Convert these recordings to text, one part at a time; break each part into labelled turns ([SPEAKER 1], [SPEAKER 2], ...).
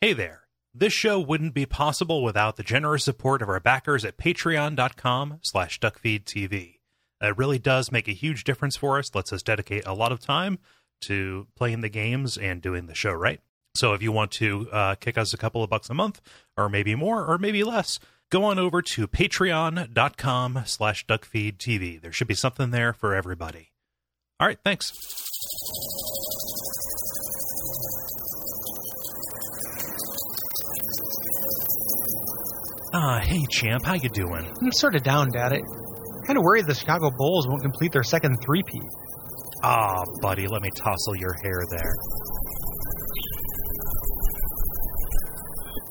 [SPEAKER 1] Hey there. This show wouldn't be possible without the generous support of our backers at patreon.com slash duckfeedtv. It really does make a huge difference for us, lets us dedicate a lot of time to playing the games and doing the show right. So if you want to uh, kick us a couple of bucks a month, or maybe more, or maybe less, go on over to patreon.com slash duckfeedtv. There should be something there for everybody. All right, thanks. Ah, hey champ, how you doing?
[SPEAKER 2] I'm sort of down, Dad. I kind of worried the Chicago Bulls won't complete their second three-peat.
[SPEAKER 1] Ah, buddy, let me tousle your hair there.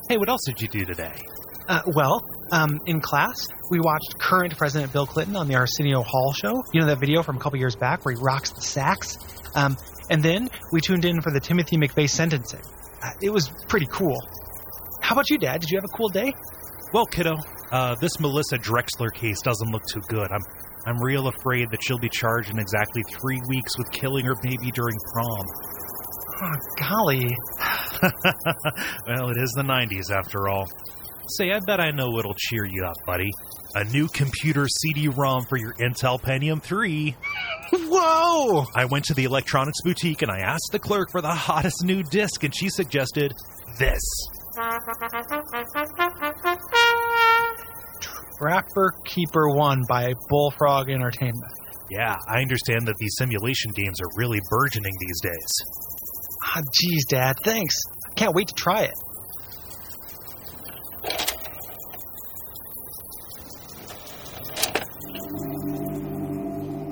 [SPEAKER 1] Hey, what else did you do today?
[SPEAKER 2] Uh, well, um, in class, we watched current President Bill Clinton on the Arsenio Hall show. You know that video from a couple years back where he rocks the sax? Um, and then we tuned in for the Timothy McVeigh sentencing. Uh, it was pretty cool. How about you, Dad? Did you have a cool day?
[SPEAKER 1] Well, kiddo, uh, this Melissa Drexler case doesn't look too good. I'm, I'm real afraid that she'll be charged in exactly three weeks with killing her baby during prom.
[SPEAKER 2] Oh, golly.
[SPEAKER 1] well, it is the 90s after all. Say, I bet I know what'll cheer you up, buddy. A new computer CD-ROM for your Intel Pentium 3.
[SPEAKER 2] Whoa!
[SPEAKER 1] I went to the electronics boutique and I asked the clerk for the hottest new disc, and she suggested this.
[SPEAKER 2] Rapper Keeper 1 by Bullfrog Entertainment.
[SPEAKER 1] Yeah, I understand that these simulation games are really burgeoning these days.
[SPEAKER 2] Ah, geez, Dad, thanks. I can't wait to try it.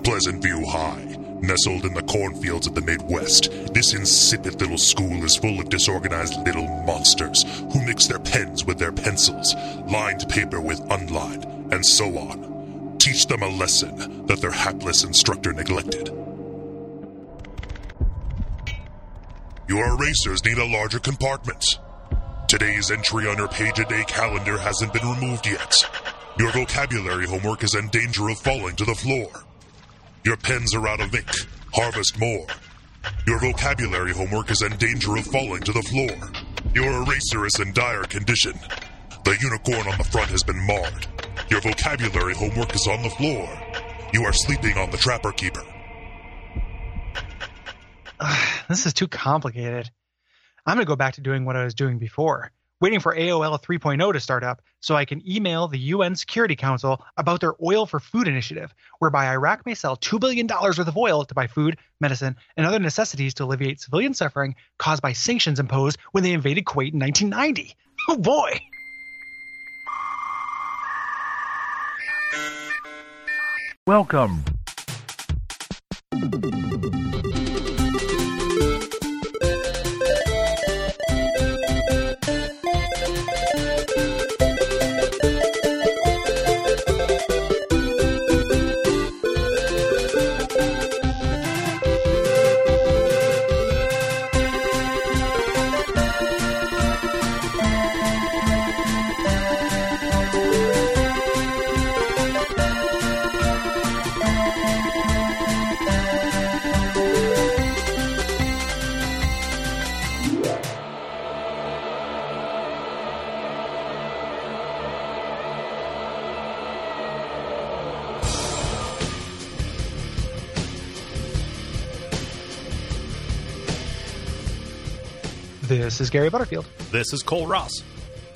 [SPEAKER 3] Pleasant View High. Nestled in the cornfields of the Midwest, this insipid little school is full of disorganized little monsters who mix their pens with their pencils, lined paper with unlined, and so on. Teach them a lesson that their hapless instructor neglected. Your erasers need a larger compartment. Today's entry on your page a day calendar hasn't been removed yet. Your vocabulary homework is in danger of falling to the floor. Your pens are out of ink. Harvest more. Your vocabulary homework is in danger of falling to the floor. Your eraser is in dire condition. The unicorn on the front has been marred. Your vocabulary homework is on the floor. You are sleeping on the trapper keeper.
[SPEAKER 2] Ugh, this is too complicated. I'm going to go back to doing what I was doing before, waiting for AOL 3.0 to start up so I can email the UN Security Council about their Oil for Food initiative, whereby Iraq may sell $2 billion worth of oil to buy food, medicine, and other necessities to alleviate civilian suffering caused by sanctions imposed when they invaded Kuwait in 1990. Oh boy!
[SPEAKER 4] Welcome.
[SPEAKER 2] This is Gary Butterfield,
[SPEAKER 1] This is Cole Ross.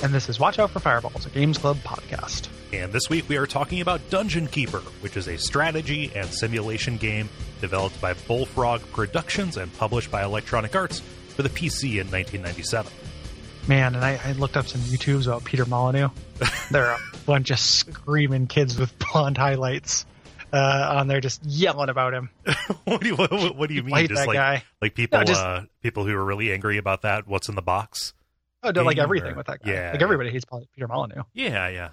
[SPEAKER 2] and this is Watch Out for Fireballs, a Games Club podcast.
[SPEAKER 1] And this week we are talking about Dungeon Keeper, which is a strategy and simulation game developed by Bullfrog Productions and published by Electronic Arts for the PC in 1997.
[SPEAKER 2] Man, and I, I looked up some YouTubes about Peter Molyneux. There are a bunch of screaming kids with blonde highlights uh, on there just yelling about him.
[SPEAKER 1] what, do you, what, what- what do you mean?
[SPEAKER 2] I hate
[SPEAKER 1] just
[SPEAKER 2] that
[SPEAKER 1] like
[SPEAKER 2] guy.
[SPEAKER 1] like people
[SPEAKER 2] No, just-
[SPEAKER 1] uh, people who are really angry about that. What's in the box?
[SPEAKER 2] I don't Oh, like
[SPEAKER 1] game
[SPEAKER 2] everything
[SPEAKER 1] or-
[SPEAKER 2] with that guy.
[SPEAKER 1] yeah,
[SPEAKER 2] like
[SPEAKER 1] yeah.
[SPEAKER 2] everybody hates Paul- Peter Molyneux.
[SPEAKER 1] Yeah, yeah,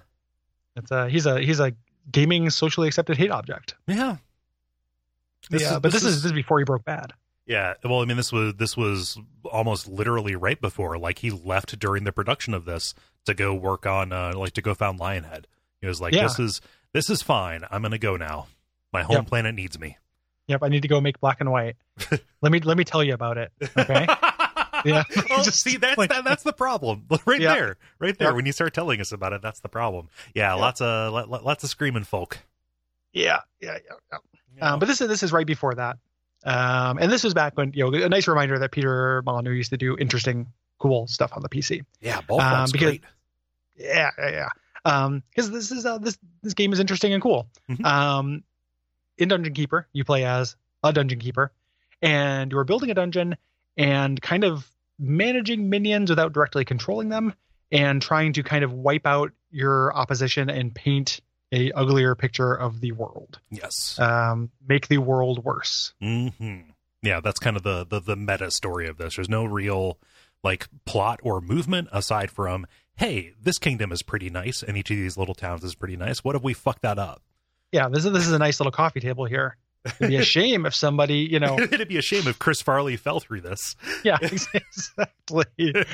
[SPEAKER 2] It's uh he's a he's a gaming socially accepted hate object.
[SPEAKER 1] yeah. This
[SPEAKER 2] yeah,
[SPEAKER 1] is-
[SPEAKER 2] but this is, this is before he broke bad.
[SPEAKER 1] Yeah, well, I mean, this was this was almost literally right before. Like he left during the production of this to go work on, uh, like to go found Lionhead. He was like,
[SPEAKER 2] Yeah.
[SPEAKER 1] "This is this is fine. I'm gonna go now. My home
[SPEAKER 2] Yep.
[SPEAKER 1] planet needs me."
[SPEAKER 2] Yep, I need to go make black and white. let me let me tell you about it. Okay. yeah.
[SPEAKER 1] Well,
[SPEAKER 2] Just
[SPEAKER 1] see, that's
[SPEAKER 2] like-
[SPEAKER 1] that, that's the problem right
[SPEAKER 2] Yeah.
[SPEAKER 1] there, right there.
[SPEAKER 2] Yeah.
[SPEAKER 1] When you start telling us about it, that's the problem. Yeah,
[SPEAKER 2] Yeah.
[SPEAKER 1] lots of lot- lot- lots of screaming folk.
[SPEAKER 2] Yeah, yeah, yeah. yeah. Um, but this is this is right before that, um, and this is back when you know a nice reminder that Peter Molyneux used to do interesting, cool stuff on the PC.
[SPEAKER 1] yeah, ball
[SPEAKER 2] um,
[SPEAKER 1] flop's
[SPEAKER 2] because-
[SPEAKER 1] great.
[SPEAKER 2] Yeah, yeah, yeah. Because this is uh, this this game is interesting and cool.
[SPEAKER 1] Mhm.
[SPEAKER 2] Um, in Dungeon Keeper, you play as a dungeon keeper, and you are building a dungeon and kind of managing minions without directly controlling them, and trying to kind of wipe out your opposition and paint a uglier picture of the world
[SPEAKER 1] Yes.
[SPEAKER 2] um, make the world worse.
[SPEAKER 1] hmm Yeah, that's kind of the, the the meta story of this. There's no real like plot or movement aside from hey, this kingdom is pretty nice, and each of these little towns is pretty nice. What if we fuck that up?
[SPEAKER 2] Yeah, this is this is a nice little coffee table here. It'd be a shame if somebody, you know,
[SPEAKER 1] It'd be a shame if Chris Farley fell through this.
[SPEAKER 2] yeah, exactly.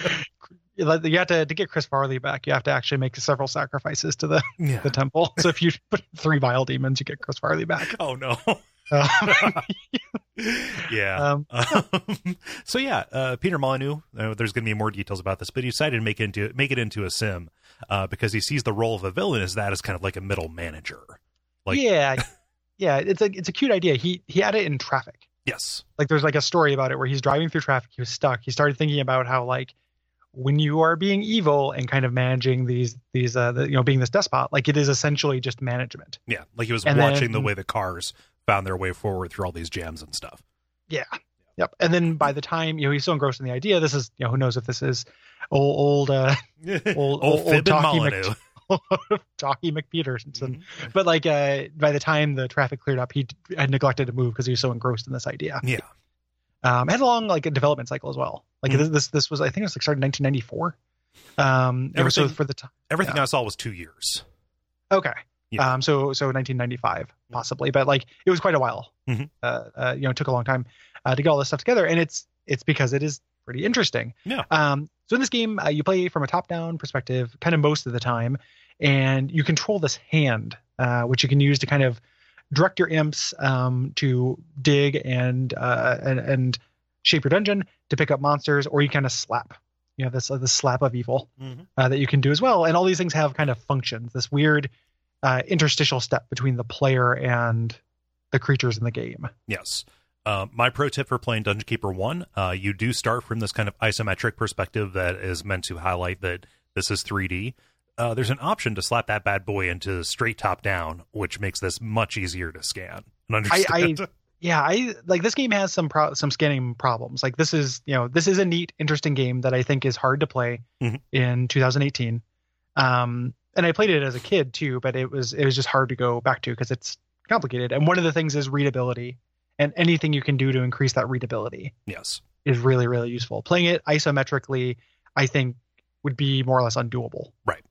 [SPEAKER 2] You have to to get Chris Farley back. You have to actually make several sacrifices to the,
[SPEAKER 1] Yeah.
[SPEAKER 2] the temple. So if you put three vile demons, you get Chris Farley back.
[SPEAKER 1] Oh no.
[SPEAKER 2] Um,
[SPEAKER 1] yeah.
[SPEAKER 2] um,
[SPEAKER 1] Um, so yeah, uh, Peter Molyneux. Uh, there's going to be more details about this, but he decided to make it into make it into a sim uh, because he sees the role of a villain as that as kind of like a middle manager. Like-
[SPEAKER 2] yeah, yeah, it's a it's a cute idea. He he had it in traffic.
[SPEAKER 1] Yes.
[SPEAKER 2] like there's like a story about it where he's driving through traffic he was stuck he started thinking about how like when you are being evil and kind of managing these these uh the, you know being this despot like it is essentially just management
[SPEAKER 1] Yeah. Like he was
[SPEAKER 2] And
[SPEAKER 1] watching the
[SPEAKER 2] then-
[SPEAKER 1] way the cars found their way forward through all these jams and stuff.
[SPEAKER 2] yep and then by the time you know he's so engrossed in the idea this is you know who knows if this is old old uh
[SPEAKER 1] Old
[SPEAKER 2] old old,
[SPEAKER 1] Fib and
[SPEAKER 2] talkie
[SPEAKER 1] Molyneux.
[SPEAKER 2] Mc, talkie
[SPEAKER 1] Mm-hmm.
[SPEAKER 2] mcpeterson but like uh by the time the traffic cleared up he d- had neglected to move because he was so engrossed in this idea
[SPEAKER 1] Yeah.
[SPEAKER 2] um, it had a long like a development cycle as well. Like
[SPEAKER 1] Mhm.
[SPEAKER 2] this, this, this was I think it was like started in 1994. Um, it was so
[SPEAKER 1] Everything-
[SPEAKER 2] for the time.
[SPEAKER 1] Everything I saw was two years.
[SPEAKER 2] Okay.
[SPEAKER 1] Yeah.
[SPEAKER 2] Um, so so 1995 possibly, but like it was quite a while.
[SPEAKER 1] Mhm.
[SPEAKER 2] Uh, uh, you know, it took a long time uh, to get all this stuff together, and it's it's because it is pretty interesting.
[SPEAKER 1] Yeah.
[SPEAKER 2] Um, so in this game, uh, you play from a top-down perspective, kind of most of the time, and you control this hand, uh, which you can use to kind of direct your imps um, to dig and uh, and and shape your dungeon to pick up monsters, or you kind of slap. You have this uh, this slap of evil
[SPEAKER 1] Mhm.
[SPEAKER 2] uh, that you can do as well, and all these things have kind of functions. This weird uh, interstitial step between the player and the creatures in the game.
[SPEAKER 1] Yes. Uh, my pro tip for playing Dungeon Keeper 1, uh, you do start from this kind of isometric perspective that is meant to highlight that this is 3D. Uh, there's an option to slap that bad boy into straight top down, which makes this much easier to scan and understand.
[SPEAKER 2] Yeah, I like this game has some pro- some scanning problems. Like this is you know this is a neat, interesting game that I think is hard to play
[SPEAKER 1] Mhm.
[SPEAKER 2] in 2018. Um, and I played it as a kid too, but it was it was just hard to go back to because it's complicated. And one of the things is readability, and anything you can do to increase that readability.
[SPEAKER 1] yes.
[SPEAKER 2] is really really useful. Playing it isometrically, I think, would be more or less undoable.
[SPEAKER 1] Right.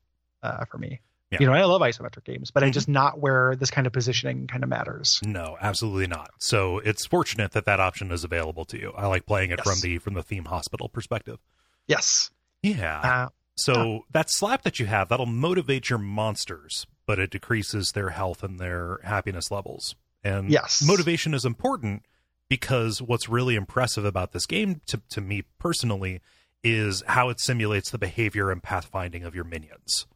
[SPEAKER 2] Uh, for me,
[SPEAKER 1] Yeah. Mm-hmm.
[SPEAKER 2] you know, I love isometric games, but I just not where this kind of positioning kind of matters.
[SPEAKER 1] No, absolutely not. So it's fortunate that that option is available to you. I like playing it
[SPEAKER 2] Yes.
[SPEAKER 1] from the from the theme hospital perspective.
[SPEAKER 2] Yes.
[SPEAKER 1] Yeah.
[SPEAKER 2] Uh,
[SPEAKER 1] So that slap that you have, that'll motivate your monsters, but it decreases their health and their happiness levels. And
[SPEAKER 2] Yes.
[SPEAKER 1] motivation is important because what's really impressive about this game to, to me personally is how it simulates the behavior and pathfinding of your minions.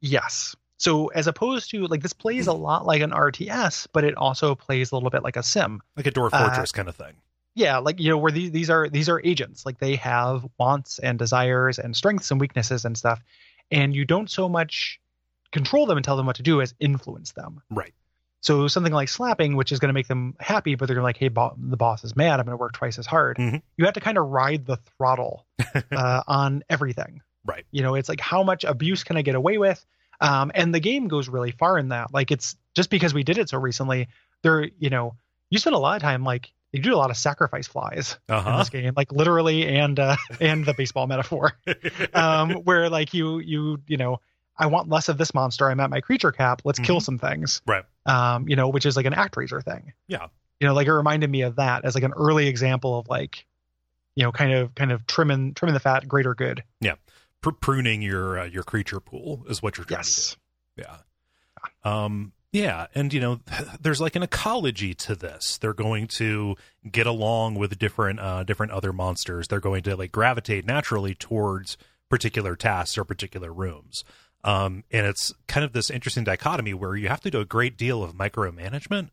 [SPEAKER 2] yes. So as opposed to like this plays a
[SPEAKER 1] Mm-hmm.
[SPEAKER 2] lot like an RTS, but it also plays a little bit like a sim.
[SPEAKER 1] Like a door
[SPEAKER 2] Uh,
[SPEAKER 1] fortress kind of thing.
[SPEAKER 2] Yeah, like you know where these these are these are agents. Like they have wants and desires and strengths and weaknesses and stuff, and you don't so much control them and tell them what to do as influence them.
[SPEAKER 1] Right.
[SPEAKER 2] So something like slapping, which is going to make them happy, but they're like, "Hey, bo- the boss is mad. I'm going to work twice as hard."
[SPEAKER 1] Mhm.
[SPEAKER 2] You have to kind of ride the throttle uh, on everything.
[SPEAKER 1] Right.
[SPEAKER 2] You know, it's like how much abuse can I get away with? Um, and the game goes really far in that. Like it's just because we did it so recently. There, you know, you spend a lot of time like you do a lot of sacrifice flies
[SPEAKER 1] Uh
[SPEAKER 2] in
[SPEAKER 1] huh.
[SPEAKER 2] this game, like literally and uh, and the baseball metaphor um, where like you you you know I want less of this monster. I'm at my creature cap. Let's kill some things.
[SPEAKER 1] Mm-hmm. Right.
[SPEAKER 2] Um, you know, which is like an ActRaiser thing.
[SPEAKER 1] Yeah.
[SPEAKER 2] You know, like it reminded me of that as like an early example of like, you know, kind of kind of trimming trimming the fat, greater good.
[SPEAKER 1] Pr- pruning your uh, your creature pool is what you're trying to do.
[SPEAKER 2] Yes.
[SPEAKER 1] Yeah. Um, Yeah, and you know, there's like an ecology to this. They're going to get along with different uh, different other monsters. They're going to like gravitate naturally towards particular tasks or particular rooms. Um, and it's kind of this interesting dichotomy where you have to do a great deal of micromanagement,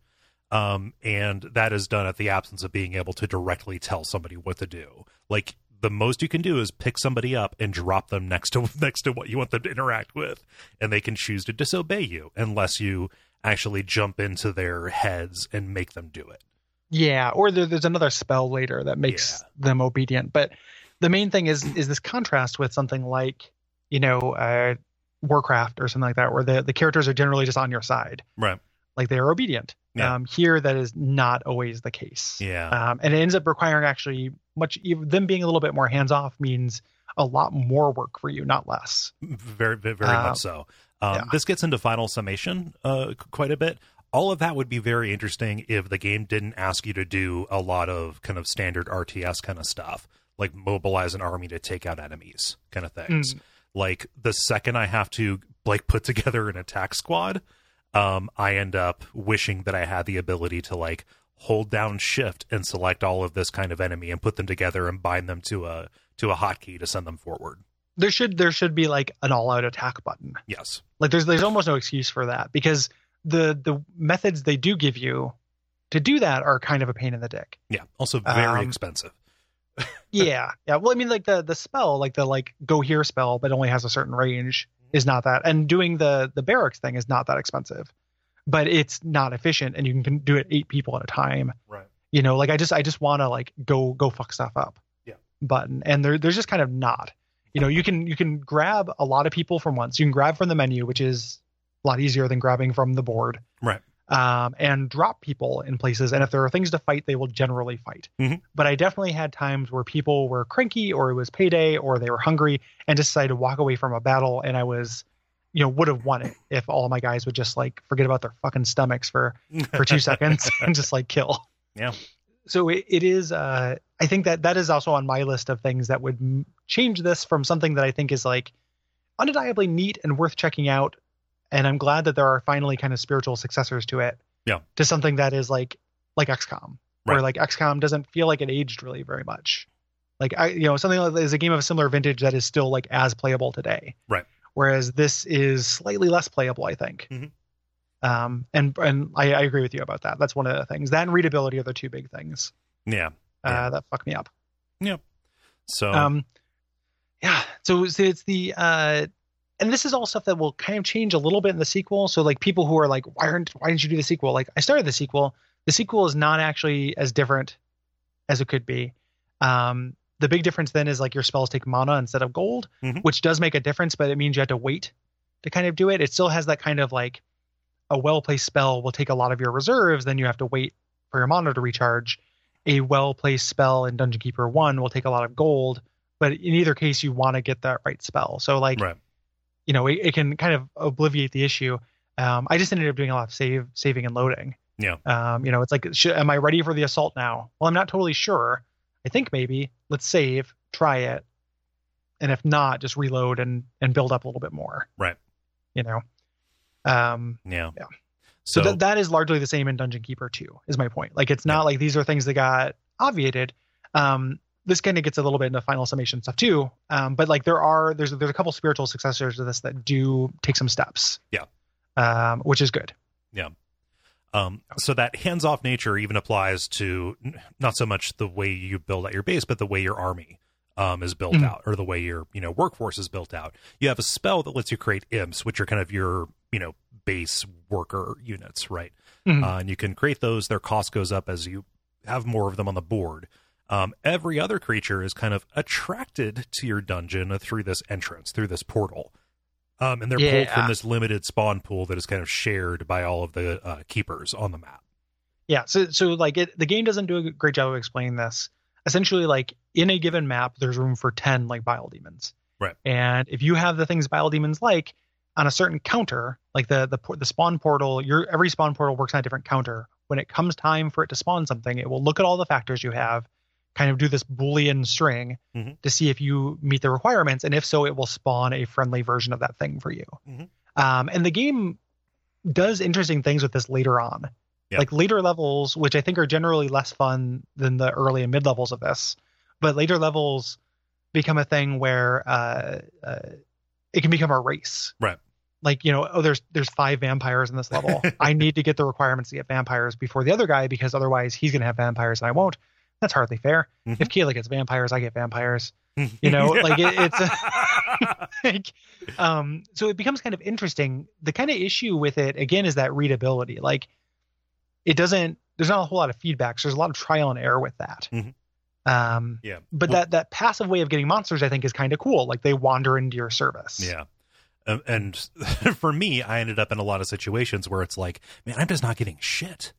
[SPEAKER 1] um, and that is done at the absence of being able to directly tell somebody what to do. Like the most you can do is pick somebody up and drop them next to next to what you want them to interact with, and they can choose to disobey you unless you actually jump into their heads and make them do it.
[SPEAKER 2] Yeah, or there, there's another spell later that makes them obedient. But the main thing is is this contrast with something like you know uh, Warcraft or something like that, where the the characters are generally just on your side,
[SPEAKER 1] Right.
[SPEAKER 2] like they are obedient.
[SPEAKER 1] Yeah.
[SPEAKER 2] Um, here, that is not always the case.
[SPEAKER 1] Yeah.
[SPEAKER 2] Um, and it ends up requiring actually much even them being a little bit more hands off means a lot more work for you, not less.
[SPEAKER 1] very ve- very
[SPEAKER 2] Uh,
[SPEAKER 1] much so um,
[SPEAKER 2] yeah.
[SPEAKER 1] this gets into final summation uh, c- quite a bit all of that would be very interesting if the game didn't ask you to do a lot of kind of standard rts kind of stuff like mobilize an army to take out enemies kind of
[SPEAKER 2] Hmm. Mm.
[SPEAKER 1] things like the second i have to like put together an attack squad um, i end up wishing that i had the ability to like hold down shift and select all of this kind of enemy and put them together and bind them to a to a hotkey to send them forward
[SPEAKER 2] There should there should be like an all out attack button.
[SPEAKER 1] yes
[SPEAKER 2] Like there's there's almost no excuse for that because the the methods they do give you to do that are kind of a pain in the dick.
[SPEAKER 1] Yeah. Also very
[SPEAKER 2] Um,
[SPEAKER 1] expensive.
[SPEAKER 2] yeah yeah well i mean like the the spell like the like go here spell but only has a certain range
[SPEAKER 1] Mm-hmm.
[SPEAKER 2] is not that and doing the the barracks thing is not that expensive but it's not efficient and you can do it eight people at a time
[SPEAKER 1] Right.
[SPEAKER 2] you know like i just i just want to like go go fuck stuff up
[SPEAKER 1] Yeah.
[SPEAKER 2] button and there there's just kind of not you know you can you can grab a lot of people from once you can grab from the menu which is a lot easier than grabbing from the board
[SPEAKER 1] Right.
[SPEAKER 2] um, and drop people in places and if there are things to fight they will generally fight
[SPEAKER 1] Mhm.
[SPEAKER 2] but i definitely had times where people were cranky or it was payday or they were hungry and just decided to walk away from a battle and i was you know would have won it if all my guys would just like forget about their fucking stomachs for for two seconds and just like kill.
[SPEAKER 1] Yeah.
[SPEAKER 2] So it, it is. Uh, I think that that is also on my list of things that would m- change this from something that I think is like undeniably neat and worth checking out. And I'm glad that there are finally kind of spiritual successors to it.
[SPEAKER 1] Yeah.
[SPEAKER 2] To something that is like like XCOM, where
[SPEAKER 1] Right.
[SPEAKER 2] like XCOM doesn't feel like it aged really very much. Like I, you know, something like is a game of a similar vintage that is still like as playable today.
[SPEAKER 1] Right.
[SPEAKER 2] Whereas this is slightly less playable, I think um and and I, I agree with you about that that's one of the things that and readability are the two big things
[SPEAKER 1] Yeah.
[SPEAKER 2] uh
[SPEAKER 1] Yeah.
[SPEAKER 2] that fuck me up
[SPEAKER 1] So
[SPEAKER 2] um yeah so, it's it's the uh and this is all stuff that will kind of change a little bit in the sequel so like people who are like why aren't why didn't you do the sequel like i started the sequel the sequel is not actually as different as it could be um the big difference then is like your spells take mana instead of gold
[SPEAKER 1] Mhm.
[SPEAKER 2] which does make a difference but it means you have to wait to kind of do it it still has that kind of like a well placed spell will take a lot of your reserves then you have to wait for your mana to recharge a well placed spell in dungeon keeper 1 will take a lot of gold but in either case you want to get that right spell so like
[SPEAKER 1] right.
[SPEAKER 2] you know it, it can kind of obliviate the issue um i just ended up doing a lot of save saving and loading
[SPEAKER 1] Yeah.
[SPEAKER 2] um you know it's like sh- am i ready for the assault now well i'm not totally sure i think maybe let's save try it and if not just reload and and build up a little bit more
[SPEAKER 1] Right.
[SPEAKER 2] you know um
[SPEAKER 1] Yeah.
[SPEAKER 2] yeah.
[SPEAKER 1] So,
[SPEAKER 2] so that that is largely the same in Dungeon Keeper 2, is my point. Like it's not
[SPEAKER 1] Yeah.
[SPEAKER 2] like these are things that got obviated. Um, this kind of gets a little bit into final summation stuff too. Um, but like there are there's there's a couple spiritual successors to this that do take some steps.
[SPEAKER 1] Yeah.
[SPEAKER 2] Um, which is good.
[SPEAKER 1] um, so that hands-off nature even applies to n- not so much the way you build out your base, but the way your army um, is built
[SPEAKER 2] Mhm.
[SPEAKER 1] out, or the way your you know workforce is built out. You have a spell that lets you create imps, which are kind of your you know base worker units, right?
[SPEAKER 2] Mhm.
[SPEAKER 1] uh, and you can create those. Their cost goes up as you have more of them on the board. Um, every other creature is kind of attracted to your dungeon through this entrance, through this portal, um, and they're pulled
[SPEAKER 2] Yeah.
[SPEAKER 1] from this limited spawn pool that is kind of shared by all of the uh, keepers on the map.
[SPEAKER 2] Yeah, so so like it, the game doesn't do a great job of explaining this. Essentially, like in a given map, there's room for ten like bile demons.
[SPEAKER 1] Right.
[SPEAKER 2] And if you have the things bile demons like on a certain counter, like the the por- the spawn portal, your every spawn portal works on a different counter. When it comes time for it to spawn something, it will look at all the factors you have, kind of do this boolean string
[SPEAKER 1] Mhm.
[SPEAKER 2] to see if you meet the requirements, and if so, it will spawn a friendly version of that thing for you.
[SPEAKER 1] Mhm.
[SPEAKER 2] Um, and the game does interesting things with this later on.
[SPEAKER 1] Yeah.
[SPEAKER 2] Like later levels, which I think are generally less fun than the early and mid levels of this, but later levels become a thing where uh, uh, it can become a race.
[SPEAKER 1] Right.
[SPEAKER 2] Like you know, oh, there's there's five vampires in this level. I need to get the requirements to get vampires before the other guy because otherwise he's gonna have vampires and I won't. That's hardly fair.
[SPEAKER 1] Mhm.
[SPEAKER 2] If Keela gets vampires, I get vampires. You know, like it, it's a, like um so it becomes kind of interesting the kind of issue with it again is that readability like it doesn't there's not a whole lot of feedback so there's a lot of trial and error with that
[SPEAKER 1] Mhm.
[SPEAKER 2] um
[SPEAKER 1] yeah.
[SPEAKER 2] but that that passive way of getting monsters i think is kind of cool like they wander into your service
[SPEAKER 1] Yeah. Um, and for me, I ended up in a lot of situations where it's like, man, I'm just not getting shit.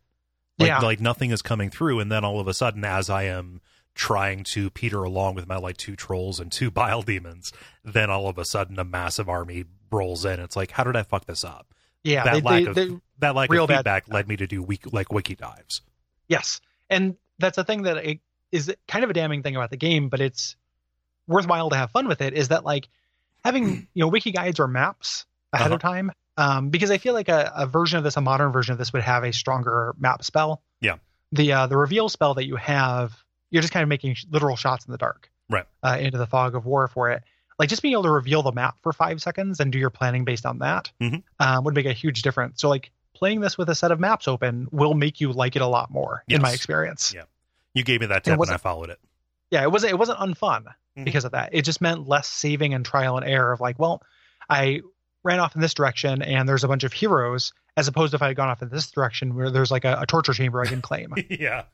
[SPEAKER 1] Like,
[SPEAKER 2] Yeah.
[SPEAKER 1] like nothing is coming through. And then all of a sudden, as I am trying to peter along with my like two trolls and two bile demons, then all of a sudden a massive army rolls in. It's like, how did I fuck this up?
[SPEAKER 2] yeah
[SPEAKER 1] that
[SPEAKER 2] they-
[SPEAKER 1] lack
[SPEAKER 2] they-
[SPEAKER 1] of
[SPEAKER 2] they-
[SPEAKER 1] that lack
[SPEAKER 2] real
[SPEAKER 1] of
[SPEAKER 2] bad
[SPEAKER 1] feedback led me to do week like wiki dives.
[SPEAKER 2] yes and that's a thing that it is kind of a damning thing about the game but it's worthwhile to have fun with it is that like having you know wiki guides or maps ahead
[SPEAKER 1] Uh-huh.
[SPEAKER 2] of time um, because i feel like a, a version of this a modern version of this would have a stronger map spell
[SPEAKER 1] Yeah.
[SPEAKER 2] the uh, the reveal spell that you have you're just kind of making sh- literal shots in the dark
[SPEAKER 1] Right.
[SPEAKER 2] uh, into the fog of war for it like just being able to reveal the map for five seconds and do your planning based on that
[SPEAKER 1] Mhm.
[SPEAKER 2] um, would make a huge difference so like playing this with a set of maps open will make you like it a lot more in my
[SPEAKER 1] Yes.
[SPEAKER 2] experience
[SPEAKER 1] You gave me that
[SPEAKER 2] It
[SPEAKER 1] tip and
[SPEAKER 2] wasn't-
[SPEAKER 1] I followed it.
[SPEAKER 2] yeah, it wasn't it wasn't unfun
[SPEAKER 1] Mhm.
[SPEAKER 2] because of that. It just meant less saving and trial and error of like, well, I ran off in this direction and there's a bunch of heroes, as opposed to if I had gone off in this direction where there's like a, a torture chamber I can claim. You,
[SPEAKER 1] yeah.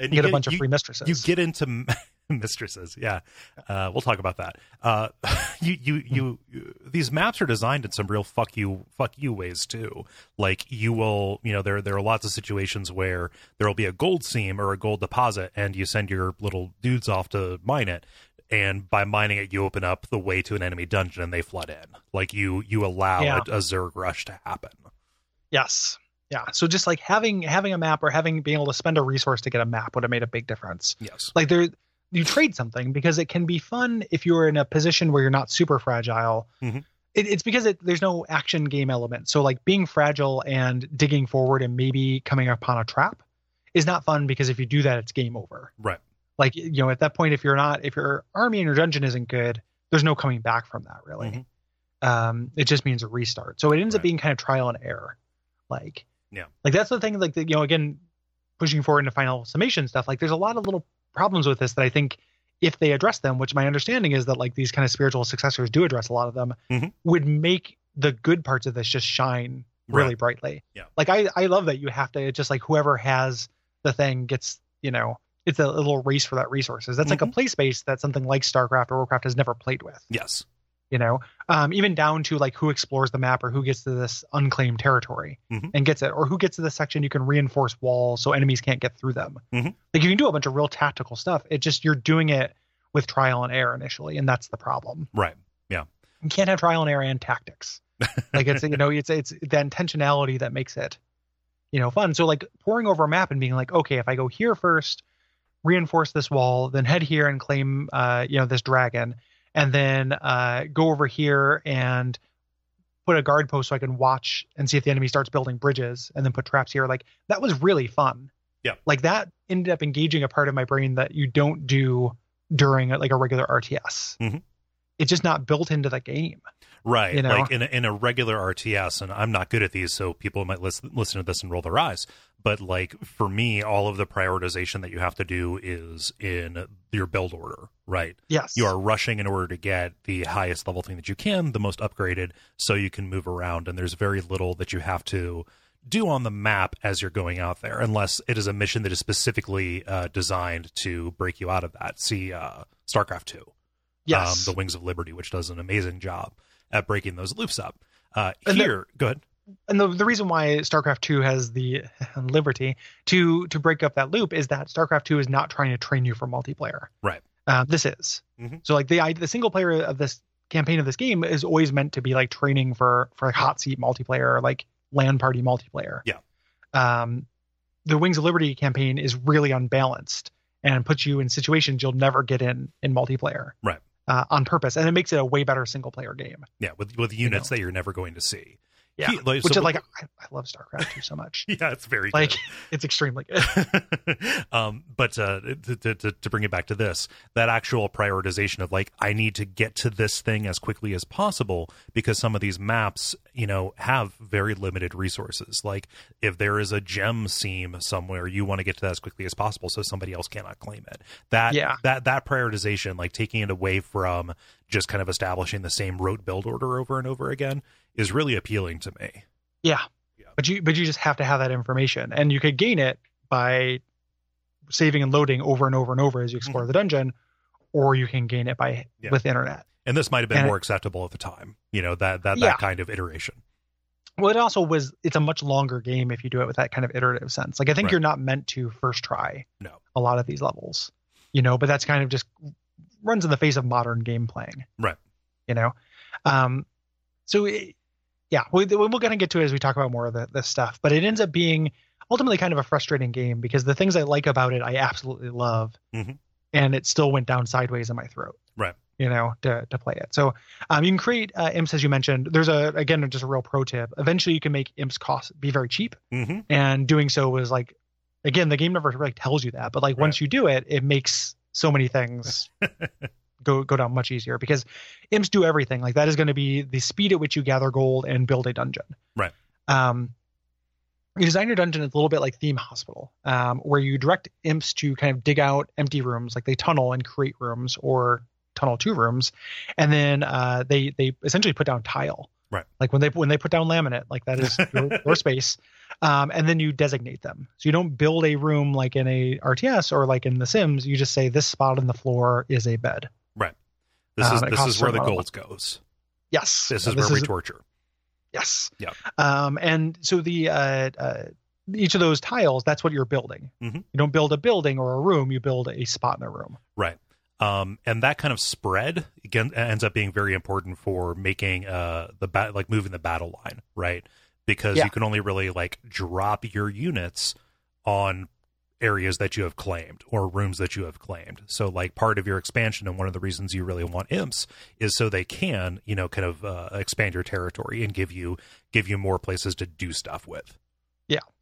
[SPEAKER 1] And
[SPEAKER 2] get, a bunch of
[SPEAKER 1] you-
[SPEAKER 2] free mistresses.
[SPEAKER 1] you get into m- mistresses yeah uh, we'll talk about that uh, you, you you you these maps are designed in some real fuck you fuck you ways too like you will you know there there are lots of situations where there will be a gold seam or a gold deposit and you send your little dudes off to mine it and by mining it you open up the way to an enemy dungeon and they flood in like you you allow
[SPEAKER 2] Yeah.
[SPEAKER 1] a, a zerg rush to happen
[SPEAKER 2] yes. Yeah. So just like having having a map or having being able to spend a resource to get a map would have made a big difference.
[SPEAKER 1] yes
[SPEAKER 2] Like there you trade something because it can be fun if you're in a position where you're not super fragile.
[SPEAKER 1] Mhm.
[SPEAKER 2] It, it's because it, there's no action game element. So like being fragile and digging forward and maybe coming upon a trap is not fun because if you do that, it's game over.
[SPEAKER 1] right
[SPEAKER 2] Like you know, at that point, if you're not, if your army and your dungeon isn't good, there's no coming back from that really. Um, it just means a restart. So it ends
[SPEAKER 1] Mm-hmm. Right.
[SPEAKER 2] up being kind of trial and error. Like
[SPEAKER 1] Yeah.
[SPEAKER 2] like that's the thing. Like that, you know, again, pushing forward into final summation stuff. Like there's a lot of little problems with this that I think if they address them, which my understanding is that like these kind of spiritual successors do address a lot of them,
[SPEAKER 1] Mhm.
[SPEAKER 2] would make the good parts of this just shine really
[SPEAKER 1] Right.
[SPEAKER 2] brightly.
[SPEAKER 1] Yeah.
[SPEAKER 2] Like I, I love that you have to it's just like whoever has the thing gets, you know, it's a little race for that resources. That's
[SPEAKER 1] Mm-hmm.
[SPEAKER 2] like a play space that something like StarCraft or Warcraft has never played with.
[SPEAKER 1] yes
[SPEAKER 2] You know, um, even down to like who explores the map or who gets to this unclaimed territory
[SPEAKER 1] Mhm.
[SPEAKER 2] and gets it, or who gets to this section you can reinforce walls so enemies can't get through them.
[SPEAKER 1] Mhm.
[SPEAKER 2] Like you can do a bunch of real tactical stuff. It just you're doing it with trial and error initially, and that's the problem.
[SPEAKER 1] right
[SPEAKER 2] You can't have trial and error and tactics. Like it's you know it's it's the intentionality that makes it, you know, fun. So like pouring over a map and being like, okay, if I go here first, reinforce this wall, then head here and claim uh you know this dragon, and then uh go over here and put a guard post so I can watch and see if the enemy starts building bridges, and then put traps here. Like that was really fun.
[SPEAKER 1] Yeah.
[SPEAKER 2] Like that ended up engaging a part of my brain that you don't do during like a regular RTS.
[SPEAKER 1] Mhm.
[SPEAKER 2] It's just not built into the game.
[SPEAKER 1] right
[SPEAKER 2] you know?
[SPEAKER 1] like in a, in a regular rts and i'm not good at these so people might listen, listen to this and roll their eyes but like for me all of the prioritization that you have to do is in your build order right
[SPEAKER 2] Yes.
[SPEAKER 1] you are um, rushing in order to get the highest level thing that you can the most upgraded so you can move around and there's very little that you have to do on the map as you're going out there unless it is a mission that is specifically uh, designed to break you out of that see uh, starcraft 2
[SPEAKER 2] Yes.
[SPEAKER 1] um, the Wings of Liberty, which does an amazing job at breaking those loops up. Uh,
[SPEAKER 2] And the-
[SPEAKER 1] here, go ahead.
[SPEAKER 2] and the, the reason why StarCraft 2 has the liberty to to break up that loop is that StarCraft 2 is not trying to train you for multiplayer.
[SPEAKER 1] Right.
[SPEAKER 2] Uh, this is.
[SPEAKER 1] Mhm.
[SPEAKER 2] So like the I, the single player of this campaign of this game is always meant to be like training for for like hot seat multiplayer or like land party multiplayer.
[SPEAKER 1] Yeah.
[SPEAKER 2] Um the Wings of Liberty campaign is really unbalanced and puts you in situations you'll never get in in multiplayer.
[SPEAKER 1] Right.
[SPEAKER 2] Uh, on purpose and it makes it a way better single player game.
[SPEAKER 1] Yeah, with with units that you're never going to see.
[SPEAKER 2] Yeah,
[SPEAKER 1] He- like,
[SPEAKER 2] which
[SPEAKER 1] so-
[SPEAKER 2] is like I, I love StarCraft 2 so much.
[SPEAKER 1] yeah, it's very good.
[SPEAKER 2] Like eh, it's extremely good.
[SPEAKER 1] um, but uh, to, to, to to bring it back to this, that actual prioritization of like, I need to get to this thing as quickly as possible because some of these maps, you know, have very limited resources. Like, if there is a gem seam somewhere, you want to get to that as quickly as possible so somebody else cannot claim it. That
[SPEAKER 2] Yeah.
[SPEAKER 1] that that prioritization, like taking it away from just kind of establishing the same rote build order over and over again, is really appealing to me.
[SPEAKER 2] Yeah.
[SPEAKER 1] Yeah.
[SPEAKER 2] But you but you just have to have that information and you could gain it by saving and loading over and over and over as you explore the dungeon or you can gain it by
[SPEAKER 1] Mm-hmm. Yeah.
[SPEAKER 2] with internet.
[SPEAKER 1] And this might have been
[SPEAKER 2] And it-
[SPEAKER 1] more acceptable at the time, you know, that that, that
[SPEAKER 2] Yeah.
[SPEAKER 1] kind of iteration.
[SPEAKER 2] Well, it also was it's a much longer game if you do it with that kind of iterative sense. Like I think
[SPEAKER 1] Right.
[SPEAKER 2] you're not meant to first try
[SPEAKER 1] No.
[SPEAKER 2] a lot of these levels. You know, but that's kind of just runs in the face of modern game playing.
[SPEAKER 1] Right.
[SPEAKER 2] You know. Um so it, yeah, we, we'll kind of get to it as we talk about more of the, this stuff, but it ends up being ultimately kind of a frustrating game because the things I like about it, I absolutely love,
[SPEAKER 1] Mhm.
[SPEAKER 2] and it still went down sideways in my throat.
[SPEAKER 1] Right.
[SPEAKER 2] You know, to, to play it. So um, you can create uh, imps as you mentioned. There's a again just a real pro tip. Eventually, you can make imps cost be very cheap,
[SPEAKER 1] Mm-hmm.
[SPEAKER 2] and doing so was like, again, the game never really tells you that, but like
[SPEAKER 1] Right.
[SPEAKER 2] once you do it, it makes so many things go go down much easier because imps do everything. Like that is going to be the speed at which you gather gold and build a dungeon.
[SPEAKER 1] Right.
[SPEAKER 2] Um, you design your dungeon it's a little bit like Theme Hospital, um, where you direct imps to kind of dig out empty rooms, like they tunnel and create rooms or tunnel two rooms, and then uh, they they essentially put down tile.
[SPEAKER 1] Right.
[SPEAKER 2] Like when they when they put down laminate, like that is your, your space, um, and then you designate them. So you don't build a room like in a RTS or like in The Sims. You just say this spot on the floor is a bed.
[SPEAKER 1] This
[SPEAKER 2] Um,
[SPEAKER 1] is
[SPEAKER 2] it
[SPEAKER 1] this
[SPEAKER 2] costs
[SPEAKER 1] is where
[SPEAKER 2] a
[SPEAKER 1] the
[SPEAKER 2] lot
[SPEAKER 1] gold
[SPEAKER 2] of
[SPEAKER 1] goes.
[SPEAKER 2] Yes.
[SPEAKER 1] uh, This
[SPEAKER 2] Yeah,
[SPEAKER 1] is where we torture.
[SPEAKER 2] Yes.
[SPEAKER 1] Yeah.
[SPEAKER 2] Um, and so the uh, uh, each of those tiles, that's what you're building.
[SPEAKER 1] Mhm.
[SPEAKER 2] You don't build a building or a room; you build a spot in a room.
[SPEAKER 1] Right. Um, and that kind of spread again uh, ends up being very important for making uh the bat like moving the battle line, right? Because
[SPEAKER 2] Yeah.
[SPEAKER 1] you can only really like drop your units on areas that you have claimed or rooms that you have claimed. So like part of your expansion and one of the reasons you really want imps is so they can, you know, kind of uh, expand your territory and give you give you more places to do stuff with.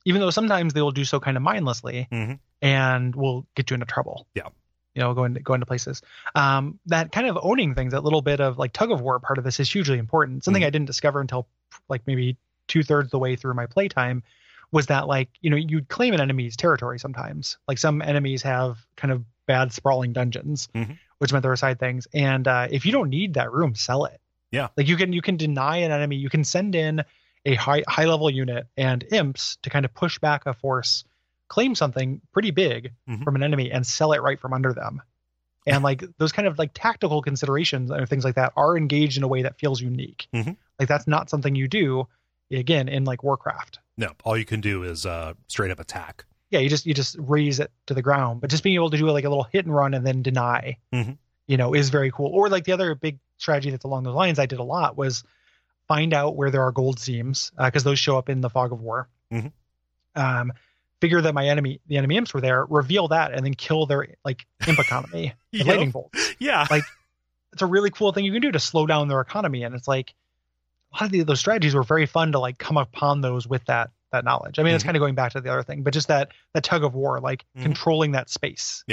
[SPEAKER 2] Even though sometimes they will do so kind of mindlessly,
[SPEAKER 1] Mhm.
[SPEAKER 2] and will get you into trouble.
[SPEAKER 1] Yeah.
[SPEAKER 2] You know, go into go into places. Um, that kind of owning things, that little bit of like tug of war part of this is hugely important.
[SPEAKER 1] Mm-hmm.
[SPEAKER 2] Something I didn't discover until like maybe two thirds the way through my playtime was that like you know you'd claim an enemy's territory sometimes. Like some enemies have kind of bad sprawling dungeons,
[SPEAKER 1] Mhm.
[SPEAKER 2] which meant there were side things. And uh, if you don't need that room, sell it.
[SPEAKER 1] Yeah.
[SPEAKER 2] Like you can you can deny an enemy. You can send in a high high level unit and imps to kind of push back a force claim something pretty big
[SPEAKER 1] Mhm.
[SPEAKER 2] from an enemy and sell it right from under them and like those kind of like tactical considerations and things like that are engaged in a way that feels unique
[SPEAKER 1] Mhm.
[SPEAKER 2] like that's not something you do again in like warcraft
[SPEAKER 1] No, all you can do is uh straight up attack.
[SPEAKER 2] yeah you just you just raise it to the ground but just being able to do like a little hit and run and then deny
[SPEAKER 1] Mhm.
[SPEAKER 2] you know is very cool or like the other big strategy that's along those lines i did a lot was find out where there are gold seams because those show up in the fog of war
[SPEAKER 1] Mhm.
[SPEAKER 2] um figure that my enemy the enemy imps were there reveal that and then kill their like imp economy with
[SPEAKER 1] Yep.
[SPEAKER 2] lightning bolts
[SPEAKER 1] Yeah.
[SPEAKER 2] it's a really cool thing you can do to slow down their economy and it's like a lot of the, those strategies were very fun to like come upon those with that that knowledge i mean it's
[SPEAKER 1] Mhm.
[SPEAKER 2] kind of going back to the other thing but just that that tug of war like
[SPEAKER 1] Mhm.
[SPEAKER 2] controlling that space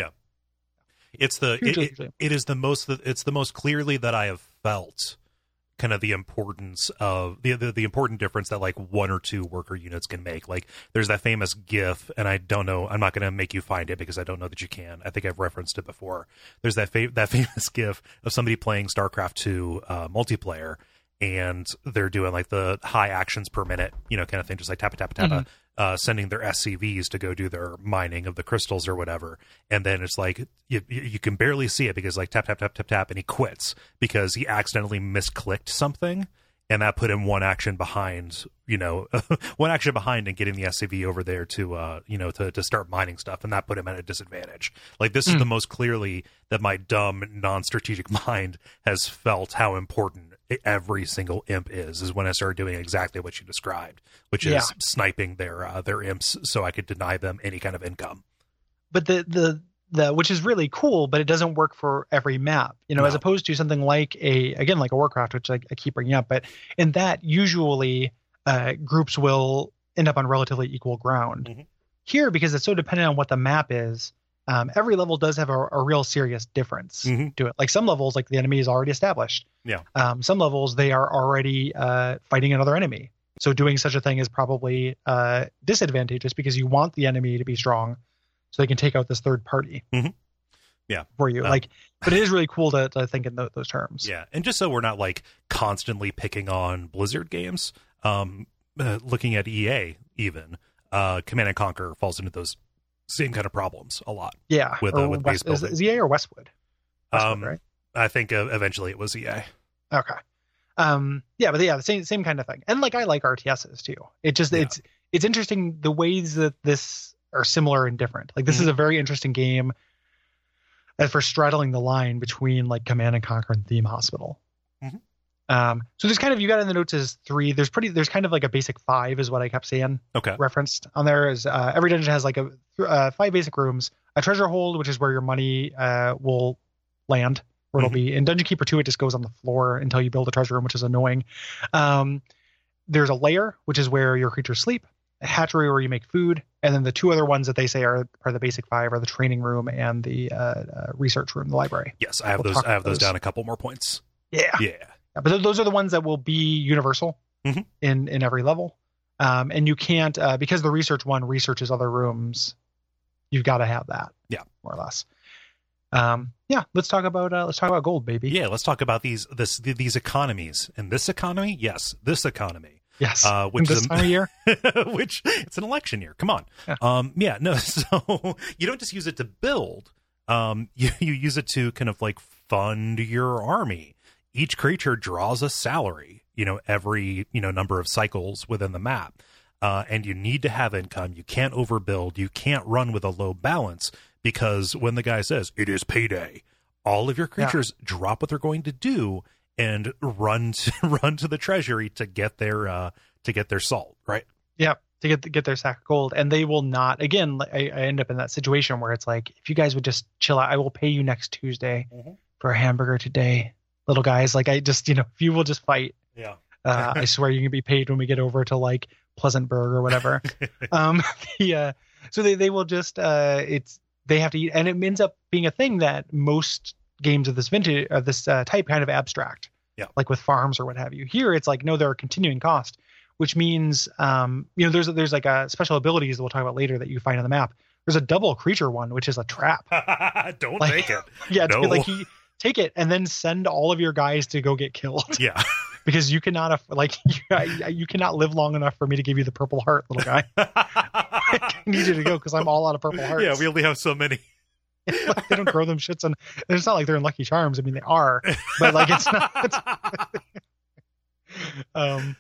[SPEAKER 1] It's the it,
[SPEAKER 2] Hugely,
[SPEAKER 1] it-
[SPEAKER 2] hugely.
[SPEAKER 1] it is the most it's the most clearly that I have felt kind of the importance of the, the the important difference that like one or two worker units can make. Like there's that famous GIF, and I don't know. I'm not going to make you find it because I don't know that you can. I think I've referenced it before. There's that fa- that famous GIF of somebody playing StarCraft two uh, multiplayer, and they're doing like the high actions per minute, you know, kind of thing, just like tap tap tap,
[SPEAKER 2] Mhm.
[SPEAKER 1] uh, sending their SCVs to go do their mining of the crystals or whatever. And then it's like you, you you can barely see it because like tap tap tap tap tap, and he quits because he accidentally misclicked something, and that put him one action behind, you know, one action behind and getting the SCV over there to, uh, you know, to to start mining stuff, and that put him at a disadvantage. Like this is
[SPEAKER 2] Mm.
[SPEAKER 1] the most clearly that my dumb, non-strategic mind has felt how important every single imp is. Is when I started doing exactly what you described, which is
[SPEAKER 2] Yeah.
[SPEAKER 1] sniping their uh, their imps so I could deny them any kind of income.
[SPEAKER 2] but the the the which is really cool but it doesn't work for every map you know as
[SPEAKER 1] No.
[SPEAKER 2] opposed to something like a again like a warcraft which I, I keep bringing up but in that usually uh, groups will end up on relatively equal ground.
[SPEAKER 1] Mhm.
[SPEAKER 2] Here, because it's so dependent on what the map is, um, every level does have a, a real serious difference
[SPEAKER 1] Mhm.
[SPEAKER 2] to it. Like some levels, like the enemy is already established.
[SPEAKER 1] Yeah.
[SPEAKER 2] Um, some levels, they are already uh, fighting another enemy. So doing such a thing is probably uh, disadvantageous because you want the enemy to be strong so they can take out this third party.
[SPEAKER 1] Mhm. Yeah.
[SPEAKER 2] For you.
[SPEAKER 1] Um,
[SPEAKER 2] like, but it is really cool to, to think in tho- those terms.
[SPEAKER 1] Yeah, and just so we're not like constantly picking on Blizzard games, um, uh, looking at EA even, uh, Command and Conquer falls into those same kind of problems a lot.
[SPEAKER 2] Yeah.
[SPEAKER 1] With,
[SPEAKER 2] or
[SPEAKER 1] uh, with
[SPEAKER 2] West,
[SPEAKER 1] base
[SPEAKER 2] is,
[SPEAKER 1] building.
[SPEAKER 2] is EA or Westwood? Westwood,
[SPEAKER 1] Um,
[SPEAKER 2] right?
[SPEAKER 1] I think uh, eventually it was EA.
[SPEAKER 2] Okay. Um. Yeah, but yeah, the same same kind of thing. And like I like RTSs too. It just
[SPEAKER 1] Yeah.
[SPEAKER 2] it's it's interesting the ways that this are similar and different. Like this
[SPEAKER 1] Mm-hmm.
[SPEAKER 2] is a very interesting game as for straddling the line between like Command and Conquer and Theme Hospital.
[SPEAKER 1] Mhm.
[SPEAKER 2] Um. So there's kind of you got in the notes as three. There's pretty there's kind of like a basic five is what I kept seeing
[SPEAKER 1] Okay.
[SPEAKER 2] referenced on there is uh, every dungeon has like a uh, five basic rooms a treasure hold which is where your money uh, will land or it'll
[SPEAKER 1] Mhm.
[SPEAKER 2] be in dungeon keeper 2 it just goes on the floor until you build a treasure room which is annoying um, there's a lair which is where your creatures sleep a hatchery where you make food and then the two other ones that they say are are the basic five are the training room and the uh, uh, research room the library
[SPEAKER 1] Yes, I have
[SPEAKER 2] We'll
[SPEAKER 1] those.
[SPEAKER 2] talk
[SPEAKER 1] I have those
[SPEAKER 2] those. Ah.
[SPEAKER 1] down a couple more points.
[SPEAKER 2] yeah
[SPEAKER 1] Yeah.
[SPEAKER 2] yeah, but th- those are the ones that will be universal
[SPEAKER 1] Mhm.
[SPEAKER 2] in in every level. Um, and you can't uh, because the research one researches other rooms. You've got to have that.
[SPEAKER 1] Yeah.
[SPEAKER 2] more or less. Um, yeah, let's talk about uh, let's talk about gold, baby.
[SPEAKER 1] Yeah, let's talk about these this th- these economies. And this economy, yes, this economy,
[SPEAKER 2] Yes,
[SPEAKER 1] uh, which
[SPEAKER 2] this
[SPEAKER 1] is
[SPEAKER 2] time of year.
[SPEAKER 1] a, which it's an election year. Come on,
[SPEAKER 2] Yeah.
[SPEAKER 1] um, yeah, no. So you don't just use it to build. Um, you you use it to kind of like fund your army. Each creature draws a salary. You know, every you know number of cycles within the map. Uh, and you need to have income. You can't overbuild. You can't run with a low balance because when the guy says it is payday, all of your creatures drop what they're going to do and run to run to the treasury to get their uh to get their salt right
[SPEAKER 2] Yeah, to get get their sack of gold, and they will not. Again, like, I, I end up in that situation where it's like, if you guys would just chill out, I will pay you next Tuesday
[SPEAKER 1] Mhm.
[SPEAKER 2] for a hamburger today, little guys. Like I just, you know, if you will just fight,
[SPEAKER 1] yeah
[SPEAKER 2] uh, I swear you can be paid when we get over to like Pleasantburg or whatever. um, the, uh, so they, they will just uh, it's they have to eat, and it ends up being a thing that most games of this vintage of this uh, type kind of abstract.
[SPEAKER 1] Yeah.
[SPEAKER 2] Like with farms or what have you. Here it's like no, there are continuing costs, which means um, you know there's there's like a special abilities that we'll talk about later that you find on the map. There's a double creature one, which is a trap.
[SPEAKER 1] don't
[SPEAKER 2] Like-
[SPEAKER 1] take it
[SPEAKER 2] Yeah, it's
[SPEAKER 1] No.
[SPEAKER 2] like he take it and then send all of your guys to go get killed
[SPEAKER 1] yeah
[SPEAKER 2] because you cannot aff- like you, I- you cannot live long enough for me to give you the purple heart, little guy. I need you to go because I'm all out of purple hearts.
[SPEAKER 1] yeah we only have so many
[SPEAKER 2] they don't grow them shits, and it's not like they're in Lucky Charms. I mean, they are, but like it's not. It's, um,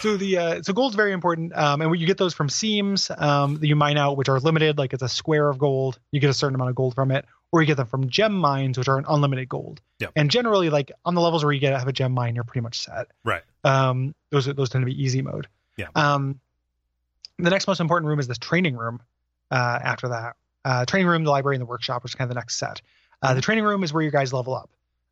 [SPEAKER 2] so the uh, so gold's very important, um, and when you get those from seams um, that you mine out, which are limited. Like it's a square of gold, you get a certain amount of gold from it, or you get them from gem mines, which are an unlimited gold.
[SPEAKER 1] Yep.
[SPEAKER 2] And generally, like on the levels where you get have a gem mine, you're pretty much set.
[SPEAKER 1] Right.
[SPEAKER 2] Um, those are, those tend to be easy mode.
[SPEAKER 1] Yeah.
[SPEAKER 2] Um, the next most important room is this training room. Uh, after that, uh, training room, the library, and the workshop, which is kind of the next set.
[SPEAKER 1] Mm-hmm.
[SPEAKER 2] Uh, the training room is where your guys level up.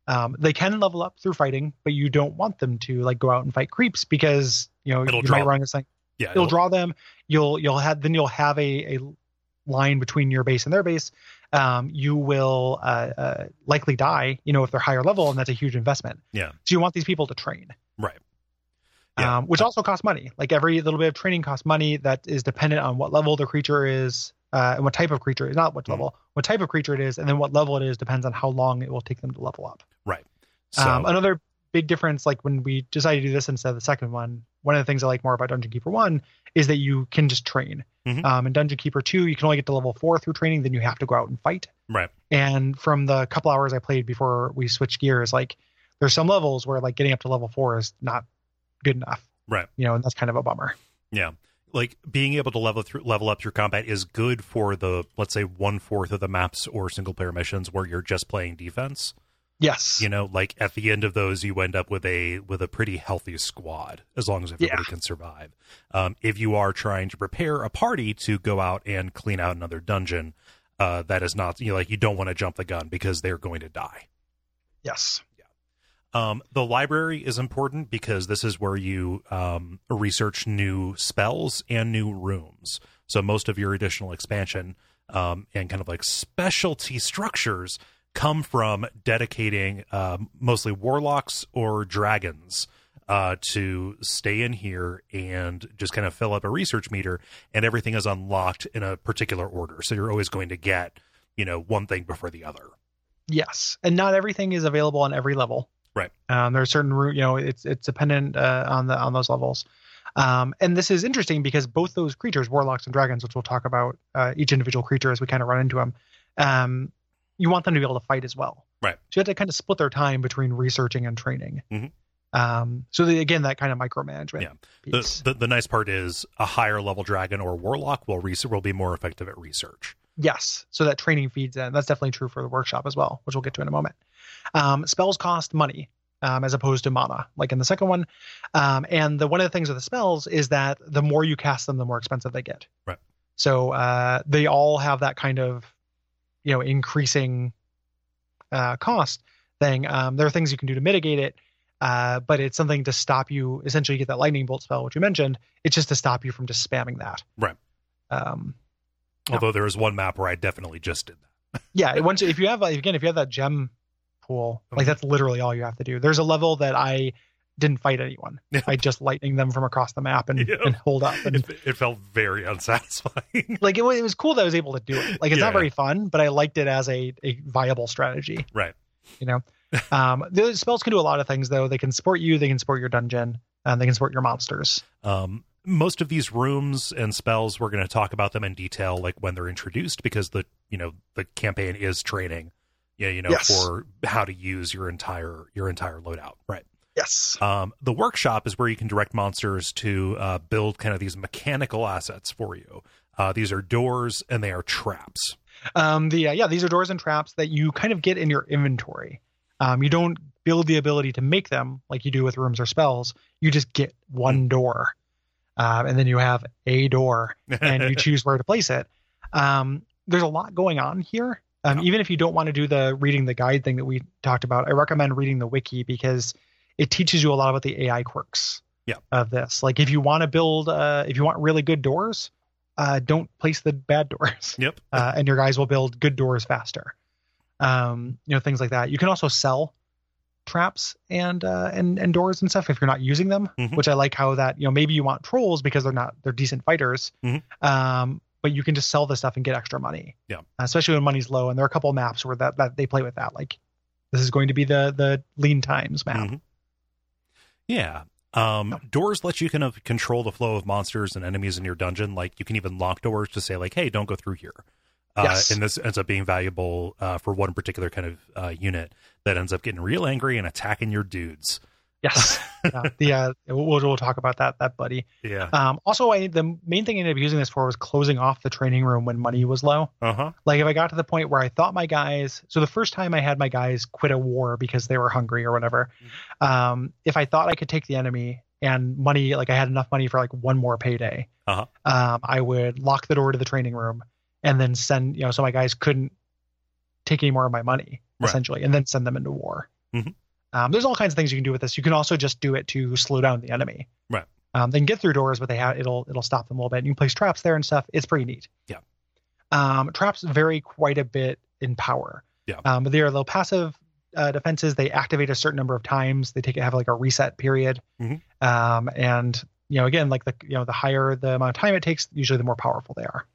[SPEAKER 2] Um, they can level up through fighting, but you don't want them to like go out and fight creeps because you know
[SPEAKER 1] It'll
[SPEAKER 2] you
[SPEAKER 1] draw
[SPEAKER 2] might run into something.
[SPEAKER 1] yeah
[SPEAKER 2] It'll draw them. You'll you'll have then you'll have a a line between your base and their base. Um, you will uh, uh, likely die, you know, if they're higher level, and that's a huge investment.
[SPEAKER 1] Yeah.
[SPEAKER 2] So you want these people to train.
[SPEAKER 1] Right. Yeah.
[SPEAKER 2] Um, which also costs money. Like every little bit of training costs money. That is dependent on what level the creature is uh, and what type of creature is. Not what
[SPEAKER 1] Mhm.
[SPEAKER 2] level, what type of creature it is, and then what level it is depends on how long it will take them to level up.
[SPEAKER 1] so,
[SPEAKER 2] Um, another big difference, like when we decided to do this instead of the second one, one of the things I like more about Dungeon Keeper One is that you can just train.
[SPEAKER 1] Mhm.
[SPEAKER 2] Um, in Dungeon Keeper Two, you can only get to level four through training, then you have to go out and fight.
[SPEAKER 1] right
[SPEAKER 2] And from the couple hours I played before we switched gears, like there's some levels where like getting up to level four is not good enough.
[SPEAKER 1] Right.
[SPEAKER 2] You know, and that's kind of a bummer.
[SPEAKER 1] yeah like being able to level through level up your combat is good for the let's say one fourth of the maps or single player missions where you're just playing defense
[SPEAKER 2] Yes.
[SPEAKER 1] you know like at the end of those you end up with a with a pretty healthy squad as long as everybody
[SPEAKER 2] Yeah.
[SPEAKER 1] can survive um, if you are trying to prepare a party to go out and clean out another dungeon uh, that is not you know like you don't want to jump the gun because they're going to die
[SPEAKER 2] yes.
[SPEAKER 1] Um, the library is important because this is where you um, research new spells and new rooms. So most of your additional expansion um, and kind of like specialty structures come from dedicating uh, mostly warlocks or dragons uh, to stay in here and just kind of fill up a research meter, and everything is unlocked in a particular order. So you're always going to get, you know, one thing before the other.
[SPEAKER 2] Yes, and not everything is available on every level.
[SPEAKER 1] Right.
[SPEAKER 2] Um, there are certain room, you know, it's it's dependent uh, on the on those levels. Um, and this is interesting because both those creatures, warlocks and dragons, which we'll talk about uh, each individual creature as we kind of run into them, um, you want them to be able to fight as well.
[SPEAKER 1] Right.
[SPEAKER 2] So you have to kind of split their time between researching and training.
[SPEAKER 1] Mhm.
[SPEAKER 2] Um, so the, again, that kind of micromanagement.
[SPEAKER 1] Yeah.
[SPEAKER 2] Piece.
[SPEAKER 1] The, the the nice part is a higher level dragon or warlock will res- will be more effective at research.
[SPEAKER 2] Yes. So that training feeds in. That's definitely true for the workshop as well, which we'll get to in a moment. Um, spells cost money um, as opposed to mana, like in the second one. Um, and the one of the things with the spells is that the more you cast them, the more expensive they get.
[SPEAKER 1] Right.
[SPEAKER 2] So uh, they all have that kind of, you know, increasing uh, cost thing. Um, there are things you can do to mitigate it, uh, but it's something to stop you. Essentially, you get that lightning bolt spell, which you mentioned. It's just to stop you from just spamming that.
[SPEAKER 1] Right.
[SPEAKER 2] Um, Yeah.
[SPEAKER 1] Although there is one map where I definitely just did that.
[SPEAKER 2] yeah it- once if you have like, again if you have that gem pool like that's literally all you have to do there's a level that i didn't fight anyone
[SPEAKER 1] Yeah.
[SPEAKER 2] i just lightning them from across the map and,
[SPEAKER 1] Yeah.
[SPEAKER 2] and hold up and
[SPEAKER 1] It, it felt very unsatisfying.
[SPEAKER 2] like it, wa- it was cool that i was able to do it like it's
[SPEAKER 1] Yeah.
[SPEAKER 2] not very fun but i liked it as a, a viable strategy
[SPEAKER 1] Right.
[SPEAKER 2] you know um the spells can do a lot of things though they can support you they can support your dungeon and they can support your monsters
[SPEAKER 1] Um, most of these rooms and spells, we're going to talk about them in detail, like when they're introduced, because the you know the campaign is training, yeah, you know,
[SPEAKER 2] Yes.
[SPEAKER 1] for how to use your entire your entire loadout. Right.
[SPEAKER 2] yes
[SPEAKER 1] Um, the workshop is where you can direct monsters to uh, build kind of these mechanical assets for you. Uh, these are doors and they are traps.
[SPEAKER 2] um the uh, yeah these are doors and traps that you kind of get in your inventory um you don't build the ability to make them like you do with rooms or spells you just get
[SPEAKER 1] Hmm.
[SPEAKER 2] one door um, and then you have a door and you choose where to place it um there's a lot going on here um
[SPEAKER 1] Yeah.
[SPEAKER 2] even if you don't want to do the reading the guide thing that we talked about i recommend reading the wiki because it teaches you a lot about the ai quirks
[SPEAKER 1] Yeah.
[SPEAKER 2] of this like if you want to build uh if you want really good doors uh don't place the bad doors
[SPEAKER 1] yep.
[SPEAKER 2] uh, and your guys will build good doors faster. Um, you know, things like that. You can also sell traps and uh, and and doors and stuff if you're not using them,
[SPEAKER 1] Mhm.
[SPEAKER 2] which I like how that you know maybe you want trolls because they're not they're decent fighters,
[SPEAKER 1] Mhm.
[SPEAKER 2] um, but you can just sell the stuff and get extra money.
[SPEAKER 1] Yeah.
[SPEAKER 2] Uh, especially when money's low, and there are a couple maps where that that they play with that. Like this is going to be the the lean times map.
[SPEAKER 1] Mhm. Yeah. Um, Doors let you kind of control the flow of monsters and enemies in your dungeon. Like you can even lock doors to say like, "Hey, don't go through here." Uh,
[SPEAKER 2] Yes.
[SPEAKER 1] And this ends up being valuable uh, for one particular kind of uh, unit that ends up getting real angry and attacking your dudes.
[SPEAKER 2] Yes. yeah. The uh, we'll we'll talk about that that buddy.
[SPEAKER 1] Yeah.
[SPEAKER 2] Um, also, I the main thing I ended up using this for was closing off the training room when money was low.
[SPEAKER 1] Uh huh.
[SPEAKER 2] like if i got to the point where i thought my guys so the first time i had my guys quit a war because they were hungry or whatever
[SPEAKER 1] Mm-hmm.
[SPEAKER 2] um, if i thought i could take the enemy and money like i had enough money for like one more payday
[SPEAKER 1] Uh-huh.
[SPEAKER 2] um, i would lock the door to the training room and then send you know so my guys couldn't take any more of my money
[SPEAKER 1] Right.
[SPEAKER 2] essentially and then send them into war
[SPEAKER 1] Mhm.
[SPEAKER 2] um, there's all kinds of things you can do with this you can also just do it to slow down the enemy
[SPEAKER 1] Right.
[SPEAKER 2] um, they can get through doors but they have it'll it'll stop them a little bit and you can place traps there and stuff it's pretty neat um, traps vary quite a bit in power.
[SPEAKER 1] Yeah.
[SPEAKER 2] Um, but they are low passive uh, defenses. They activate a certain number of times. They take have like a reset period.
[SPEAKER 1] Mhm.
[SPEAKER 2] Um, and you know, again, like the you know, the higher the amount of time it takes, usually the more powerful they are.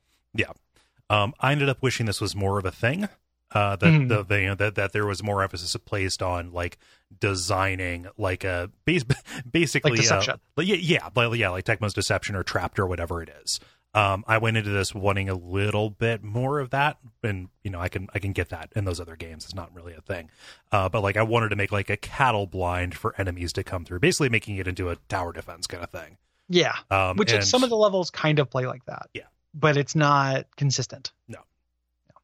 [SPEAKER 1] Um, I ended up wishing this was more of a thing. Uh, that
[SPEAKER 2] Mhm.
[SPEAKER 1] the, the you know, that that there was more emphasis placed on like designing like a bas- basically
[SPEAKER 2] Like deception.
[SPEAKER 1] Uh, yeah, yeah, like, yeah, like Tecmo's deception or trapped or whatever it is. Um, I went into this wanting a little bit more of that, and you know, I can I can get that in those other games. It's not really a thing, uh, but like I wanted to make like a cattle blind for enemies to come through, basically making it into a tower defense kind of thing.
[SPEAKER 2] Yeah.
[SPEAKER 1] Um,
[SPEAKER 2] Which
[SPEAKER 1] and-
[SPEAKER 2] some of the levels kind of play like that.
[SPEAKER 1] Yeah.
[SPEAKER 2] But it's not consistent.
[SPEAKER 1] No.
[SPEAKER 2] No.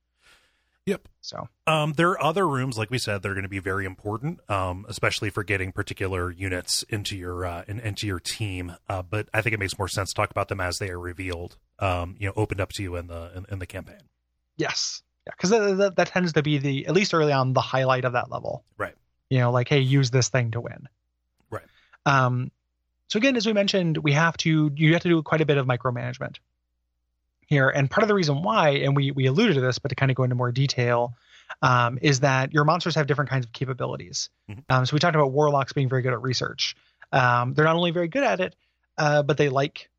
[SPEAKER 1] Yep.
[SPEAKER 2] So
[SPEAKER 1] Um, there are other rooms, like we said, that are going to be very important, um, especially for getting particular units into your uh, in, into your team. Uh, but I think it makes more sense to talk about them as they are revealed, um, you know, opened up to you in the in, in the campaign.
[SPEAKER 2] Yes. Yeah, because that, that, that tends to be the at least early on the highlight of that level.
[SPEAKER 1] Right.
[SPEAKER 2] you know like hey use this thing to win
[SPEAKER 1] Right.
[SPEAKER 2] um so again as we mentioned we have to you have to do quite a bit of micromanagement here and part of the reason why and we we alluded to this but to kind of go into more detail um, is that your monsters have different kinds of capabilities
[SPEAKER 1] Mhm.
[SPEAKER 2] um, so we talked about warlocks being very good at research um, they're not only very good at it uh, but they like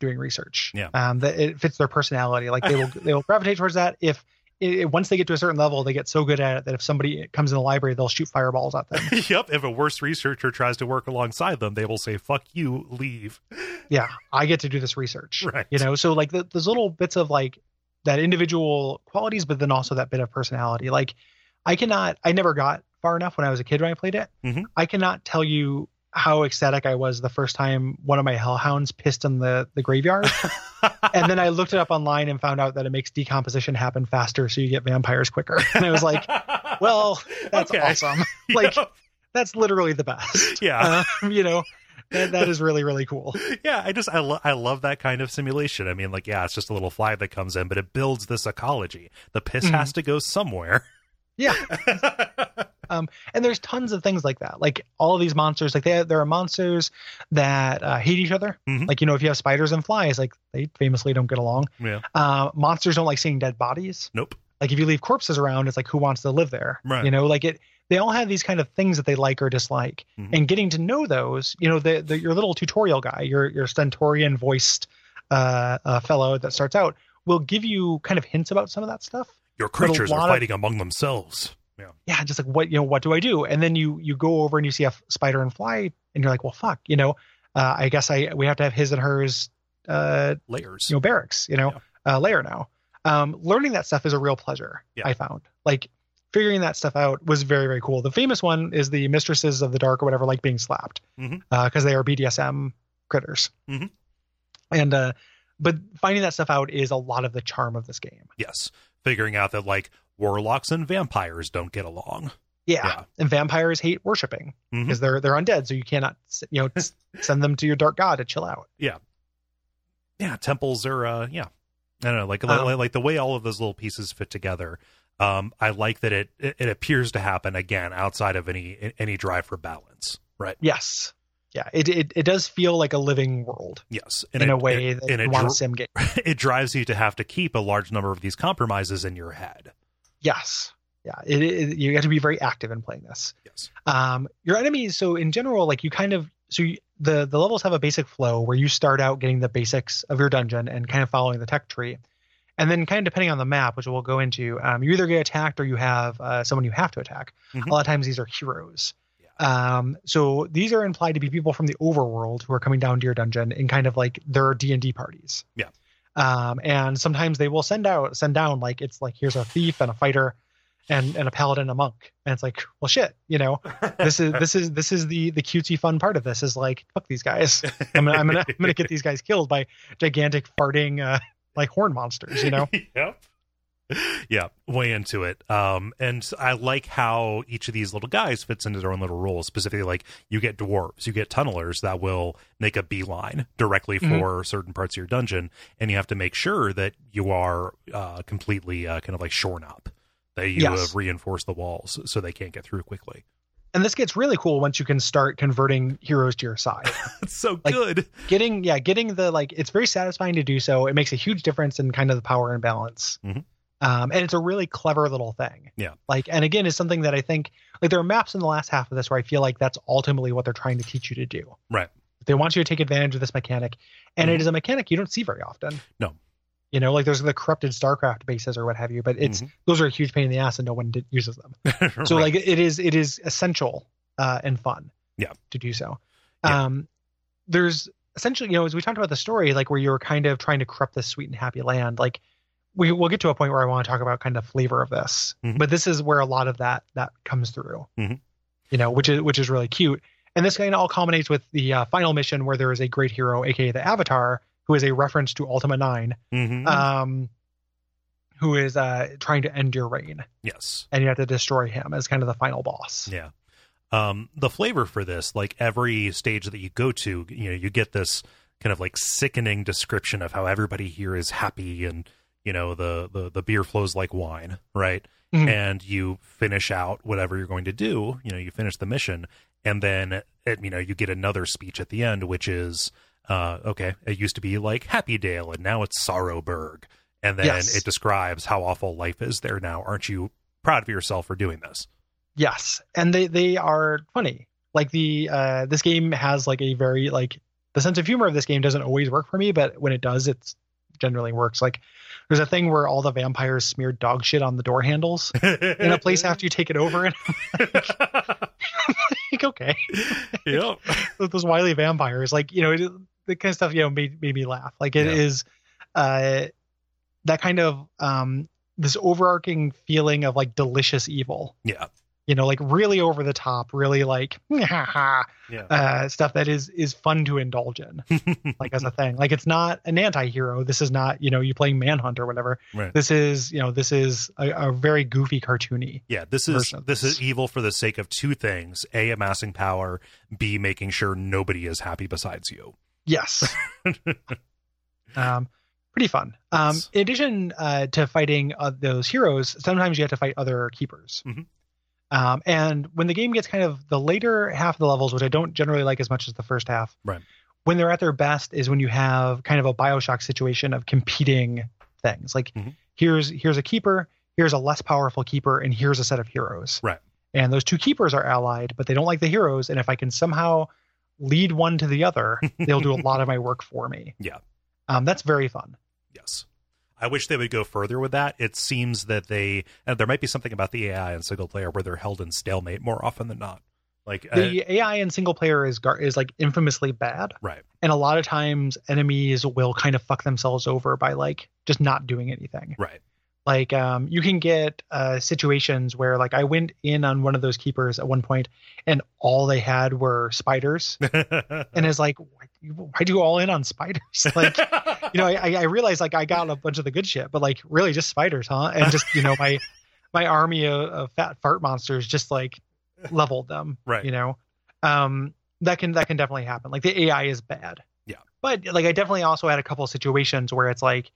[SPEAKER 2] doing research
[SPEAKER 1] Yeah.
[SPEAKER 2] um, that it fits their personality like they will they will gravitate towards that if it, it- once they get to a certain level, they get so good at it that if somebody comes in the library, they'll shoot fireballs at them.
[SPEAKER 1] yep. If a worse researcher tries to work alongside them, they will say, fuck you, leave.
[SPEAKER 2] yeah, I get to do this research.
[SPEAKER 1] Right.
[SPEAKER 2] You know, so like th those little bits of like that individual qualities, but then also that bit of personality. Like, I cannot, I never got far enough when I was a kid when I played it.
[SPEAKER 1] Mhm.
[SPEAKER 2] I cannot tell you how ecstatic I was the first time one of my hellhounds pissed in the, the graveyard. and then I looked it up online and found out that it makes decomposition happen faster. So you get vampires quicker. And I was like, well, that's
[SPEAKER 1] Okay.
[SPEAKER 2] awesome. like, that's literally the best.
[SPEAKER 1] yeah.
[SPEAKER 2] Um, you know, that, that is really, really cool.
[SPEAKER 1] yeah, I just I, lo- I love that kind of simulation. I mean, like, yeah, it's just a little fly that comes in, but it builds this ecology. The piss
[SPEAKER 2] Mhm.
[SPEAKER 1] has to go somewhere.
[SPEAKER 2] Yeah. And there's tons of things like that. Like all of these monsters, like they, there are monsters that uh, hate each other.
[SPEAKER 1] Mhm.
[SPEAKER 2] Like, you know, if you have spiders and flies, like they famously don't get along.
[SPEAKER 1] yeah,
[SPEAKER 2] Uh, monsters don't like seeing dead bodies.
[SPEAKER 1] nope.
[SPEAKER 2] Like if you leave corpses around, it's like, who wants to live there?
[SPEAKER 1] Right.
[SPEAKER 2] You know, like it, they all have these kind of things that they like or dislike
[SPEAKER 1] Mhm.
[SPEAKER 2] and getting to know those, you know, the, the, your little tutorial guy, your, your stentorian voiced uh, uh, fellow that starts out will give you kind of hints about some of that stuff.
[SPEAKER 1] Your
[SPEAKER 2] a
[SPEAKER 1] creatures are
[SPEAKER 2] lot of-
[SPEAKER 1] fighting among themselves. Yeah,
[SPEAKER 2] yeah, just like what you know, what do I do? And then you you go over and you see a f- spider and fly, and you're like, well, fuck, you know, uh, I guess I we have to have his and hers, uh,
[SPEAKER 1] layers.
[SPEAKER 2] you know, barracks, you know, uh, layer now. Um, learning that stuff is a real pleasure.
[SPEAKER 1] Yeah.
[SPEAKER 2] I found like figuring that stuff out was very very cool. The famous one is the mistresses of the dark or whatever like being slapped because
[SPEAKER 1] Mhm.
[SPEAKER 2] they are BDSM critters,
[SPEAKER 1] Mhm.
[SPEAKER 2] and uh, but finding that stuff out is a lot of the charm of this game.
[SPEAKER 1] Yes, figuring out that like warlocks and vampires don't get along.
[SPEAKER 2] Yeah. Mm-hmm.
[SPEAKER 1] Yeah.
[SPEAKER 2] And vampires hate worshiping
[SPEAKER 1] Mhm.
[SPEAKER 2] because they're they're undead, so you cannot s- you know s- send them to your dark god to chill out.
[SPEAKER 1] yeah temples are uh yeah i don't know like li-
[SPEAKER 2] Um,
[SPEAKER 1] li- like the way all of those little pieces fit together um i like that it it it appears to happen again outside of any any drive for balance right
[SPEAKER 2] Yes. Yeah. It it, it does feel like a living world
[SPEAKER 1] yes
[SPEAKER 2] in
[SPEAKER 1] it-
[SPEAKER 2] a way
[SPEAKER 1] it,
[SPEAKER 2] that
[SPEAKER 1] and
[SPEAKER 2] you
[SPEAKER 1] it,
[SPEAKER 2] want a
[SPEAKER 1] dr-
[SPEAKER 2] sim game.
[SPEAKER 1] it drives you to have to keep a large number of these compromises in your head
[SPEAKER 2] Yes. Yeah. It, it you have to be very active in playing this.
[SPEAKER 1] yes
[SPEAKER 2] Um, your enemies. So in general, like you kind of so you, the the levels have a basic flow where you start out getting the basics of your dungeon and kind of following the tech tree. And then, kind of depending on the map, which we'll go into, um, you either get attacked or you have uh, someone you have to attack.
[SPEAKER 1] Mhm.
[SPEAKER 2] A lot of times, these are heroes. Um, so these are implied to be people from the overworld who are coming down to your dungeon in kind of like their D and D parties.
[SPEAKER 1] Yeah.
[SPEAKER 2] Um, and sometimes they will send out send down like it's like here's a thief and a fighter, and and a paladin, and a monk, and it's like well shit, you know, this is this is this is the the cutesy fun part of this is like fuck these guys. I'm gonna, I'm gonna I'm gonna get these guys killed by gigantic farting uh, like horn monsters, you know.
[SPEAKER 1] yep yeah way into it um and i like how each of these little guys fits into their own little roles specifically like you get dwarves you get tunnelers that will make a beeline directly
[SPEAKER 2] Mhm.
[SPEAKER 1] for certain parts of your dungeon and you have to make sure that you are uh completely uh, kind of like shorn up that you
[SPEAKER 2] Yes.
[SPEAKER 1] have reinforced the walls so they can't get through quickly
[SPEAKER 2] And this gets really cool once you can start converting heroes to your side.
[SPEAKER 1] that's so
[SPEAKER 2] Like-
[SPEAKER 1] good
[SPEAKER 2] getting yeah getting the like it's very satisfying to do so it makes a huge difference in kind of the power and balance
[SPEAKER 1] Mhm.
[SPEAKER 2] um, and it's a really clever little thing
[SPEAKER 1] Yeah.
[SPEAKER 2] like and again is something that i think like there are maps in the last half of this where i feel like that's ultimately what they're trying to teach you to do
[SPEAKER 1] Right. Mm-hmm.
[SPEAKER 2] they want you to take advantage of this mechanic and it is a mechanic you don't see very often
[SPEAKER 1] No.
[SPEAKER 2] you know like there's the corrupted starcraft bases or what have you but it's
[SPEAKER 1] Mhm.
[SPEAKER 2] those are a huge pain in the ass and no one did, uses them so
[SPEAKER 1] Right.
[SPEAKER 2] like it is it is essential uh and fun
[SPEAKER 1] Yeah.
[SPEAKER 2] to do so
[SPEAKER 1] Yeah.
[SPEAKER 2] um there's essentially you know as we talked about the story like where you're kind of trying to corrupt this sweet and happy land like we we'll get to a point where i want to talk about kind of flavor of this
[SPEAKER 1] Mhm.
[SPEAKER 2] but this is where a lot of that that comes through
[SPEAKER 1] Mhm.
[SPEAKER 2] you know which is which is really cute and this kind of all culminates with the uh, final mission where there is a great hero aka the avatar who is a reference to ultima 9
[SPEAKER 1] Mhm.
[SPEAKER 2] um who is uh trying to end your reign
[SPEAKER 1] yes
[SPEAKER 2] and you have to destroy him as kind of the final boss.
[SPEAKER 1] Yeah. Um, the flavor for this, like every stage that you go to, you know, you get this kind of like sickening description of how everybody here is happy and you know the the, the beer flows like wine right
[SPEAKER 2] Mhm.
[SPEAKER 1] and you finish out whatever you're going to do you know you finish the mission and then it, you know you get another speech at the end which is uh okay it used to be like happy dale and now it's sorrowburg and then
[SPEAKER 2] Yes.
[SPEAKER 1] it describes how awful life is there now aren't you proud of yourself for doing this
[SPEAKER 2] Yes, and they they are funny. Like the uh, this game has like a very like the sense of humor of this game doesn't always work for me, but when it does, it's generally works. Like there's a thing where all the vampires smear dog shit on the door handles in a place after you take it over, and I'm like, okay,
[SPEAKER 1] yep
[SPEAKER 2] those wily vampires, like you know, it, the kind of stuff you know made made me laugh. Like it
[SPEAKER 1] Yeah.
[SPEAKER 2] is uh, that kind of um this overarching feeling of like delicious evil
[SPEAKER 1] yeah
[SPEAKER 2] you know like really over the top really like
[SPEAKER 1] yeah
[SPEAKER 2] uh, stuff that is is fun to indulge in like as a thing like it's not an anti-hero this is not you know you playing manhunt or whatever
[SPEAKER 1] Right.
[SPEAKER 2] this is you know this is a, a very goofy cartoony
[SPEAKER 1] Yeah, this is
[SPEAKER 2] version of
[SPEAKER 1] this
[SPEAKER 2] this.
[SPEAKER 1] is evil for the sake of two things: a, amassing power; b, making sure nobody is happy besides you.
[SPEAKER 2] yes um pretty fun um
[SPEAKER 1] Yes.
[SPEAKER 2] in addition uh to fighting uh, those heroes sometimes you have to fight other keepers
[SPEAKER 1] Mhm.
[SPEAKER 2] um and when the game gets kind of the later half of the levels which i don't generally like as much as the first half
[SPEAKER 1] Right.
[SPEAKER 2] when they're at their best is when you have kind of a bioshock situation of competing things like
[SPEAKER 1] Mhm.
[SPEAKER 2] here's here's a keeper here's a less powerful keeper and here's a set of heroes
[SPEAKER 1] Right.
[SPEAKER 2] and those two keepers are allied but they don't like the heroes and if i can somehow lead one to the other they'll do a lot of my work for me
[SPEAKER 1] Yeah.
[SPEAKER 2] um, that's very fun
[SPEAKER 1] Yes, I wish they would go further with that. It seems that they and there might be something about the AI in single player where they're held in stalemate more often than not. Like, uh,
[SPEAKER 2] the ai in single player is gar- is like infamously bad
[SPEAKER 1] right?
[SPEAKER 2] and a lot of times enemies will kind of fuck themselves over by like just not doing anything
[SPEAKER 1] Right.
[SPEAKER 2] like um, you can get uh, situations where like i went in on one of those keepers at one point and all they had were spiders and it's like why- why'd you go all in on spiders like you know i i realized like i got a bunch of the good shit but like really just spiders huh and just you know my my army of, of fat fart monsters just like leveled them
[SPEAKER 1] Right.
[SPEAKER 2] you know um that can that can definitely happen like the ai is bad
[SPEAKER 1] Yeah.
[SPEAKER 2] but like i definitely also had a couple of situations where it's like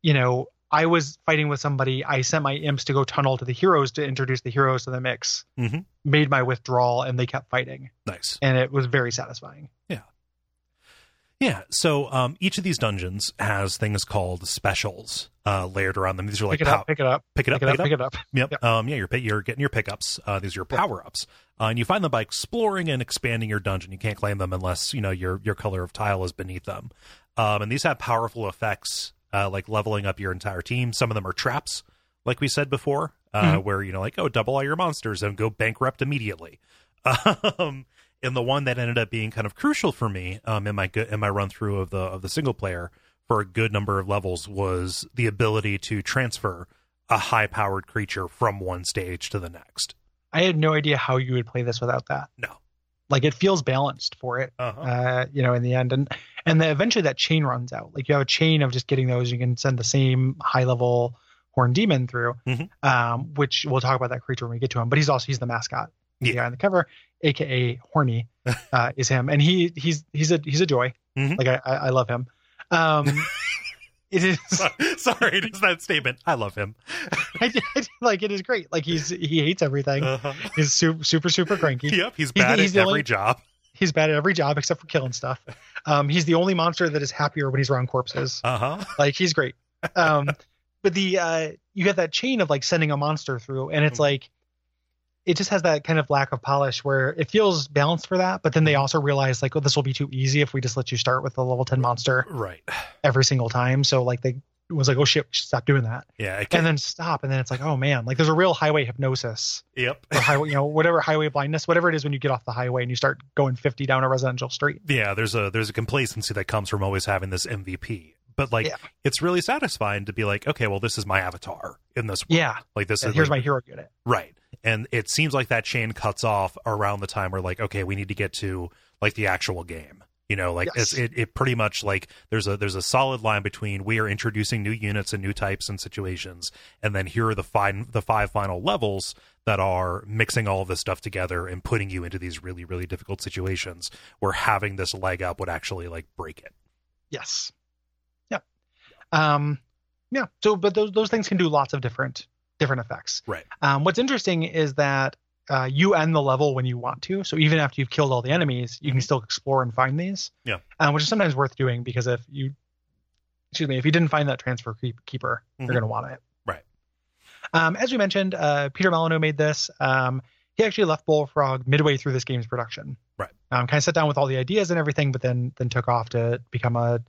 [SPEAKER 2] you know i was fighting with somebody i sent my imps to go tunnel to the heroes to introduce the heroes to the mix
[SPEAKER 1] Mhm.
[SPEAKER 2] made my withdrawal and they kept fighting
[SPEAKER 1] nice.
[SPEAKER 2] and it was very satisfying
[SPEAKER 1] Yeah. So um, each of these dungeons has things called specials uh, layered around them. These are like
[SPEAKER 2] pick it
[SPEAKER 1] pow-
[SPEAKER 2] up pick it up
[SPEAKER 1] pick it up,
[SPEAKER 2] pick it up pick it up
[SPEAKER 1] Yep.
[SPEAKER 2] Yep.
[SPEAKER 1] Um, yeah, you're, pick- you're getting your pickups. Uh, these are your
[SPEAKER 2] Yeah.
[SPEAKER 1] power ups, uh, and you find them by exploring and expanding your dungeon. You can't claim them unless you know your your color of tile is beneath them. Um, and these have powerful effects, uh, like leveling up your entire team. Some of them are traps, like we said before, uh, where you know, like oh, double all your monsters and go bankrupt immediately. Um, and the one that ended up being kind of crucial for me um, in my go- in my run through of the of the single player for a good number of levels was the ability to transfer a high powered creature from one stage to the next.
[SPEAKER 2] i had no idea how you would play this without that
[SPEAKER 1] No.
[SPEAKER 2] like it feels balanced for it
[SPEAKER 1] Uh-huh.
[SPEAKER 2] uh, you know, in the end. And and then eventually that chain runs out. Like you have a chain of just getting those. You can send the same high level horn demon through,
[SPEAKER 1] Mhm.
[SPEAKER 2] um, which we'll talk about that creature when we get to him. But he's also he's the mascot.
[SPEAKER 1] Yeah.
[SPEAKER 2] The guy on the cover, aka Horny, uh, is him, and he he's he's a he's a joy.
[SPEAKER 1] Mhm.
[SPEAKER 2] Like I, I I love him. Um, it is.
[SPEAKER 1] Sorry, it is that statement. I love him.
[SPEAKER 2] I, I- like it is great. Like he's he hates everything.
[SPEAKER 1] Uh-huh.
[SPEAKER 2] he's super super super cranky.
[SPEAKER 1] Yep, he's
[SPEAKER 2] the-
[SPEAKER 1] bad
[SPEAKER 2] he's
[SPEAKER 1] at
[SPEAKER 2] the
[SPEAKER 1] every
[SPEAKER 2] only-
[SPEAKER 1] job.
[SPEAKER 2] He's bad at every job except for killing stuff. Um, he's the only monster that is happier when he's around corpses.
[SPEAKER 1] Uh huh.
[SPEAKER 2] like he's great um but the uh you have that chain of like sending a monster through and it's
[SPEAKER 1] Mhm.
[SPEAKER 2] like it just has that kind of lack of polish where it feels balanced for that but then they also realize like oh this will be too easy if we just let you start with a level 10 monster
[SPEAKER 1] Right.
[SPEAKER 2] every single time so like they was like oh shit we should stop doing that
[SPEAKER 1] Yeah. I
[SPEAKER 2] and
[SPEAKER 1] can,
[SPEAKER 2] then stop and then it's like oh man like there's a real highway hypnosis
[SPEAKER 1] yep.
[SPEAKER 2] or highway you know whatever highway blindness whatever it is when you get off the highway and you start going 50 down a residential street
[SPEAKER 1] Yeah. There's a there's a complacency that comes from always having this MVP, but like
[SPEAKER 2] Yeah.
[SPEAKER 1] it's really satisfying to be like, okay, well, this is my avatar in this. World.
[SPEAKER 2] yeah
[SPEAKER 1] Like this is
[SPEAKER 2] here's
[SPEAKER 1] like-
[SPEAKER 2] my hero unit
[SPEAKER 1] Right. And it seems like that chain cuts off around the time we're like, okay, we need to get to like the actual game. You know, like
[SPEAKER 2] Yes.
[SPEAKER 1] it's it, it pretty much like there's a there's a solid line between we are introducing new units and new types and situations, and then here are the fine the five final levels that are mixing all of this stuff together and putting you into these really, really difficult situations where having this leg up would actually like break it.
[SPEAKER 2] Yes. Yep. Um, Yeah. So, but those those things can do lots of different different effects.
[SPEAKER 1] Right.
[SPEAKER 2] Um, what's interesting is that uh, you end the level when you want to. So even after you've killed all the enemies, you can still explore and find these.
[SPEAKER 1] Mm-hmm. Yeah.
[SPEAKER 2] Uh, which is sometimes worth doing because if you, excuse me, if you didn't find that transfer keep, keeper,
[SPEAKER 1] Mhm.
[SPEAKER 2] you're going to want it.
[SPEAKER 1] Right.
[SPEAKER 2] Um, as we mentioned, uh, Peter Molyneux made this. Um, he actually left Bullfrog midway through this game's production.
[SPEAKER 1] Right.
[SPEAKER 2] Um, kind of sat down with all the ideas and everything, but then then took off to become a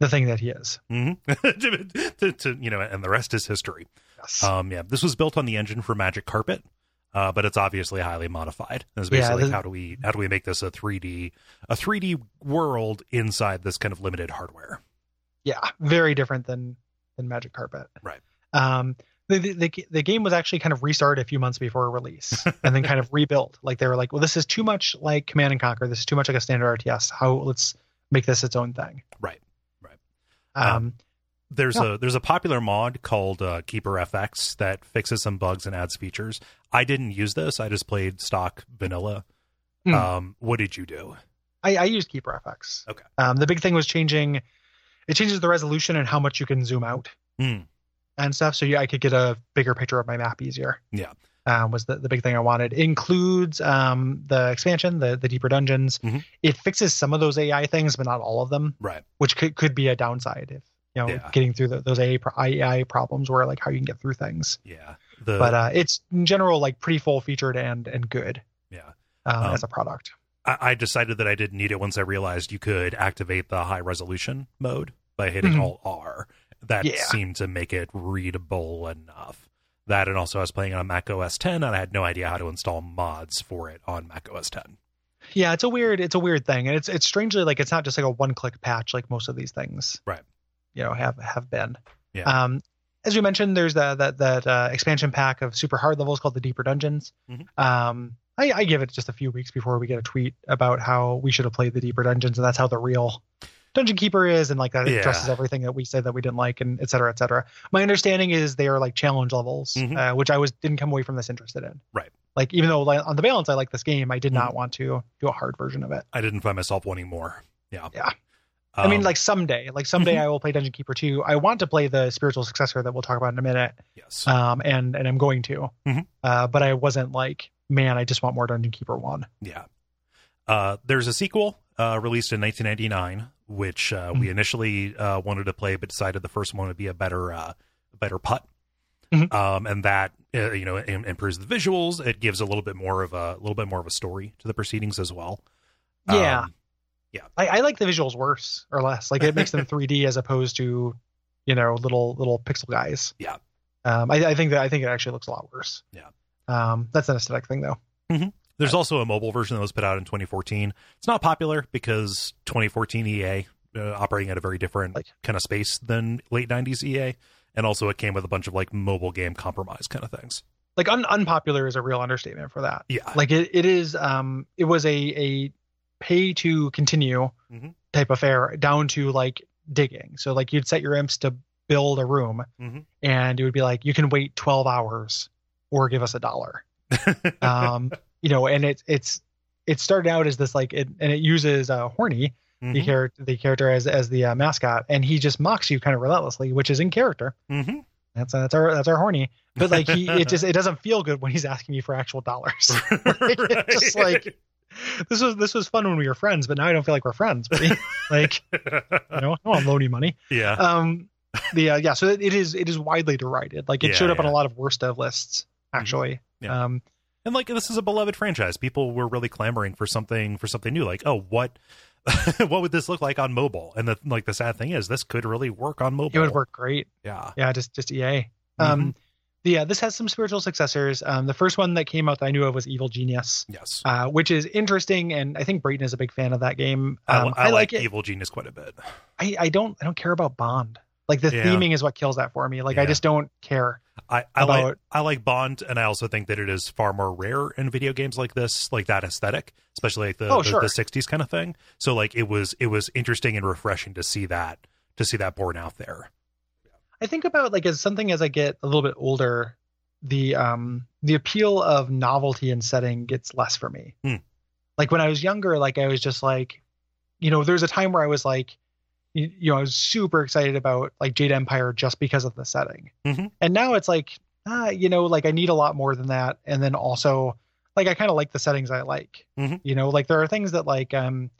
[SPEAKER 2] the thing that he is.
[SPEAKER 1] hmm to, to- to, you know, and the rest is history.
[SPEAKER 2] Yes.
[SPEAKER 1] Um, yeah, this was built on the engine for Magic Carpet, uh, but it's obviously highly modified. It's
[SPEAKER 2] Yeah,
[SPEAKER 1] basically
[SPEAKER 2] this-
[SPEAKER 1] how do we how do we make this a 3D a 3D world inside this kind of limited hardware?
[SPEAKER 2] yeah very different than than magic carpet
[SPEAKER 1] Right.
[SPEAKER 2] um the, the, the, the game was actually kind of restarted a few months before release and then kind of rebuilt like they were like well this is too much like command and conquer this is too much like a standard rts how let's make this its own thing
[SPEAKER 1] Right. Right.
[SPEAKER 2] um
[SPEAKER 1] There's
[SPEAKER 2] Yeah.
[SPEAKER 1] a there's a popular mod called uh, Keeper FX that fixes some bugs and adds features. I didn't use this. I just played stock vanilla.
[SPEAKER 2] Mm.
[SPEAKER 1] Um, what did you do?
[SPEAKER 2] I, I used keeper fx
[SPEAKER 1] Okay.
[SPEAKER 2] um the big thing was changing it changes the resolution and how much you can zoom out
[SPEAKER 1] Mm.
[SPEAKER 2] and stuff so yeah i could get a bigger picture of my map easier
[SPEAKER 1] Yeah.
[SPEAKER 2] um, was the, the big thing I wanted. includes um, the expansion, the the deeper dungeons.
[SPEAKER 1] Mhm.
[SPEAKER 2] It fixes some of those AI things, but not all of them,
[SPEAKER 1] Right.
[SPEAKER 2] which could, could be a downside if you know
[SPEAKER 1] Yeah.
[SPEAKER 2] getting through the, those AI, pro- AI problems where like how you can get through things.
[SPEAKER 1] Yeah. The
[SPEAKER 2] but uh, it's in general like pretty full featured and and good
[SPEAKER 1] yeah.
[SPEAKER 2] um,
[SPEAKER 1] Um,
[SPEAKER 2] as a product.
[SPEAKER 1] I, I decided that I didn't need it once I realized you could activate the high resolution mode by hitting
[SPEAKER 2] Mhm.
[SPEAKER 1] Alt R. That
[SPEAKER 2] Yeah.
[SPEAKER 1] seemed to make it readable enough. That and also I was playing on Mac OS 10 and I had no idea how to install mods for it on Mac OS 10.
[SPEAKER 2] Yeah, it's a weird it's a weird thing, and it's it's strangely like it's not just like a one click patch like most of these things.
[SPEAKER 1] Right.
[SPEAKER 2] You know have have been.
[SPEAKER 1] Yeah.
[SPEAKER 2] Um, as we mentioned, there's the, that that uh, expansion pack of super hard levels called the Deeper Dungeons.
[SPEAKER 1] Mhm.
[SPEAKER 2] Um, I, I give it just a few weeks before we get a tweet about how we should have played the Deeper Dungeons, and that's how the real Dungeon Keeper is, and like that
[SPEAKER 1] Yeah.
[SPEAKER 2] addresses everything that we said that we didn't like, and et cetera, et cetera. My understanding is they are like challenge levels,
[SPEAKER 1] Mhm.
[SPEAKER 2] uh, which I was didn't come away from this interested in.
[SPEAKER 1] Right. Mm-hmm.
[SPEAKER 2] Like even though like, on the balance I like this game, I did not want to do a hard version of it.
[SPEAKER 1] I didn't find myself wanting more. Yeah.
[SPEAKER 2] Yeah. I mean,
[SPEAKER 1] Um, mm-hmm.
[SPEAKER 2] like someday, like someday I will play Dungeon Keeper 2. I want to play the spiritual successor that we'll talk about in a minute,
[SPEAKER 1] yes.
[SPEAKER 2] um, and and I'm going to.
[SPEAKER 1] Mhm.
[SPEAKER 2] Uh, but I wasn't like, man, I just want more Dungeon Keeper One.
[SPEAKER 1] Yeah. Uh, there's a sequel uh, released in 1999, which uh,
[SPEAKER 2] Mm-hmm.
[SPEAKER 1] we initially uh, wanted to play, but decided the first one would be a better, uh, better putt.
[SPEAKER 2] Mhm.
[SPEAKER 1] Um, and that uh, you know im- improves the visuals. It gives a little bit more of a little bit more of a story to the proceedings as well.
[SPEAKER 2] Yeah.
[SPEAKER 1] Um,
[SPEAKER 2] I, I like the visuals worse or less. Like it makes them 3D as opposed to, you know, little little pixel guys.
[SPEAKER 1] Yeah.
[SPEAKER 2] Um, I, I think that I think it actually looks a lot worse.
[SPEAKER 1] Yeah.
[SPEAKER 2] Um, that's an aesthetic thing though.
[SPEAKER 1] there's also a mobile version that was put out in 2014. It's not popular because 2014 EA uh, operating at a very different
[SPEAKER 2] Like-
[SPEAKER 1] kind of space than late 90s EA, and also it came with a bunch of like mobile game compromise kind of things.
[SPEAKER 2] Like un- unpopular is a real understatement for that.
[SPEAKER 1] Yeah.
[SPEAKER 2] Like it, it is. Um, it was a a pay to continue
[SPEAKER 1] Mhm.
[SPEAKER 2] type affair down to like digging. So like you'd set your imps to build a room,
[SPEAKER 1] Mhm.
[SPEAKER 2] and it would be like you can wait 12 hours or give us a dollar. um you know and it it's it started out as this like it and it uses uh horny the
[SPEAKER 1] Mhm.
[SPEAKER 2] character the character as as the uh, mascot and he just mocks you kind of relentlessly which is in character
[SPEAKER 1] Mhm.
[SPEAKER 2] that's uh, that's our that's our horny but like he it just it doesn't feel good when he's asking you for actual dollars It's just like- this was this was fun when we were friends but now i don't feel like we're friends buddy. like you know i don't loan you money
[SPEAKER 1] yeah
[SPEAKER 2] um the uh, yeah so it is it is widely derided like it
[SPEAKER 1] Yeah,
[SPEAKER 2] showed up on
[SPEAKER 1] yeah. Mm-hmm.
[SPEAKER 2] a lot of worst of lists actually
[SPEAKER 1] Yeah.
[SPEAKER 2] um
[SPEAKER 1] and like this is a beloved franchise people were really clamoring for something for something new like oh what what would this look like on mobile and the like the sad thing is this could really work on mobile
[SPEAKER 2] it would work great
[SPEAKER 1] yeah
[SPEAKER 2] yeah just just ea
[SPEAKER 1] Mm-hmm.
[SPEAKER 2] um the- yeah this has some spiritual successors um the first one that came out that i knew of was evil genius
[SPEAKER 1] yes
[SPEAKER 2] uh which is interesting and i think brayton is a big fan of that game
[SPEAKER 1] I-
[SPEAKER 2] um,
[SPEAKER 1] I, like,
[SPEAKER 2] it
[SPEAKER 1] evil genius quite a bit
[SPEAKER 2] I, I don't i don't care about bond like the
[SPEAKER 1] Yeah.
[SPEAKER 2] theming is what kills that for me like i
[SPEAKER 1] Yeah.
[SPEAKER 2] just don't care
[SPEAKER 1] i i like
[SPEAKER 2] About-
[SPEAKER 1] i like bond and i also think that it is far more rare in video games like this like that aesthetic especially like the
[SPEAKER 2] Oh,
[SPEAKER 1] the,
[SPEAKER 2] sure.
[SPEAKER 1] the 60s kind of thing so like it was it was interesting and refreshing to see that to see that born out there
[SPEAKER 2] i think about like as something as i get a little bit older the um the appeal of novelty and setting gets less for me
[SPEAKER 1] Hmm.
[SPEAKER 2] like when i was younger like i was just like you know there's a time where i was like you, you know, I was super excited about like Jade Empire just because of the setting.
[SPEAKER 1] Mhm.
[SPEAKER 2] And now it's like, ah, you know, like I need a lot more than that. And then also, like I kind of like the settings I like.
[SPEAKER 1] Mhm.
[SPEAKER 2] You know, like there are things that like, um,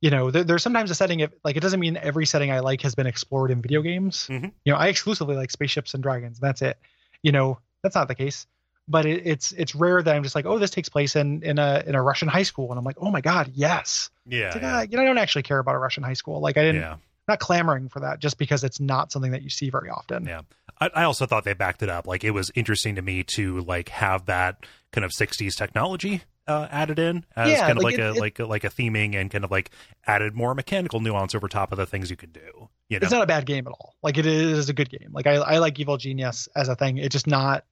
[SPEAKER 2] you know, there, there's sometimes a setting if like it doesn't mean every setting I like has been explored in video games.
[SPEAKER 1] Mhm.
[SPEAKER 2] You know, I exclusively like spaceships and dragons. That's it. You know, that's not the case. But it, it's it's rare that I'm just like, oh, this takes place in in a in a Russian high school, and I'm like, oh my god, yes.
[SPEAKER 1] Yeah.
[SPEAKER 2] It's like, ah,
[SPEAKER 1] yeah.
[SPEAKER 2] you know, I don't actually care about a Russian high school. Like I didn't,
[SPEAKER 1] yeah.
[SPEAKER 2] not clamoring for that just because it's not something that you see very often.
[SPEAKER 1] Yeah. I, I also thought they backed it up. Like it was interesting to me to like have that kind of '60s technology uh, added in as
[SPEAKER 2] Yeah,
[SPEAKER 1] kind of like,
[SPEAKER 2] like, it-
[SPEAKER 1] a
[SPEAKER 2] it-
[SPEAKER 1] like a, like a theming and kind of like added more mechanical nuance over top of the things you could do. You know.
[SPEAKER 2] It's not a bad game at all. Like it is a good game. Like I, I like Evil Genius as a thing. It's just not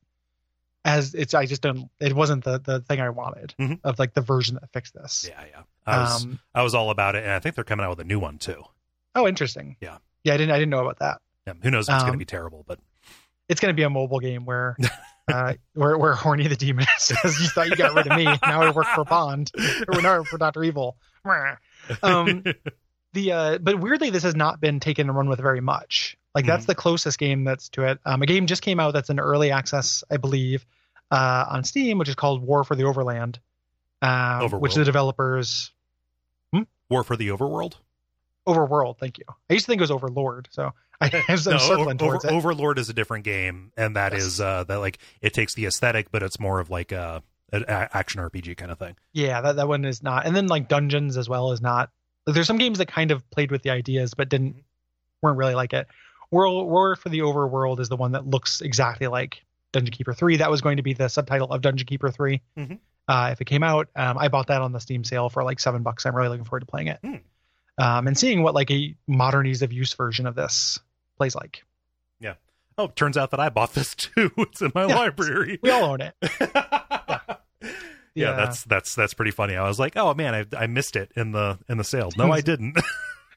[SPEAKER 2] as it's. I just don't. It wasn't the the thing I wanted
[SPEAKER 1] Mhm.
[SPEAKER 2] of like the version that fixed this.
[SPEAKER 1] yeah. Yeah. I was,
[SPEAKER 2] um.
[SPEAKER 1] I was all about it, and I think they're coming out with a new one too.
[SPEAKER 2] Oh, interesting.
[SPEAKER 1] Yeah.
[SPEAKER 2] Yeah. I didn't. I didn't know about that.
[SPEAKER 1] Yeah, who knows? if It's going to
[SPEAKER 2] Um,
[SPEAKER 1] be terrible, but
[SPEAKER 2] It's going to be a mobile game where. Uh, where where horny the demon says you thought you got rid of me now I work for Bond or now I work for Doctor Evil. Um, the uh but weirdly this has not been taken and run with very much like that's
[SPEAKER 1] Mm-hmm.
[SPEAKER 2] the closest game that's to it um a game just came out that's an early access i believe uh on steam which is called war for the overland uh which
[SPEAKER 1] Overworld.
[SPEAKER 2] the developers
[SPEAKER 1] War for the Overworld.
[SPEAKER 2] overworld thank you i used to think it was overlord so i i'm
[SPEAKER 1] No,
[SPEAKER 2] circling
[SPEAKER 1] Over-
[SPEAKER 2] towards it
[SPEAKER 1] Overlord is a different game, and that is
[SPEAKER 2] Yes.
[SPEAKER 1] uh, that like it takes the aesthetic, but it's more of like a, an a- action RPG kind of thing.
[SPEAKER 2] yeah that, that one is not and then like dungeons as well is not like, there's some games that kind of played with the ideas but didn't weren't really like it world war for the overworld is the one that looks exactly like dungeon keeper 3 that was going to be the subtitle of dungeon keeper 3
[SPEAKER 1] Mhm.
[SPEAKER 2] uh, if it came out um, i bought that on the steam sale for like seven bucks i'm really looking forward to playing it
[SPEAKER 1] Hmm.
[SPEAKER 2] um, and seeing what like a modern ease of use version of this plays like
[SPEAKER 1] Oh, turns out that I bought this too. It's in my
[SPEAKER 2] Yeah.
[SPEAKER 1] library.
[SPEAKER 2] we all own it
[SPEAKER 1] yeah.
[SPEAKER 2] Yeah.
[SPEAKER 1] that's that's that's pretty funny. I was like, oh man, I, I missed it in the in the sale. No, I didn't.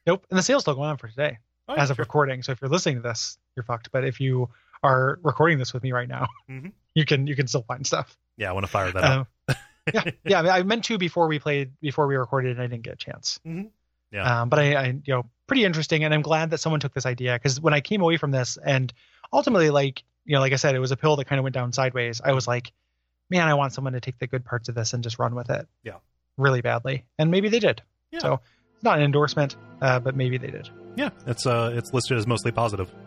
[SPEAKER 2] nope and the sale's still going on for today as of recording. So if you're listening to this, you're fucked. But if you are recording this with me right now,
[SPEAKER 1] Mhm.
[SPEAKER 2] you can you can still find stuff.
[SPEAKER 1] yeah, I want to fire that up.
[SPEAKER 2] Um, yeah, yeah. I, mean, I meant to before we played before we recorded, and I didn't get a chance.
[SPEAKER 1] Mhm. Yeah.
[SPEAKER 2] Um, but I, I, you know, pretty interesting, and I'm glad that someone took this idea because when I came away from this, and ultimately, like you know, like I said, it was a pill that kind of went down sideways. I was like, man, I want someone to take the good parts of this and just run with it.
[SPEAKER 1] Yeah.
[SPEAKER 2] Really badly, and maybe they did.
[SPEAKER 1] Yeah.
[SPEAKER 2] So it's not an endorsement, uh, but maybe they did.
[SPEAKER 1] Yeah, it's uh, it's listed as mostly positive.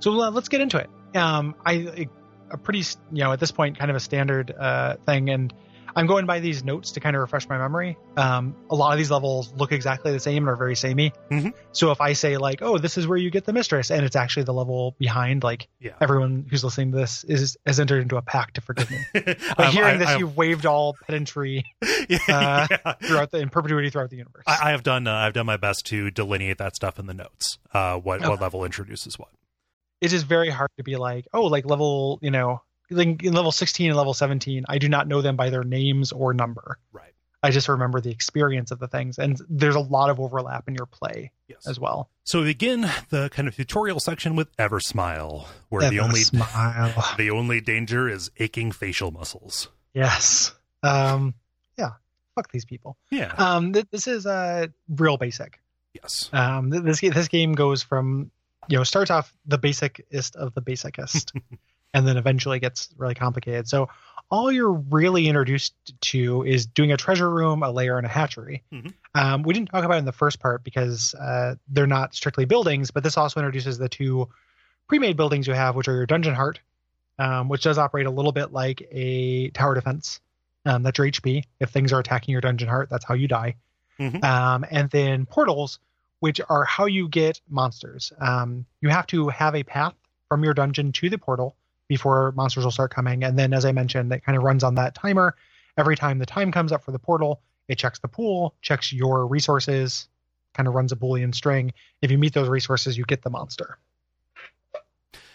[SPEAKER 2] So uh, let's get into it. Um, I a pretty you know at this point kind of a standard uh, thing, and I'm going by these notes to kind of refresh my memory. Um, a lot of these levels look exactly the same and are very samey.
[SPEAKER 1] Mhm.
[SPEAKER 2] So if I say like, "Oh, this is where you get the mistress," and it's actually the level behind, like
[SPEAKER 1] Yeah.
[SPEAKER 2] everyone who's listening to this is has entered into a pact to forgive me. By
[SPEAKER 1] I'm-
[SPEAKER 2] hearing
[SPEAKER 1] Um, I-
[SPEAKER 2] this, uh,
[SPEAKER 1] I-
[SPEAKER 2] you've waived all pedantry
[SPEAKER 1] yeah, yeah.
[SPEAKER 2] throughout the in perpetuity throughout the universe.
[SPEAKER 1] I, I have done uh, I've done my best to delineate that stuff in the notes. Uh, what what level introduces what?
[SPEAKER 2] it is very hard to be like, oh, like level, you know, like in level 16 and level 17, I do not know them by their names or number.
[SPEAKER 1] Right.
[SPEAKER 2] I just remember the experience of the things. And there's a lot of overlap in your play
[SPEAKER 1] Yes.
[SPEAKER 2] as well.
[SPEAKER 1] So we begin the kind of tutorial section with Eversmile, where the
[SPEAKER 2] Ever
[SPEAKER 1] only
[SPEAKER 2] smile.
[SPEAKER 1] the only danger is aching facial muscles.
[SPEAKER 2] yes. Um, yeah. Fuck these people.
[SPEAKER 1] Yeah.
[SPEAKER 2] Um, th- this is uh, real basic.
[SPEAKER 1] yes.
[SPEAKER 2] Um, th- this this game goes from you know starts off the basicest of the basicest, and then eventually gets really complicated. So all you're really introduced to is doing a treasure room, a lair, and a hatchery.
[SPEAKER 1] Mhm.
[SPEAKER 2] Um, we didn't talk about it in the first part because uh, they're not strictly buildings, but this also introduces the two pre-made buildings you have, which are your dungeon heart, um, which does operate a little bit like a tower defense. Um, that's your HP. If things are attacking your dungeon heart, that's how you die.
[SPEAKER 1] Mhm.
[SPEAKER 2] Um, and then portals, which are how you get monsters. Um, you have to have a path from your dungeon to the portal before monsters will start coming. And then, as I mentioned, that kind of runs on that timer. Every time the time comes up for the portal, it checks the pool, checks your resources, kind of runs a Boolean string. If you meet those resources, you get the monster.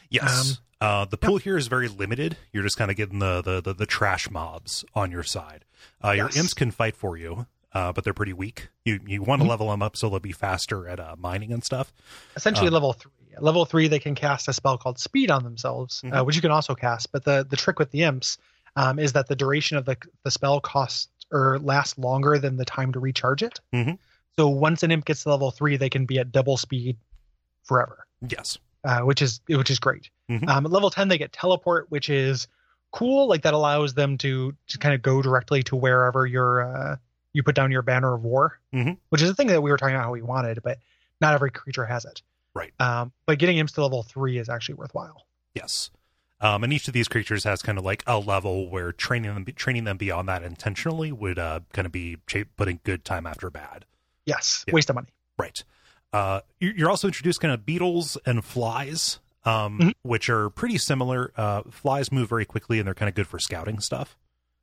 [SPEAKER 1] Yes. uh, the pool here is very limited. You're just kind of getting the, the, the, the trash mobs on your side. Uh,
[SPEAKER 2] Yes.
[SPEAKER 1] Your imps can fight for you, uh, but they're pretty weak. You you want to level them up so they'll be faster at uh, mining and stuff.
[SPEAKER 2] Essentially,
[SPEAKER 1] Um,
[SPEAKER 2] level three. At level three, they can cast a spell called Speed on themselves, uh,
[SPEAKER 1] Mhm.
[SPEAKER 2] which you can also cast. But the the trick with the imps um, is that the duration of the, the spell costs or lasts longer than the time to recharge it.
[SPEAKER 1] Mhm.
[SPEAKER 2] So once an imp gets to level three, they can be at double speed forever,
[SPEAKER 1] Yes.
[SPEAKER 2] uh, which is which is great.
[SPEAKER 1] Mhm.
[SPEAKER 2] Um, at level ten, they get teleport, which is cool. Like that allows them to to kind of go directly to wherever your uh, you put down your banner of war,
[SPEAKER 1] Mhm.
[SPEAKER 2] which is the thing that we were talking about how we wanted, but not every creature has it.
[SPEAKER 1] Right.
[SPEAKER 2] Um, but getting imps to level three is actually worthwhile.
[SPEAKER 1] Yes. Um, and each of these creatures has kind of like a level where training them training them beyond that intentionally would uh, kind of be cha- putting good time after bad.
[SPEAKER 2] Yes,
[SPEAKER 1] Yeah.
[SPEAKER 2] waste of money.
[SPEAKER 1] Right. Uh, you- you're also introduced kind of beetles and flies, um,
[SPEAKER 2] Mhm.
[SPEAKER 1] which are pretty similar. Uh, flies move very quickly and they're kind of good for scouting stuff.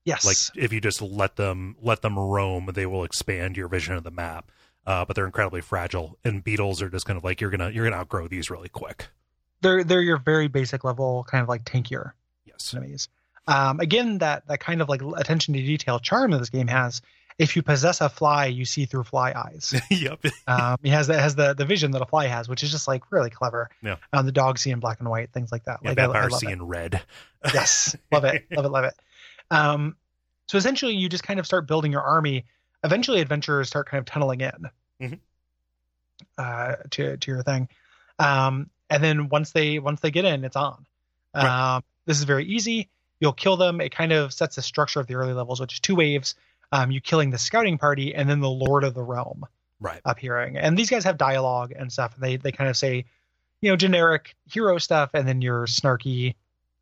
[SPEAKER 2] Yes,
[SPEAKER 1] Like if you just let them let them roam, they will expand your vision of the map. Uh, but they're incredibly fragile, and beetles are just kind of like you're gonna you're gonna outgrow these really quick.
[SPEAKER 2] they're they're your very basic level kind of like tankier
[SPEAKER 1] Yes.
[SPEAKER 2] enemies. Um, again, that that kind of like attention to detail charm that this game has. If you possess a fly, you see through fly eyes.
[SPEAKER 1] yep.
[SPEAKER 2] um, it has that has the the vision that a fly has, which is just like really clever.
[SPEAKER 1] Yeah.
[SPEAKER 2] Um, the dog see in black and white, things like that.
[SPEAKER 1] Yeah,
[SPEAKER 2] like I- I
[SPEAKER 1] vampire
[SPEAKER 2] love it.
[SPEAKER 1] seeing red.
[SPEAKER 2] Yes, love it, love it, love it. Um, so essentially, you just kind of start building your army. Eventually, adventurers start kind of tunneling in
[SPEAKER 1] Mhm.
[SPEAKER 2] uh, to to your thing, um, and then once they once they get in, it's on.
[SPEAKER 1] Right.
[SPEAKER 2] Um, this is very easy. You'll kill them. It kind of sets the structure of the early levels, which is two waves. Um, you killing the scouting party and then the lord of the realm
[SPEAKER 1] Right.
[SPEAKER 2] appearing. And these guys have dialogue and stuff. And they they kind of say, you know, generic hero stuff, and then your snarky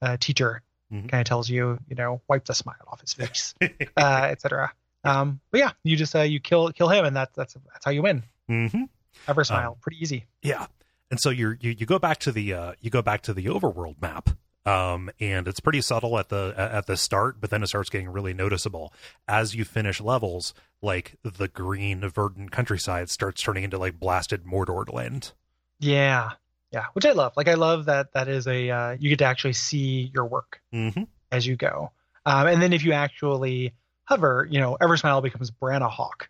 [SPEAKER 2] uh, teacher
[SPEAKER 1] Mhm.
[SPEAKER 2] kind of tells you, you know, wipe the smile off his face, uh, etc. Um, but yeah, you just uh, you kill kill him, and that's that's that's how you win.
[SPEAKER 1] hmm
[SPEAKER 2] Ever smile, pretty easy.
[SPEAKER 1] Yeah. And so you're, you you go back to the uh, you go back to the overworld map, um, and it's pretty subtle at the at the start, but then it starts getting really noticeable as you finish levels. Like the green verdant countryside starts turning into like blasted Mordor land.
[SPEAKER 2] Yeah, yeah, which I love. Like I love that that is a uh, you get to actually see your work
[SPEAKER 1] Mm-hmm.
[SPEAKER 2] as you go, um, and then if you actually hover, you know, Ever Smile becomes Branna Hawk.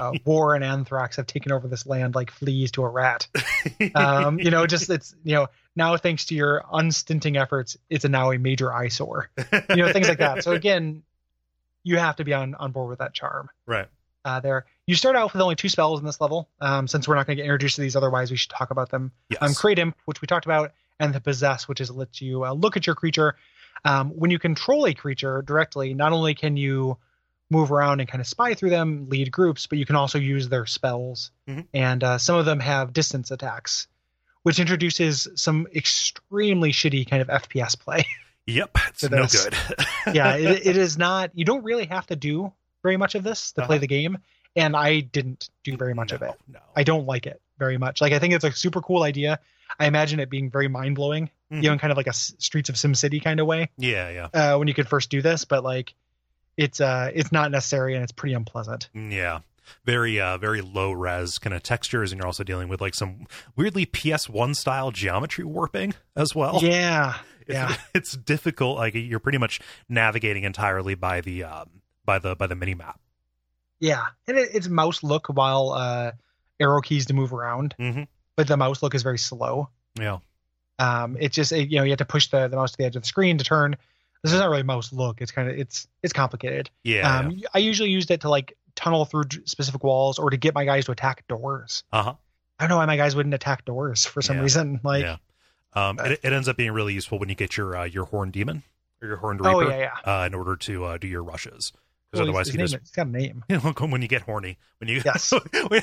[SPEAKER 2] uh, war and anthrax have taken over this land like fleas to a rat. Um, you know, just it's you know now thanks to your unstinting efforts, it's a now a major eyesore. You know, things like that. So again, you have to be on on board with that charm
[SPEAKER 1] right.
[SPEAKER 2] uh, there. You start out with only two spells in this level. Um, since we're not going to get introduced to these otherwise, we should talk about them.
[SPEAKER 1] Yes.
[SPEAKER 2] Um, Create Imp, which we talked about, and the Possess, which is lets you uh, look at your creature. Um, when you control a creature directly, not only can you move around and kind of spy through them, lead groups, but you can also use their spells.
[SPEAKER 1] Mhm.
[SPEAKER 2] And uh, some of them have distance attacks, which introduces some extremely shitty kind of FPS play
[SPEAKER 1] yep. It's
[SPEAKER 2] to
[SPEAKER 1] no
[SPEAKER 2] this.
[SPEAKER 1] good.
[SPEAKER 2] yeah, it, it is not. You don't really have to do very much of this to play
[SPEAKER 1] Uh-huh.
[SPEAKER 2] the game, and I didn't do very much of
[SPEAKER 1] No,
[SPEAKER 2] it.
[SPEAKER 1] No.
[SPEAKER 2] I don't like it very much. Like I think it's a super cool idea. I imagine it being very mind blowing,
[SPEAKER 1] Mhm.
[SPEAKER 2] you know, in kind of like a S- Streets of Sim City kind of way
[SPEAKER 1] yeah. Yeah.
[SPEAKER 2] uh, when you could first do this. But like, it's uh, it's not necessary and it's pretty unpleasant.
[SPEAKER 1] Mm, Yeah. Very uh very low res kind of textures and you're also dealing with like some weirdly PS1 style geometry warping as well.
[SPEAKER 2] Yeah,
[SPEAKER 1] It's-
[SPEAKER 2] yeah.
[SPEAKER 1] It's, difficult like you're pretty much navigating entirely by the um by the by the mini map.
[SPEAKER 2] yeah, and it, it's mouse look while uh, arrow keys to move around,
[SPEAKER 1] Mhm.
[SPEAKER 2] but the mouse look is very slow.
[SPEAKER 1] Yeah.
[SPEAKER 2] um it's just it, you know you have to push the, the mouse to the edge of the screen to turn this is not really mouse look it's kind of it's it's complicated
[SPEAKER 1] Yeah.
[SPEAKER 2] um i usually used it to like tunnel through d- specific walls or to get my guys to attack doors
[SPEAKER 1] Uh-huh.
[SPEAKER 2] i don't know why my guys wouldn't attack doors for some
[SPEAKER 1] Yeah.
[SPEAKER 2] reason like
[SPEAKER 1] Yeah.
[SPEAKER 2] uh,
[SPEAKER 1] um it, it ends up being really useful when you get your uh, your horn demon or your horned reaper
[SPEAKER 2] oh yeah yeah
[SPEAKER 1] uh in order to uh, do your rushes. Cuz
[SPEAKER 2] Well,
[SPEAKER 1] otherwise
[SPEAKER 2] his,
[SPEAKER 1] he
[SPEAKER 2] name,
[SPEAKER 1] just
[SPEAKER 2] it's got a name
[SPEAKER 1] when you get horny, when you
[SPEAKER 2] Yes.
[SPEAKER 1] when,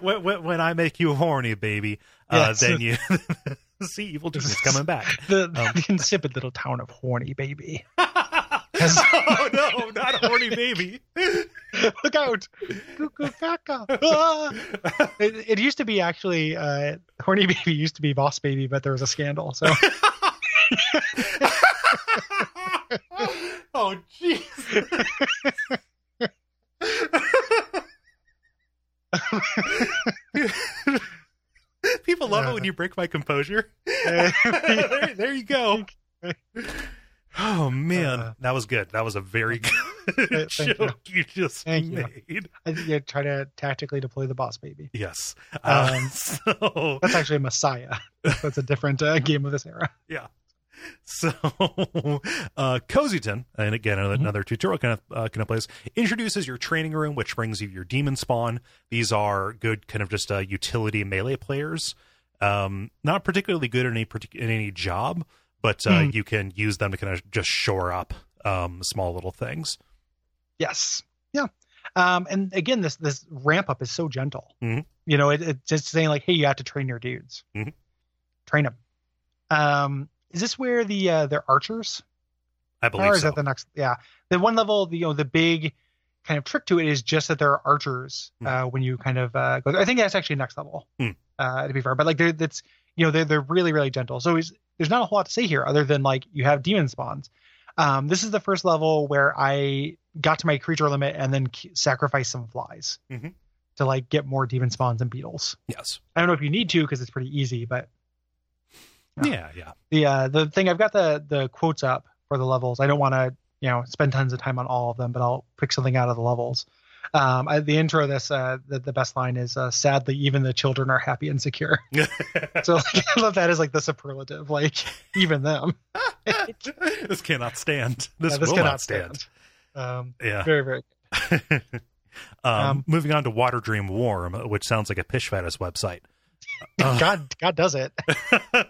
[SPEAKER 1] when, when, when I make you horny, baby, uh,
[SPEAKER 2] Yes.
[SPEAKER 1] then you see evil genius coming back.
[SPEAKER 2] the,
[SPEAKER 1] Um.
[SPEAKER 2] the insipid little town of horny baby Yes.
[SPEAKER 1] oh no, not horny baby.
[SPEAKER 2] look out Cuckoo caca. Ah. it, it used to be actually uh horny baby used to be boss baby but there was a scandal so
[SPEAKER 1] oh jeez. People love it when you break my composure.
[SPEAKER 2] uh,
[SPEAKER 1] there, there you go. Oh man,
[SPEAKER 2] Uh,
[SPEAKER 1] that was good. That was a very good
[SPEAKER 2] Thank you.
[SPEAKER 1] joke you, just
[SPEAKER 2] Thank you.
[SPEAKER 1] made.
[SPEAKER 2] I think you try to tactically deploy the boss baby.
[SPEAKER 1] Yes. Uh,
[SPEAKER 2] Um,
[SPEAKER 1] so
[SPEAKER 2] That's actually Messiah. That's a different uh, game of this era.
[SPEAKER 1] yeah, So, uh, Cozyton, and again,
[SPEAKER 2] Mm-hmm.
[SPEAKER 1] another, another tutorial kind of, uh, kind of place, introduces your training room, which brings you your demon spawn. These are good, kind of just uh, utility melee players. Um, not particularly good in any partic- in any job, but uh,
[SPEAKER 2] Mhm.
[SPEAKER 1] you can use them to kind of just shore up um, small little things.
[SPEAKER 2] Yes. Yeah. Um, and again, this this ramp up is so gentle.
[SPEAKER 1] Mhm.
[SPEAKER 2] You know, it, it's just saying like, hey, you have to train your dudes.
[SPEAKER 1] Mhm.
[SPEAKER 2] Train them. Um, is this where the uh, they're archers?
[SPEAKER 1] I
[SPEAKER 2] or
[SPEAKER 1] believe
[SPEAKER 2] is
[SPEAKER 1] so.
[SPEAKER 2] that the next? Yeah. The one level, the you know, the big kind of trick to it is just that there are archers uh, when you kind of uh, go. I think that's actually next level.
[SPEAKER 1] Hmm.
[SPEAKER 2] Uh, to be fair, but like they're that's you know they're they're really really gentle. So is, there's not a whole lot to say here other than like you have demon spawns. Um, this is the first level where I got to my creature limit and then k- sacrificed some flies
[SPEAKER 1] Mhm.
[SPEAKER 2] to like get more demon spawns and beetles.
[SPEAKER 1] yes.
[SPEAKER 2] I don't know if you need to because it's pretty easy, but
[SPEAKER 1] Yeah,
[SPEAKER 2] Yeah.
[SPEAKER 1] yeah.
[SPEAKER 2] the uh, the thing I've got the the quotes up for the levels. I don't want to you know spend tons of time on all of them, but I'll pick something out of the levels. Um, I, the intro of this uh, the, the best line is uh, sadly even the children are happy and secure. So like, I love that as like the superlative, like even them.
[SPEAKER 1] this cannot stand. This,
[SPEAKER 2] Yeah, this
[SPEAKER 1] will
[SPEAKER 2] cannot
[SPEAKER 1] not stand. Uh,
[SPEAKER 2] Um,
[SPEAKER 1] Yeah.
[SPEAKER 2] very very.
[SPEAKER 1] um,
[SPEAKER 2] Um,
[SPEAKER 1] moving on to Water Dream Warm, which sounds like a Pish Fetish website. Uh.
[SPEAKER 2] God God does it.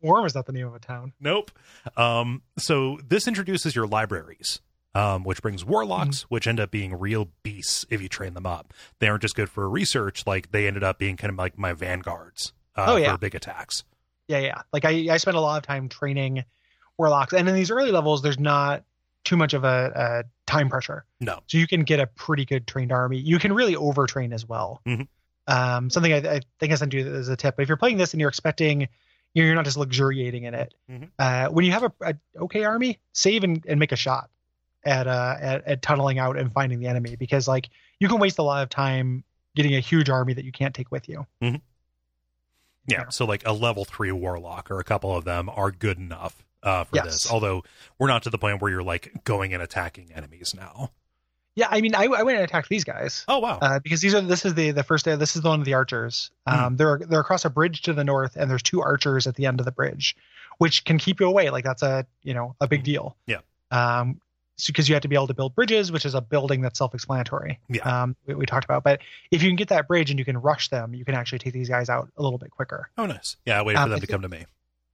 [SPEAKER 2] Warm is not the name of a town.
[SPEAKER 1] nope. Um, so this introduces your libraries, um, which brings warlocks,
[SPEAKER 2] Mm.
[SPEAKER 1] which end up being real beasts if you train them up. They aren't just good for research; like they ended up being kind of like my vanguards uh,
[SPEAKER 2] Oh, yeah.
[SPEAKER 1] for big attacks.
[SPEAKER 2] yeah yeah like i i spent a lot of time training warlocks and in these early levels there's not too much of a, a time pressure
[SPEAKER 1] No.
[SPEAKER 2] so you can get a pretty good trained army you can really overtrain as well
[SPEAKER 1] Mhm.
[SPEAKER 2] um something I, I think i sent you as a tip if you're playing this and you're expecting you're you're not just luxuriating in it
[SPEAKER 1] Mhm.
[SPEAKER 2] uh when you have a, a okay army save and, and make a shot at uh at, at tunneling out and finding the enemy because like you can waste a lot of time getting a huge army that you can't take with you
[SPEAKER 1] Yeah,
[SPEAKER 2] Yeah.
[SPEAKER 1] so like a level three warlock or a couple of them are good enough uh, for
[SPEAKER 2] Yes.
[SPEAKER 1] this. Although we're not to the point where you're like going and attacking enemies now.
[SPEAKER 2] yeah i mean i, I went and attacked these guys
[SPEAKER 1] Oh wow, Hmm.
[SPEAKER 2] uh, because these are this is the the first day. This is the one of the archers. Um, they're they're across a bridge to the north, and there's two archers at the end of the bridge, which can keep you away. Like that's a you know a big deal.
[SPEAKER 1] Hmm. Yeah.
[SPEAKER 2] Um, because you have to be able to build bridges, which is a building that's self-explanatory.
[SPEAKER 1] Yeah.
[SPEAKER 2] Um, we, we talked about, but if you can get that bridge and you can rush them, you can actually take these guys out a little bit quicker.
[SPEAKER 1] oh nice. Yeah, I waited
[SPEAKER 2] um,
[SPEAKER 1] for them
[SPEAKER 2] I
[SPEAKER 1] to
[SPEAKER 2] think-
[SPEAKER 1] come to me.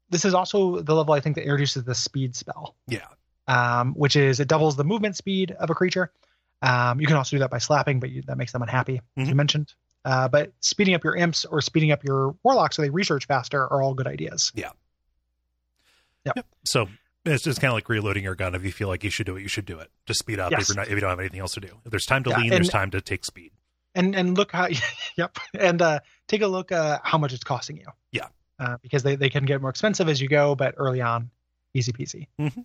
[SPEAKER 2] This is also the level I think that introduces the speed spell.
[SPEAKER 1] Yeah.
[SPEAKER 2] Um, which is it doubles the movement speed of a creature. Um, you can also do that by slapping, but you, that makes them unhappy, as you
[SPEAKER 1] Mhm.
[SPEAKER 2] mentioned. Uh, but speeding up your imps or speeding up your warlocks so they research faster are all good ideas.
[SPEAKER 1] So it's just kind of like reloading your gun. If you feel like you should do it, you should do it. Just speed up if
[SPEAKER 2] Yes.
[SPEAKER 1] you're not, if you don't have anything else to do. If there's time to
[SPEAKER 2] Yeah,
[SPEAKER 1] lean, there's
[SPEAKER 2] and-
[SPEAKER 1] time to take speed.
[SPEAKER 2] And and look how, yep. And uh, take a look uh, how much it's costing you.
[SPEAKER 1] Yeah.
[SPEAKER 2] Uh, because they, they can get more expensive as you go, but early on, easy peasy.
[SPEAKER 1] Mhm.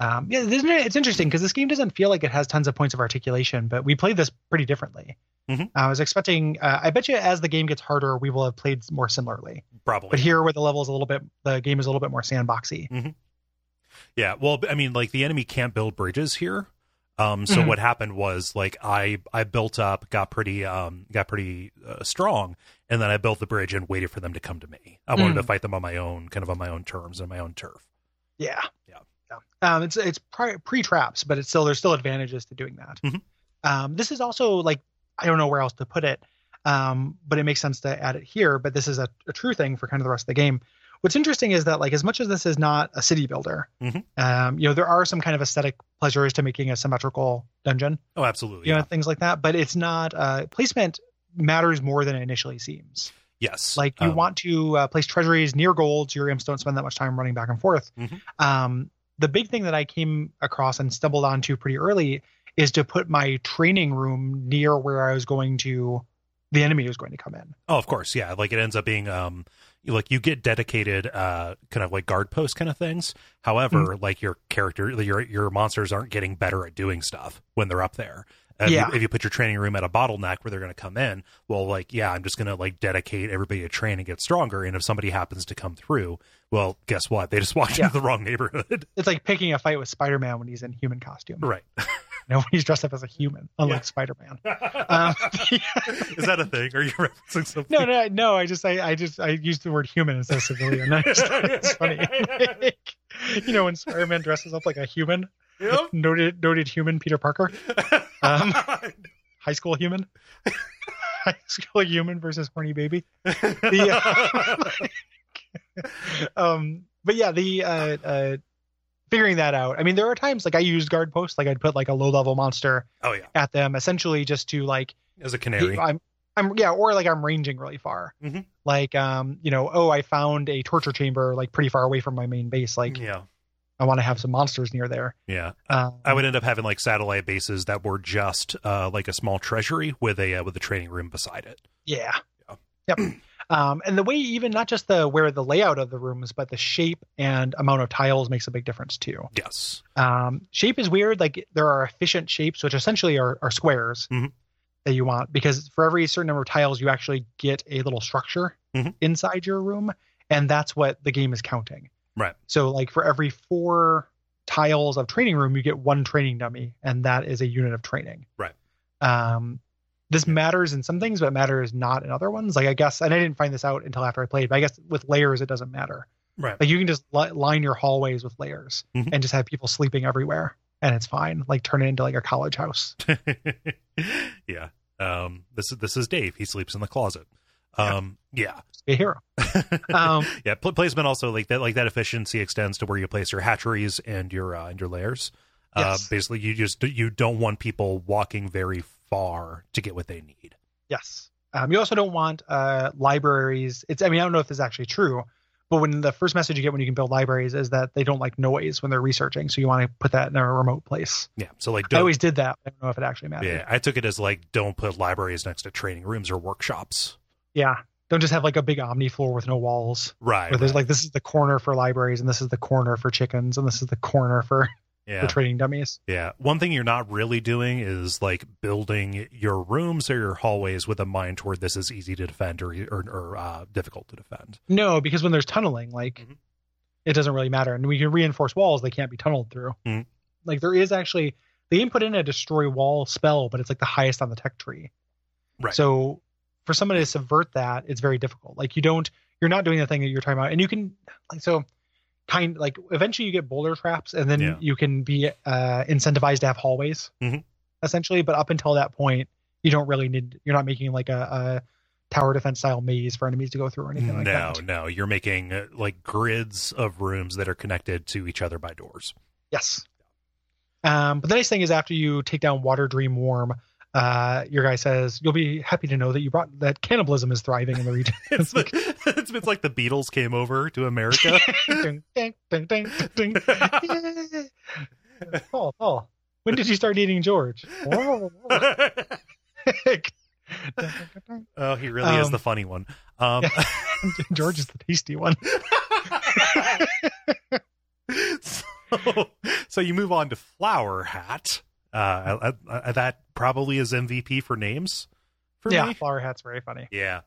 [SPEAKER 2] Um, yeah, isn't it, it's interesting because this game doesn't feel like it has tons of points of articulation, but we played this pretty differently.
[SPEAKER 1] Mhm.
[SPEAKER 2] I was expecting. Uh, I bet you, as the game gets harder, we will have played more similarly.
[SPEAKER 1] Probably.
[SPEAKER 2] but here where the level is a little bit the game is a little bit more sandboxy
[SPEAKER 1] yeah. Well, I mean, like the enemy can't build bridges here. Um, so
[SPEAKER 2] Mhm.
[SPEAKER 1] what happened was like I I built up, got pretty um got pretty uh, strong, and then I built the bridge and waited for them to come to me. I
[SPEAKER 2] Mm.
[SPEAKER 1] wanted to fight them on my own, kind of on my own terms and my own turf.
[SPEAKER 2] yeah
[SPEAKER 1] Yeah.
[SPEAKER 2] yeah um it's it's pre traps but it's still there's still advantages to doing that
[SPEAKER 1] Mhm.
[SPEAKER 2] um this is also like i don't know where else to put it um but it makes sense to add it here but this is a, a true thing for kind of the rest of the game what's interesting is that like as much as this is not a city builder
[SPEAKER 1] Mhm.
[SPEAKER 2] um you know there are some kind of aesthetic pleasures to making a symmetrical dungeon
[SPEAKER 1] Oh, absolutely.
[SPEAKER 2] you know things like that but it's not uh placement matters more than it initially seems
[SPEAKER 1] Yes.
[SPEAKER 2] Like you
[SPEAKER 1] Um,
[SPEAKER 2] want to uh, place treasuries near gold. so Your imps don't spend that much time running back and forth.
[SPEAKER 1] Mhm.
[SPEAKER 2] Um, the big thing that I came across and stumbled onto pretty early is to put my training room near where I was going to, the enemy was going to come in.
[SPEAKER 1] Oh, of course, yeah. Like it ends up being um you- like you get dedicated uh kind of like guard post kind of things. However,
[SPEAKER 2] Mm.
[SPEAKER 1] like your character your your monsters aren't getting better at doing stuff when they're up there. Uh, if you-
[SPEAKER 2] Yeah.
[SPEAKER 1] If you, put your training room at a bottleneck where they're going to come in, well, like, yeah, I'm just going to like dedicate everybody to train and get stronger. And if somebody happens to come through, well, guess what? They just walked
[SPEAKER 2] Yeah.
[SPEAKER 1] into the wrong neighborhood.
[SPEAKER 2] It's like picking a fight with Spider Man when he's in human costume.
[SPEAKER 1] right.
[SPEAKER 2] Nobody's dressed up as a human, unlike
[SPEAKER 1] Yeah.
[SPEAKER 2] Spider Man. Um,
[SPEAKER 1] Is that a thing? Are you referencing something?
[SPEAKER 2] no, no, no. I just, I, I just, I used the word human instead of civilian. I just thought it's funny. Like, you know, when Spider Man dresses up like a human,
[SPEAKER 1] Yep.
[SPEAKER 2] noted, noted human Peter Parker, um, high school human, high school human versus horny baby. The, um but yeah the uh uh figuring that out i mean there are times like i used guard posts like i'd put like a low level monster
[SPEAKER 1] oh yeah,
[SPEAKER 2] at them essentially just to like
[SPEAKER 1] as a canary.
[SPEAKER 2] i'm i'm yeah or like i'm ranging really far
[SPEAKER 1] Mhm.
[SPEAKER 2] like um you know oh i found a torture chamber like pretty far away from my main base like
[SPEAKER 1] yeah,
[SPEAKER 2] i want to have some monsters near there
[SPEAKER 1] yeah.
[SPEAKER 2] um,
[SPEAKER 1] I would end up having like satellite bases that were just uh, like a small treasury with a uh, with a training room beside it.
[SPEAKER 2] Yeah.
[SPEAKER 1] Yeah.
[SPEAKER 2] Yep. um, and the way even not just the where the layout of the rooms, but the shape and amount of tiles makes a big difference too.
[SPEAKER 1] Yes.
[SPEAKER 2] Um, shape is weird. Like there are efficient shapes, which essentially are, are squares
[SPEAKER 1] Mhm.
[SPEAKER 2] that you want because for every certain number of tiles, you actually get a little structure
[SPEAKER 1] Mhm.
[SPEAKER 2] inside your room, and that's what the game is counting.
[SPEAKER 1] Right.
[SPEAKER 2] So like for every four tiles of training room, you get one training dummy, and that is a unit of training.
[SPEAKER 1] Right.
[SPEAKER 2] Um, this matters in some things, but matters not in other ones. Like I guess, and I didn't find this out until after I played, but I guess with layers, it doesn't matter.
[SPEAKER 1] Right.
[SPEAKER 2] Like you can just li- line your hallways with layers
[SPEAKER 1] Mhm.
[SPEAKER 2] and just have people sleeping everywhere, and it's fine. Like turn it into like a college house.
[SPEAKER 1] yeah. Um. This is this is Dave. He sleeps in the closet. Um. Yeah.
[SPEAKER 2] Just be a hero. Um,
[SPEAKER 1] yeah. Pl- placement also like that. Like that efficiency extends to where you place your hatcheries and your uh, and your layers.
[SPEAKER 2] Yes.
[SPEAKER 1] Uh, basically, you just you don't want people walking very far to get what they need.
[SPEAKER 2] Yes. Um, you also don't want uh, libraries. It's. I mean, I don't know if this is actually true, but when the first message you get when you can build libraries is that they don't like noise when they're researching, so you want to put that in a remote place.
[SPEAKER 1] Yeah. So like,
[SPEAKER 2] I
[SPEAKER 1] don't,
[SPEAKER 2] always did that. I don't know if it actually mattered.
[SPEAKER 1] yeah. I took it as like, don't put libraries next to training rooms or workshops.
[SPEAKER 2] Yeah. Don't just have like a big omni floor with no walls.
[SPEAKER 1] Right.
[SPEAKER 2] Where there's
[SPEAKER 1] right.
[SPEAKER 2] like this is the corner for libraries and this is the corner for chickens and this is the corner for
[SPEAKER 1] yeah.
[SPEAKER 2] the trading dummies.
[SPEAKER 1] Yeah. One thing you're not really doing is like building your rooms or your hallways with a mind toward this is easy to defend or or, or uh, difficult to defend.
[SPEAKER 2] No, because when there's tunneling, like
[SPEAKER 1] Mhm.
[SPEAKER 2] it doesn't really matter. And we can reinforce walls; they can't be tunneled through.
[SPEAKER 1] Mhm.
[SPEAKER 2] Like there is actually they didn't put in a destroy wall spell, but it's like the highest on the tech tree.
[SPEAKER 1] Right.
[SPEAKER 2] So for someone to subvert that, it's very difficult. Like you don't, you're not doing the thing that you're talking about, and you can like so kind like eventually you get boulder traps, and then
[SPEAKER 1] Yeah.
[SPEAKER 2] you can be uh incentivized to have hallways
[SPEAKER 1] Mhm.
[SPEAKER 2] essentially. But up until that point, you don't really need. You're not making like a. a Tower defense style maze for enemies to go through or anything like
[SPEAKER 1] no,
[SPEAKER 2] that.
[SPEAKER 1] no, you're making uh, like grids of rooms that are connected to each other by doors.
[SPEAKER 2] Yes. Um, but the nice thing is, after you take down Water Dream Warm, uh, your guy says you'll be happy to know that you brought that cannibalism is thriving in the region.
[SPEAKER 1] It's the, it's, it's like the Beatles came over to America.
[SPEAKER 2] ding, ding, ding, ding, ding. Yeah. Paul, Paul, when did you start eating George?
[SPEAKER 1] oh, he really is
[SPEAKER 2] Um,
[SPEAKER 1] the funny one. Um,
[SPEAKER 2] George is the tasty one.
[SPEAKER 1] so, so you move on to Flower Hat. Uh, I, I, I- that probably is MVP for names for
[SPEAKER 2] yeah,
[SPEAKER 1] me.
[SPEAKER 2] flower hat's very funny.
[SPEAKER 1] Yeah.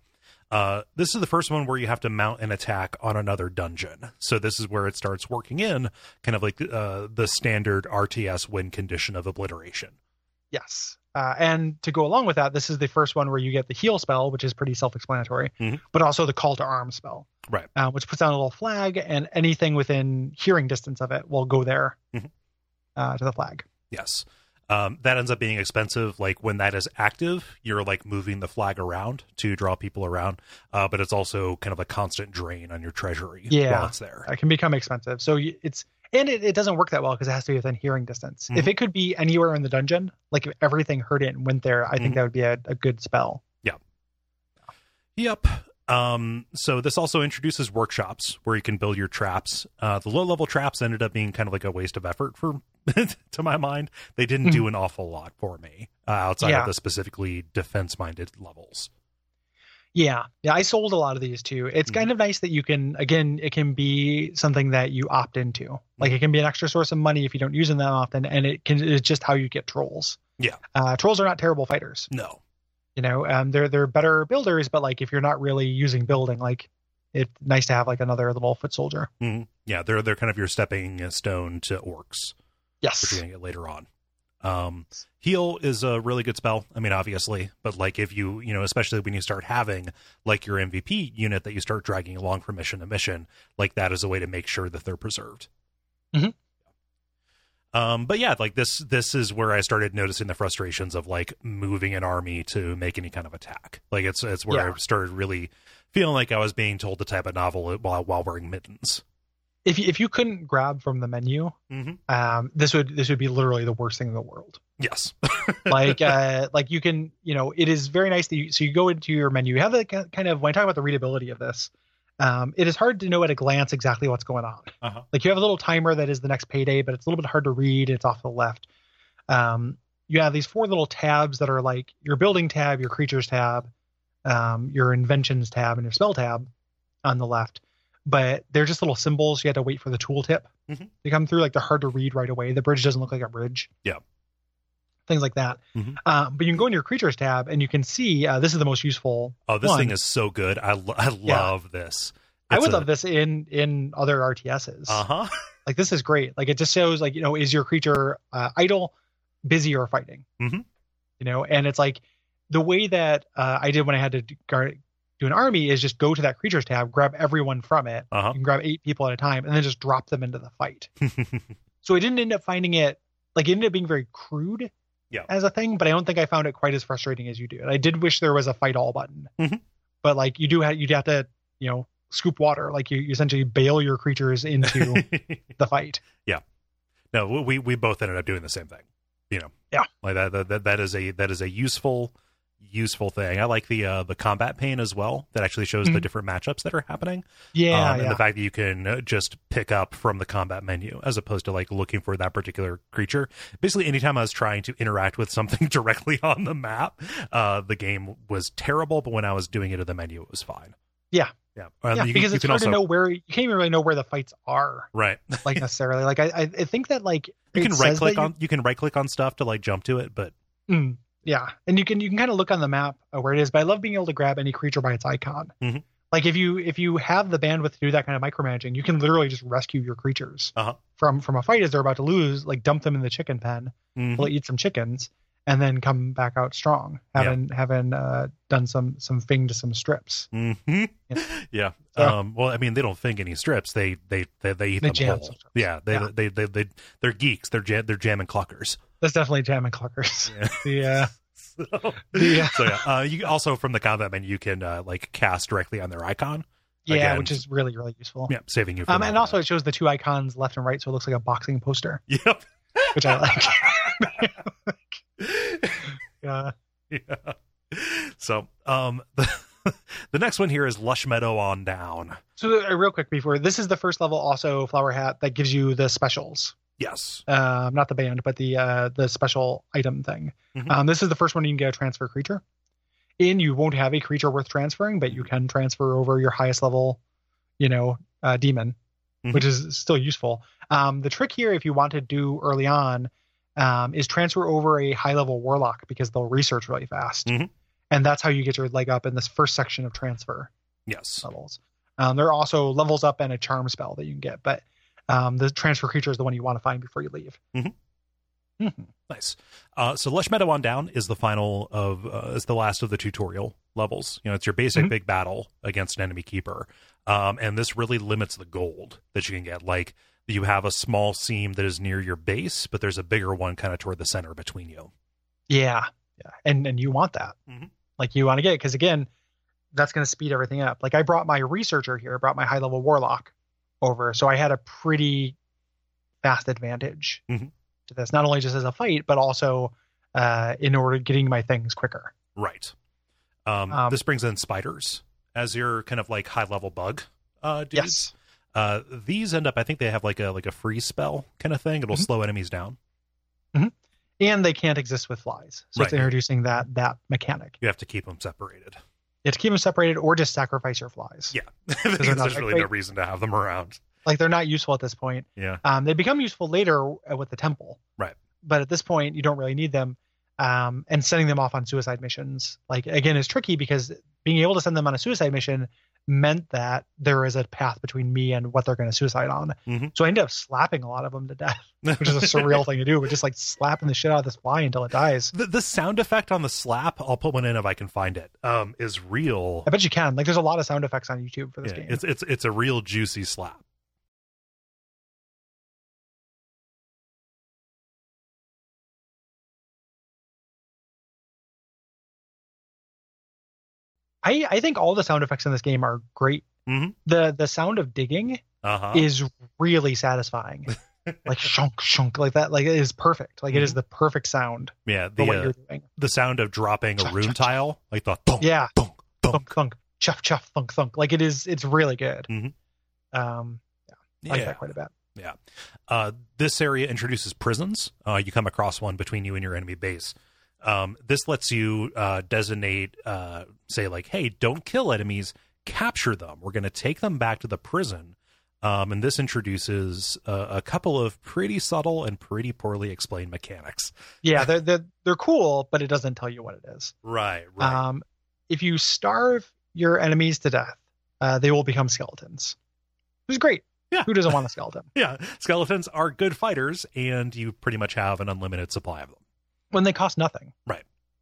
[SPEAKER 1] Uh, this is the first one where you have to mount an attack on another dungeon. So this is where it starts working in kind of like uh, the standard RTS win condition of obliteration.
[SPEAKER 2] Yes. Uh, and to go along with that, this is the first one where you get the heal spell, which is pretty self-explanatory,
[SPEAKER 1] Mhm.
[SPEAKER 2] but also the call to arms spell,
[SPEAKER 1] Right.
[SPEAKER 2] Uh, which puts down a little flag, and anything within hearing distance of it will go there
[SPEAKER 1] Mhm.
[SPEAKER 2] uh, to the flag.
[SPEAKER 1] Yes. Um, that ends up being expensive. Like when that is active, you're like moving the flag around to draw people around. Uh, but it's also kind of a constant drain on your treasury while
[SPEAKER 2] Yeah.
[SPEAKER 1] it's there.
[SPEAKER 2] It can become expensive, so y- it's and it, it doesn't work that well because it has to be within hearing distance. If it could be anywhere in the dungeon, like if everything heard it and went there, I
[SPEAKER 1] Mhm.
[SPEAKER 2] think that would be a, a good spell.
[SPEAKER 1] Yep. Um, so this also introduces workshops where you can build your traps. Uh, the low level traps ended up being kind of like a waste of effort for, to my mind, they didn't do an awful lot for me uh, outside
[SPEAKER 2] Yeah.
[SPEAKER 1] of the specifically defense minded levels.
[SPEAKER 2] Yeah, yeah, I sold a lot of these too. It's
[SPEAKER 1] Mhm.
[SPEAKER 2] kind of nice that you can, again, it can be something that you opt into. Like it can be an extra source of money if you don't use them that often, and it can it's just how you get trolls.
[SPEAKER 1] Yeah.
[SPEAKER 2] uh, trolls are not terrible fighters.
[SPEAKER 1] No.
[SPEAKER 2] You know, um, they're they're better builders, but like if you're not really using building, like it's nice to have like another little foot soldier.
[SPEAKER 1] Mhm. Yeah, they're they're kind of your stepping stone to orcs, which you're
[SPEAKER 2] Yes,
[SPEAKER 1] gonna get later on. Um, heal is a really good spell. I mean, obviously, but like if you, you know, especially when you start having like your MVP unit that you start dragging along from mission to mission, like that is a way to make sure that they're preserved.
[SPEAKER 2] Mhm.
[SPEAKER 1] Um, but yeah, like this, this is where I started noticing the frustrations of like moving an army to make any kind of attack. Like it's, it's where
[SPEAKER 2] Yeah.
[SPEAKER 1] I started really feeling like I was being told the type of novel while while wearing mittens.
[SPEAKER 2] If you, if you couldn't grab from the menu,
[SPEAKER 1] Mm-hmm.
[SPEAKER 2] um, this would this would be literally the worst thing in the world.
[SPEAKER 1] Yes.
[SPEAKER 2] like uh like you can you know it is very nice that you so you go into your menu you have the ki- kind of when i talk about the readability of this um it is hard to know at a glance exactly what's going on
[SPEAKER 1] Uh-huh.
[SPEAKER 2] like you have a little timer that is the next payday but it's a little bit hard to read it's off to the left um you have these four little tabs that are like your building tab your creatures tab um your inventions tab and your spell tab on the left but they're just little symbols you had to wait for the tooltip
[SPEAKER 1] Mhm.
[SPEAKER 2] they come through like they're hard to read right away the bridge doesn't look like a bridge
[SPEAKER 1] Yeah.
[SPEAKER 2] things like that
[SPEAKER 1] Mhm.
[SPEAKER 2] uh, but you can go into your creatures tab and you can see uh, this is the most useful
[SPEAKER 1] Oh, this
[SPEAKER 2] One.
[SPEAKER 1] thing is so good. I, lo- I
[SPEAKER 2] Yeah.
[SPEAKER 1] love this.
[SPEAKER 2] i would love this in in other rts's
[SPEAKER 1] Uh huh.
[SPEAKER 2] like this is great like it just shows like you know is your creature uh, idle busy or fighting
[SPEAKER 1] Mhm.
[SPEAKER 2] you know and it's like the way that uh, i did when i had to do, guard, do an army is just go to that creatures tab grab everyone from it
[SPEAKER 1] Uh
[SPEAKER 2] you can grab eight people at a time and then just drop them into the fight
[SPEAKER 1] huh.
[SPEAKER 2] so i didn't end up finding it like it ended up being very crude
[SPEAKER 1] Yeah.
[SPEAKER 2] as a thing but i don't think i found it quite as frustrating as you do and i did wish there was a fight all button
[SPEAKER 1] Mhm.
[SPEAKER 2] but like you do have you'd have to you know scoop water like you, you essentially bail your creatures into the fight
[SPEAKER 1] no, we we both ended up doing the same thing. You know.
[SPEAKER 2] Yeah.
[SPEAKER 1] Like that that- that that is a that is a useful useful thing. I like the uh the combat pane as well. That actually shows the
[SPEAKER 2] Mhm.
[SPEAKER 1] different matchups that are happening.
[SPEAKER 2] yeah
[SPEAKER 1] um, and
[SPEAKER 2] yeah
[SPEAKER 1] the fact that you can uh, just pick up from the combat menu as opposed to like looking for that particular creature. Basically, anytime I was trying to interact with something directly on the map, uh, the game was terrible. But when I was doing it in the menu, it was fine.
[SPEAKER 2] Yeah.
[SPEAKER 1] yeah, Um,
[SPEAKER 2] yeah,
[SPEAKER 1] you can-
[SPEAKER 2] because
[SPEAKER 1] you
[SPEAKER 2] it's
[SPEAKER 1] can
[SPEAKER 2] hard
[SPEAKER 1] also-
[SPEAKER 2] to know where you can't even really know where the fights are,
[SPEAKER 1] Right,
[SPEAKER 2] like necessarily. like I, I, I think that like
[SPEAKER 1] you
[SPEAKER 2] it
[SPEAKER 1] can
[SPEAKER 2] says
[SPEAKER 1] right click
[SPEAKER 2] that you-
[SPEAKER 1] on you can right click on stuff to like jump to it, but
[SPEAKER 2] Mm, yeah, and you can you can kind of look on the map uh, where it is. But I love being able to grab any creature by its icon.
[SPEAKER 1] Mhm.
[SPEAKER 2] Like if you if you have the bandwidth to do that kind of micromanaging, you can literally just rescue your creatures
[SPEAKER 1] Uh-huh.
[SPEAKER 2] from from a fight as they're about to lose. Like dump them in the chicken pen,
[SPEAKER 1] Mhm.
[SPEAKER 2] they'll eat some chickens, and then come back out strong,
[SPEAKER 1] Yeah.
[SPEAKER 2] having having uh, done some some thing to some strips.
[SPEAKER 1] hmm
[SPEAKER 2] Yeah.
[SPEAKER 1] Yeah.
[SPEAKER 2] So-
[SPEAKER 1] Um, well, I mean, they don't think any strips. They they they, they eat
[SPEAKER 2] They
[SPEAKER 1] them
[SPEAKER 2] jam
[SPEAKER 1] whole.
[SPEAKER 2] some strips.
[SPEAKER 1] Yeah. They,
[SPEAKER 2] Yeah.
[SPEAKER 1] They, they they they're geeks. They're jam, they're jamming clockers.
[SPEAKER 2] That's definitely jam and cluckers.
[SPEAKER 1] Yeah.
[SPEAKER 2] The uh,
[SPEAKER 1] So,
[SPEAKER 2] Yeah.
[SPEAKER 1] so, yeah. Uh, you also from the combat menu, you can uh, like cast directly on their icon.
[SPEAKER 2] yeah,
[SPEAKER 1] Again.
[SPEAKER 2] which is really really useful.
[SPEAKER 1] Yeah, saving you. From
[SPEAKER 2] Um,
[SPEAKER 1] all
[SPEAKER 2] and
[SPEAKER 1] that.
[SPEAKER 2] also it shows the two icons left and right, so it looks like a boxing poster,
[SPEAKER 1] Yep.
[SPEAKER 2] which I like. yeah.
[SPEAKER 1] yeah. So, um, the, the next one here is Lush Meadow on down.
[SPEAKER 2] So uh, real quick before this is the first level also flower hat that gives you the specials.
[SPEAKER 1] Yes.
[SPEAKER 2] Um, not the band, but the uh, the special item thing.
[SPEAKER 1] Mhm.
[SPEAKER 2] Um, this is the first one you can get a transfer creature. In you won't have a creature worth transferring, but you can transfer over your highest level, you know, uh, demon,
[SPEAKER 1] Mhm.
[SPEAKER 2] which is still useful. Um, the trick here, if you want to do early on, um, is transfer over a high level warlock because they'll research really fast,
[SPEAKER 1] Mhm.
[SPEAKER 2] and that's how you get your leg up in this first section of transfer
[SPEAKER 1] Yes.
[SPEAKER 2] levels. Um, there are also levels up and a charm spell that you can get, but um, the transfer creature is the one you want to find before you leave.
[SPEAKER 1] Mhm.
[SPEAKER 2] Mhm.
[SPEAKER 1] Nice. Uh, so Lush Meadow on down is the final of uh, is the last of the tutorial levels. You know, it's your basic
[SPEAKER 2] Mhm.
[SPEAKER 1] big battle against an enemy keeper, um, and this really limits the gold that you can get. Like you have a small seam that is near your base, but there's a bigger one kind of toward the center between you.
[SPEAKER 2] Yeah, yeah, and and you want that,
[SPEAKER 1] Mhm.
[SPEAKER 2] like you want to get it because again, that's going to speed everything up. Like I brought my researcher here, I brought my high level warlock over, so I had a pretty fast advantage
[SPEAKER 1] Mhm.
[SPEAKER 2] to this. Not only just as a fight, but also uh, in order getting my things quicker.
[SPEAKER 1] Right. Um,
[SPEAKER 2] Um,
[SPEAKER 1] this brings in spiders as your kind of like high level bug. Uh, dudes.
[SPEAKER 2] Yes.
[SPEAKER 1] Uh, these end up. I think they have like a like a freeze spell kind of thing. It'll
[SPEAKER 2] Mhm.
[SPEAKER 1] slow enemies down.
[SPEAKER 2] And they can't exist with flies, so it's
[SPEAKER 1] Right.
[SPEAKER 2] introducing that that mechanic.
[SPEAKER 1] You have to keep them separated.
[SPEAKER 2] You have to keep them separated or just sacrifice your flies.
[SPEAKER 1] Yeah. there's
[SPEAKER 2] not like-
[SPEAKER 1] really no reason to have them around.
[SPEAKER 2] Like they're not useful at this point.
[SPEAKER 1] Yeah.
[SPEAKER 2] Um, they become useful later uh, with the temple.
[SPEAKER 1] Right.
[SPEAKER 2] But at this point, you don't really need them. Um, and sending them off on suicide missions, like again, is tricky because being able to send them on a suicide mission meant that there is a path between me and what they're going to suicide on.
[SPEAKER 1] Mhm.
[SPEAKER 2] So I ended up slapping a lot of them to death, which is a surreal thing to do, but just like slapping the shit out of this fly until it dies.
[SPEAKER 1] The, the sound effect on the slap, I'll put one in if I can find it. Um, is real.
[SPEAKER 2] I bet you can. Like, there's a lot of sound effects on YouTube for this
[SPEAKER 1] Yeah,
[SPEAKER 2] game.
[SPEAKER 1] it's it's it's a real juicy slap.
[SPEAKER 2] I, I think all the sound effects in this game are great.
[SPEAKER 1] Mhm.
[SPEAKER 2] The the sound of digging
[SPEAKER 1] Uh huh.
[SPEAKER 2] is really satisfying. like shunk shunk like that. Like it is perfect. Like it is the perfect sound
[SPEAKER 1] Yeah. Mm-hmm. The
[SPEAKER 2] for what
[SPEAKER 1] uh,
[SPEAKER 2] Oh, you're doing.
[SPEAKER 1] the sound of dropping a
[SPEAKER 2] Chuck,
[SPEAKER 1] room
[SPEAKER 2] chuck,
[SPEAKER 1] tile, like the thunk,
[SPEAKER 2] Yeah.
[SPEAKER 1] thunk, thunk.
[SPEAKER 2] Thunk thunk chuff chuff thunk thunk. Like it is it's really good.
[SPEAKER 1] Mhm.
[SPEAKER 2] Um I like
[SPEAKER 1] Yeah.
[SPEAKER 2] that quite a bit.
[SPEAKER 1] Uh, this area introduces prisons. Uh, you come across one between you and your enemy base. Um, this lets you uh, designate, uh, say, like, hey, don't kill enemies, capture them. We're going to take them back to the prison. Um, and this introduces uh, a couple of pretty subtle and pretty poorly explained mechanics.
[SPEAKER 2] Yeah, they're they're they're cool, but it doesn't tell you what it is.
[SPEAKER 1] Right,
[SPEAKER 2] Um if you starve your enemies to death, uh, they will become skeletons. Which is great.
[SPEAKER 1] Yeah.
[SPEAKER 2] Who doesn't want a skeleton?
[SPEAKER 1] yeah, skeletons are good fighters, and you pretty much have an unlimited supply of them.
[SPEAKER 2] when they cost nothing.
[SPEAKER 1] Right.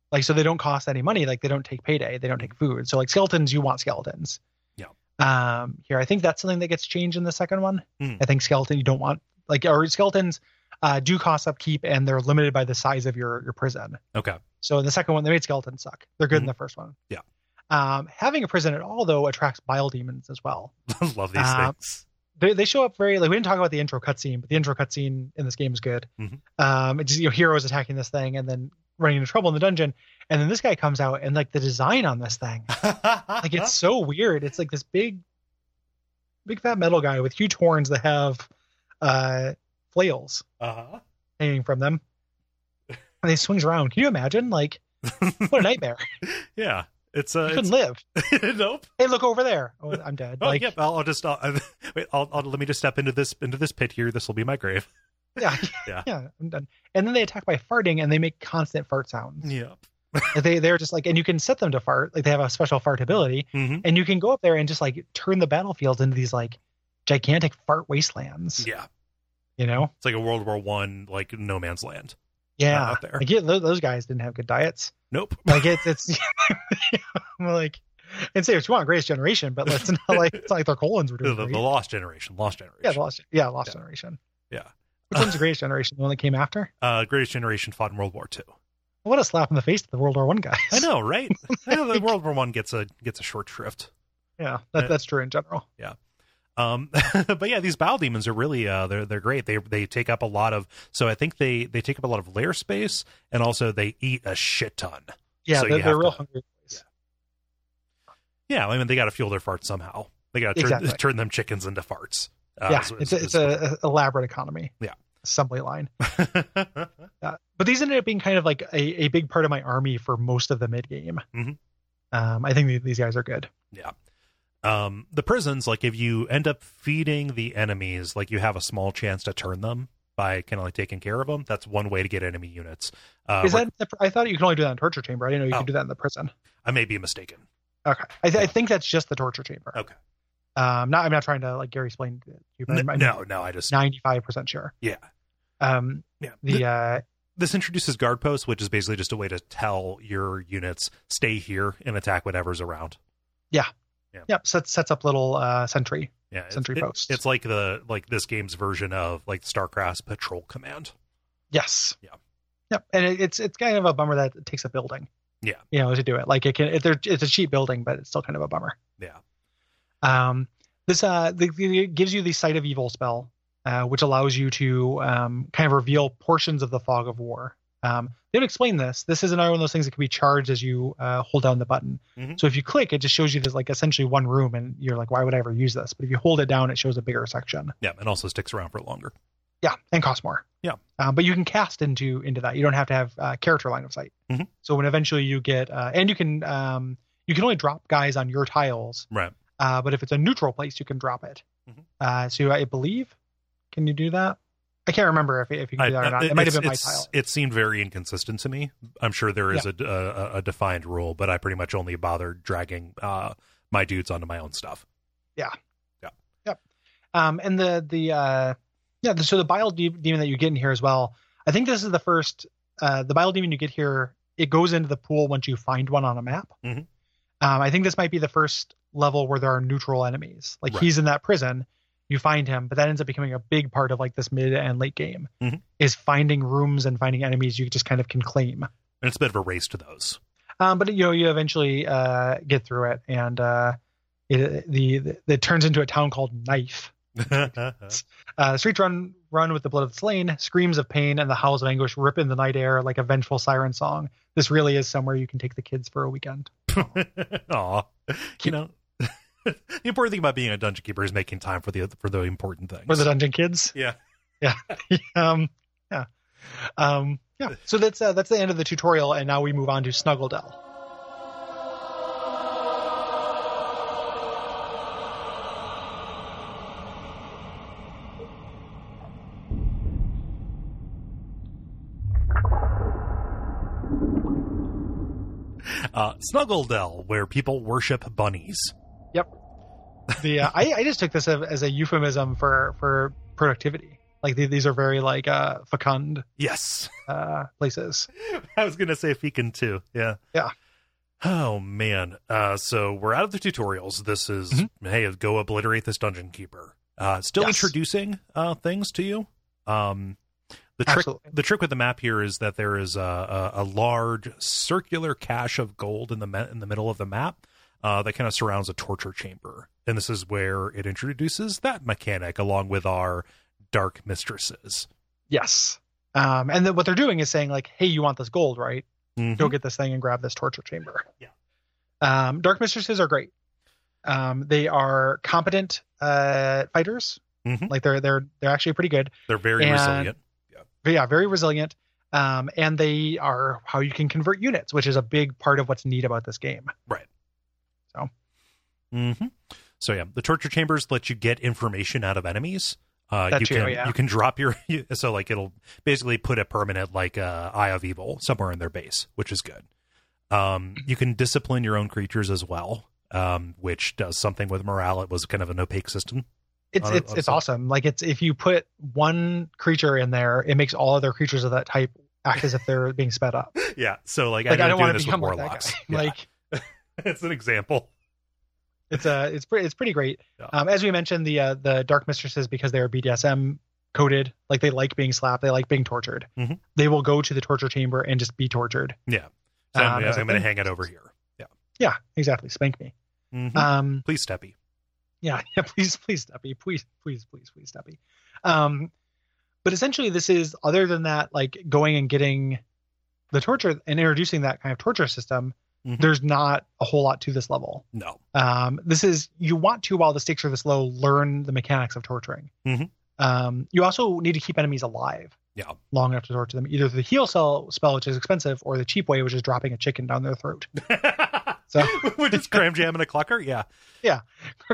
[SPEAKER 2] Like so they don't cost any money. Like they don't take payday. They don't take food. So like skeletons, you want skeletons.
[SPEAKER 1] Yeah.
[SPEAKER 2] Um. Here, I think that's something that gets changed in the second one.
[SPEAKER 1] Mm.
[SPEAKER 2] I think skeleton you don't want like or skeletons uh, do cost upkeep and they're limited by the size of your your prison.
[SPEAKER 1] Okay.
[SPEAKER 2] So in the second one, they made skeletons suck. They're good in
[SPEAKER 1] Mhm.
[SPEAKER 2] the first one.
[SPEAKER 1] Yeah.
[SPEAKER 2] Um, having a prison at all though attracts bile demons as well.
[SPEAKER 1] Love these
[SPEAKER 2] Uh,
[SPEAKER 1] things.
[SPEAKER 2] They, they show up very like we didn't talk about the intro cutscene, but the intro cutscene in this game is good.
[SPEAKER 1] Mhm.
[SPEAKER 2] Um, it's you know heroes attacking this thing and then running into trouble in the dungeon, and then this guy comes out and like the design on this thing, like it's so weird. It's like this big, big fat metal guy with huge horns that have uh flails
[SPEAKER 1] uh-huh.
[SPEAKER 2] hanging from them, and he swings around. Can you imagine? Like what a nightmare!
[SPEAKER 1] yeah. It's
[SPEAKER 2] You
[SPEAKER 1] uh,
[SPEAKER 2] couldn't live.
[SPEAKER 1] it's, nope.
[SPEAKER 2] Hey, look over there. Oh, I'm dead.
[SPEAKER 1] Oh,
[SPEAKER 2] like
[SPEAKER 1] yep. I'll, I'll just I'll, wait. I'll, I'll let me just step into this into this pit here. This will be my grave.
[SPEAKER 2] yeah,
[SPEAKER 1] Yeah.
[SPEAKER 2] yeah, I'm done. And then they attack by farting, and they make constant fart sounds.
[SPEAKER 1] Yep.
[SPEAKER 2] Like, they they're just like and you can set them to fart like they have a special fart ability
[SPEAKER 1] hmm
[SPEAKER 2] and you can go up there and just like turn the battlefield into these like gigantic fart wastelands
[SPEAKER 1] Yeah.
[SPEAKER 2] you know
[SPEAKER 1] It's like a World War One like no man's land.
[SPEAKER 2] yeah
[SPEAKER 1] out there.
[SPEAKER 2] like yeah, tho- those guys didn't have good diets
[SPEAKER 1] Nope.
[SPEAKER 2] like it's it's I'm like and say what you want greatest generation but let's not like it's not like their colons were
[SPEAKER 1] The,
[SPEAKER 2] doing
[SPEAKER 1] the
[SPEAKER 2] great.
[SPEAKER 1] lost generation. Lost generation.
[SPEAKER 2] yeah the lost yeah lost
[SPEAKER 1] Yeah.
[SPEAKER 2] generation
[SPEAKER 1] Yeah.
[SPEAKER 2] which one's the greatest generation the one that came after
[SPEAKER 1] uh, greatest generation fought in World War Two.
[SPEAKER 2] what a slap in the face to the world war one guys
[SPEAKER 1] I know, right? I know that World War One gets a gets a short shrift.
[SPEAKER 2] yeah that, that's true in general
[SPEAKER 1] Um, but yeah, these bowel demons are really uh, they're they're great. They they take up a lot of so I think they they take up a lot of lair space and also they eat a shit ton.
[SPEAKER 2] yeah
[SPEAKER 1] So you
[SPEAKER 2] they're,
[SPEAKER 1] have
[SPEAKER 2] they're
[SPEAKER 1] to-
[SPEAKER 2] real hungry
[SPEAKER 1] Yeah, I mean they got to fuel their farts somehow. They got to turn
[SPEAKER 2] Exactly.
[SPEAKER 1] turn them chickens into farts. Uh,
[SPEAKER 2] yeah,
[SPEAKER 1] so
[SPEAKER 2] it's, a, it's a, a elaborate economy.
[SPEAKER 1] Yeah.
[SPEAKER 2] assembly line.
[SPEAKER 1] it's-
[SPEAKER 2] Uh, but these ended up being kind of like a, a big part of my army for most of the mid game.
[SPEAKER 1] Mhm.
[SPEAKER 2] Um, I think th- these guys are good.
[SPEAKER 1] um, the prisons, like if you end up feeding the enemies, like you have a small chance to turn them by kind of like taking care of them. That's one way to get enemy units. Uh,
[SPEAKER 2] Is that the, I thought you could only do that in torture chamber. I didn't know you
[SPEAKER 1] Oh.
[SPEAKER 2] could do that in the prison.
[SPEAKER 1] I may be mistaken.
[SPEAKER 2] Okay, I, th-
[SPEAKER 1] Yeah.
[SPEAKER 2] I think that's just the torture chamber.
[SPEAKER 1] Okay.
[SPEAKER 2] Um, not I'm not trying to like Gary explained it to you, but
[SPEAKER 1] N-
[SPEAKER 2] I'm
[SPEAKER 1] no, no, I just
[SPEAKER 2] ninety five percent sure.
[SPEAKER 1] yeah.
[SPEAKER 2] Um,
[SPEAKER 1] Yeah.
[SPEAKER 2] the uh,
[SPEAKER 1] this introduces guard posts, which is basically just a way to tell your units stay here and attack whatever's around.
[SPEAKER 2] yep sets sets up little uh sentry.
[SPEAKER 1] Yeah, it's-
[SPEAKER 2] Sentry
[SPEAKER 1] it-
[SPEAKER 2] posts.
[SPEAKER 1] It's like the like this game's version of like StarCraft's patrol command.
[SPEAKER 2] Yes.
[SPEAKER 1] Yeah.
[SPEAKER 2] Yep. And it, it's it's kind of a bummer that it takes a building.
[SPEAKER 1] Yeah.
[SPEAKER 2] You know to do it like it can it, they're- it's a cheap building, but it's still kind of a bummer.
[SPEAKER 1] Yeah.
[SPEAKER 2] Um, this uh, the, the, it gives you the Sight of Evil spell, uh, which allows you to um, kind of reveal portions of the fog of war. Um, they don't explain this. This is another one of those things that can be charged as you uh, hold down the button.
[SPEAKER 1] Mhm.
[SPEAKER 2] So if you click, it just shows you there's like essentially one room, and you're like, why would I ever use this? But if you hold it down, it shows a bigger section.
[SPEAKER 1] Yeah, and also sticks around for longer.
[SPEAKER 2] Yeah, and costs more.
[SPEAKER 1] Yeah.
[SPEAKER 2] Um, but you can cast into into that. You don't have to have uh, character line of sight.
[SPEAKER 1] Mhm.
[SPEAKER 2] So when eventually you get, uh, and you can um, you can only drop guys on your tiles
[SPEAKER 1] Right.
[SPEAKER 2] uh, but if it's a neutral place, you can drop it.
[SPEAKER 1] Mhm.
[SPEAKER 2] Uh, so I believe, can you do that? I can't remember if if you can do that or not. It might
[SPEAKER 1] it's-
[SPEAKER 2] have been my
[SPEAKER 1] it's-
[SPEAKER 2] tile.
[SPEAKER 1] uh, It seemed very inconsistent to me. I'm sure there is a, a a defined rule, but I pretty much only bothered dragging uh, my dudes onto my own stuff.
[SPEAKER 2] Um, and the the uh, yeah, the, so the bile de- demon that you get in here as well. I think this is the first uh, the bile demon you get here. It goes into the pool once you find one on a map.
[SPEAKER 1] Mhm.
[SPEAKER 2] Um, I think this might be the first level where there are neutral enemies. Like
[SPEAKER 1] Right.
[SPEAKER 2] he's in that prison, you find him, but that ends up becoming a big part of like this mid and late game
[SPEAKER 1] Mhm.
[SPEAKER 2] is finding rooms and finding enemies you just kind of can claim.
[SPEAKER 1] And it's a bit of a race to those.
[SPEAKER 2] Um, but you know you eventually uh, get through it, and uh, it the, the it turns into a town called Knife. Uh, streets run run with the blood of the slain, screams of pain and the howls of anguish rip in the night air like a vengeful siren song. This really is somewhere you can take the kids for a weekend.
[SPEAKER 1] Aw. You know, the important thing about being a dungeon keeper is making time for the for the important things.
[SPEAKER 2] For the dungeon kids.
[SPEAKER 1] Yeah.
[SPEAKER 2] Yeah. um, yeah. Um, yeah. So that's uh, that's the end of the tutorial, and now we move on to Snuggledell.
[SPEAKER 1] uh, Snuggledell, where people worship bunnies.
[SPEAKER 2] The uh, I, I just took this as, as a euphemism for for productivity. Like the, these are very like uh, fecund
[SPEAKER 1] Yes,
[SPEAKER 2] uh, places.
[SPEAKER 1] I was gonna say Fecan too. Yeah,
[SPEAKER 2] Yeah.
[SPEAKER 1] Oh man, uh, so we're out of the tutorials. This is
[SPEAKER 2] Mhm.
[SPEAKER 1] hey, go obliterate this dungeon keeper. Uh, still
[SPEAKER 2] Yes.
[SPEAKER 1] introducing uh, things to you. Um, the trick
[SPEAKER 2] Absolutely.
[SPEAKER 1] the trick with the map here is that there is a, a, a large circular cache of gold in the me- in the middle of the map uh, that kind of surrounds a torture chamber, and this is where it introduces that mechanic along with our dark mistresses.
[SPEAKER 2] Yes. Um, and then what they're doing is saying like, hey, you want this gold, right?
[SPEAKER 1] Mhm.
[SPEAKER 2] go get this thing and grab this torture chamber.
[SPEAKER 1] Yeah.
[SPEAKER 2] Um, Dark Mistresses are great. Um, they are competent uh, fighters.
[SPEAKER 1] Mhm.
[SPEAKER 2] Like they're they're they're actually pretty good.
[SPEAKER 1] They're very
[SPEAKER 2] And-
[SPEAKER 1] resilient.
[SPEAKER 2] But yeah, very resilient. Um, and they are how you can convert units, which is a big part of what's neat about this game.
[SPEAKER 1] Mm-hmm. So yeah, the torture chambers let you get information out of enemies. Uh,
[SPEAKER 2] That
[SPEAKER 1] you
[SPEAKER 2] too,
[SPEAKER 1] can
[SPEAKER 2] yeah.
[SPEAKER 1] you can drop your you, so like it'll basically put a permanent like uh, eye of evil somewhere in their base, which is good. Um, you can discipline your own creatures as well, um, which does something with morale. It was kind of an opaque system.
[SPEAKER 2] It's
[SPEAKER 1] On a-
[SPEAKER 2] it's
[SPEAKER 1] on a
[SPEAKER 2] it's
[SPEAKER 1] sub-
[SPEAKER 2] awesome. Like it's if you put one creature in there, it makes all other creatures of that type act as if they're being sped up.
[SPEAKER 1] Yeah. So like,
[SPEAKER 2] Like I,
[SPEAKER 1] I
[SPEAKER 2] don't
[SPEAKER 1] want
[SPEAKER 2] want to become like that
[SPEAKER 1] warlocks.
[SPEAKER 2] guy.
[SPEAKER 1] Yeah.
[SPEAKER 2] Like
[SPEAKER 1] it's an example.
[SPEAKER 2] it's uh it's pretty it's pretty great
[SPEAKER 1] Yeah.
[SPEAKER 2] um as we mentioned the uh the dark mistresses because they are bdsm coded like they like being slapped they like being tortured
[SPEAKER 1] Mhm.
[SPEAKER 2] they will go to the torture chamber and just be tortured
[SPEAKER 1] Yeah. So
[SPEAKER 2] Um,
[SPEAKER 1] I'm,
[SPEAKER 2] as a
[SPEAKER 1] I'm going to
[SPEAKER 2] thing.
[SPEAKER 1] hang it over here. Yeah.
[SPEAKER 2] yeah exactly spank me
[SPEAKER 1] Mhm.
[SPEAKER 2] um
[SPEAKER 1] Please, Steppy.
[SPEAKER 2] yeah yeah please please steppy please please please please steppy um but essentially this is other than that like going and getting the torture and introducing that kind of torture system
[SPEAKER 1] Mhm.
[SPEAKER 2] there's not a whole lot to this level
[SPEAKER 1] No.
[SPEAKER 2] um, this is you want to while the stakes are this low learn the mechanics of torturing
[SPEAKER 1] Mhm.
[SPEAKER 2] um, you also need to keep enemies alive
[SPEAKER 1] Yeah.
[SPEAKER 2] long enough to torture them either the heal cell spell which is expensive or the cheap way which is dropping a chicken down their throat So-
[SPEAKER 1] which is cram jam and a clucker. Yeah.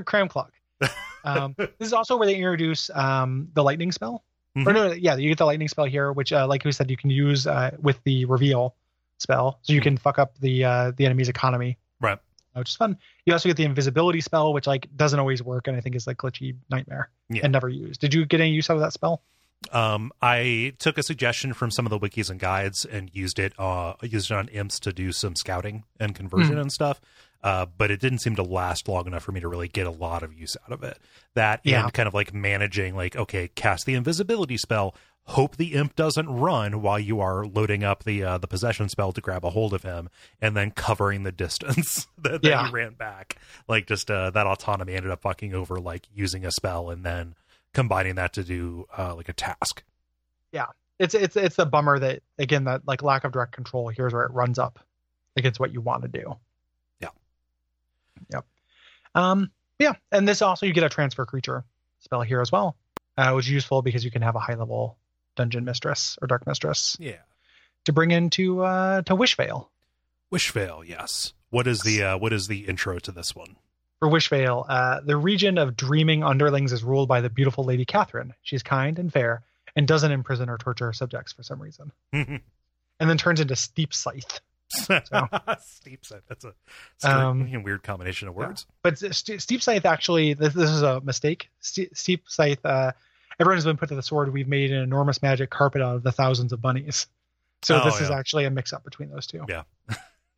[SPEAKER 2] cram clock um, this is also where they introduce um, the lightning spell or
[SPEAKER 1] Mhm.
[SPEAKER 2] no yeah you get the lightning spell here which uh, like we said you can use uh, with the reveal spell so you can fuck up the uh, the enemy's economy
[SPEAKER 1] Mm-hmm. Right.
[SPEAKER 2] uh, which is fun. You also get the invisibility spell, which like doesn't always work, and I think is like glitchy nightmare
[SPEAKER 1] Yeah.
[SPEAKER 2] and never used. Did you get any use out of that spell?
[SPEAKER 1] Um, I took a suggestion from some of the wikis and guides and used it. Uh, used it on imps to do some scouting and conversion and stuff. Uh, but it didn't seem to last long enough for me to really get a lot of use out of it. That
[SPEAKER 2] Yeah.
[SPEAKER 1] and kind of like managing, like okay, cast the invisibility spell. Hope the imp doesn't run while you are loading up the uh, the possession spell to grab a hold of him, and then covering the distance that, that
[SPEAKER 2] Yeah.
[SPEAKER 1] he ran back. Like just uh, that autonomy ended up fucking over like using a spell and then combining that to do uh, like a task.
[SPEAKER 2] It's it's it's a bummer that again that like lack of direct control here's where it runs up against what you want to do.
[SPEAKER 1] Yeah.
[SPEAKER 2] Yep. Um. Yeah, and this also you get a transfer creature spell here as well, uh, which is useful because you can have a high level dungeon mistress or dark mistress
[SPEAKER 1] Yeah.
[SPEAKER 2] to bring into uh to Wishvale.
[SPEAKER 1] Wishvale, yes. What is the uh, what is the intro to this one?
[SPEAKER 2] For Wishvale, uh, the region of dreaming underlings is ruled by the beautiful Lady Catherine. She's kind and fair and doesn't imprison or torture her subjects for some reason, and then turns into Steep Scythe. So.
[SPEAKER 1] steep scythe. That's a strange,
[SPEAKER 2] Um,
[SPEAKER 1] weird combination of words.
[SPEAKER 2] But Ste Steep Scythe actually, this, this is a mistake. Ste Steep Scythe, uh, everyone's been put to the sword. We've made an enormous magic carpet out of the thousands of bunnies. So
[SPEAKER 1] Oh,
[SPEAKER 2] this is
[SPEAKER 1] yeah.
[SPEAKER 2] actually a mix up between those two.
[SPEAKER 1] Yeah.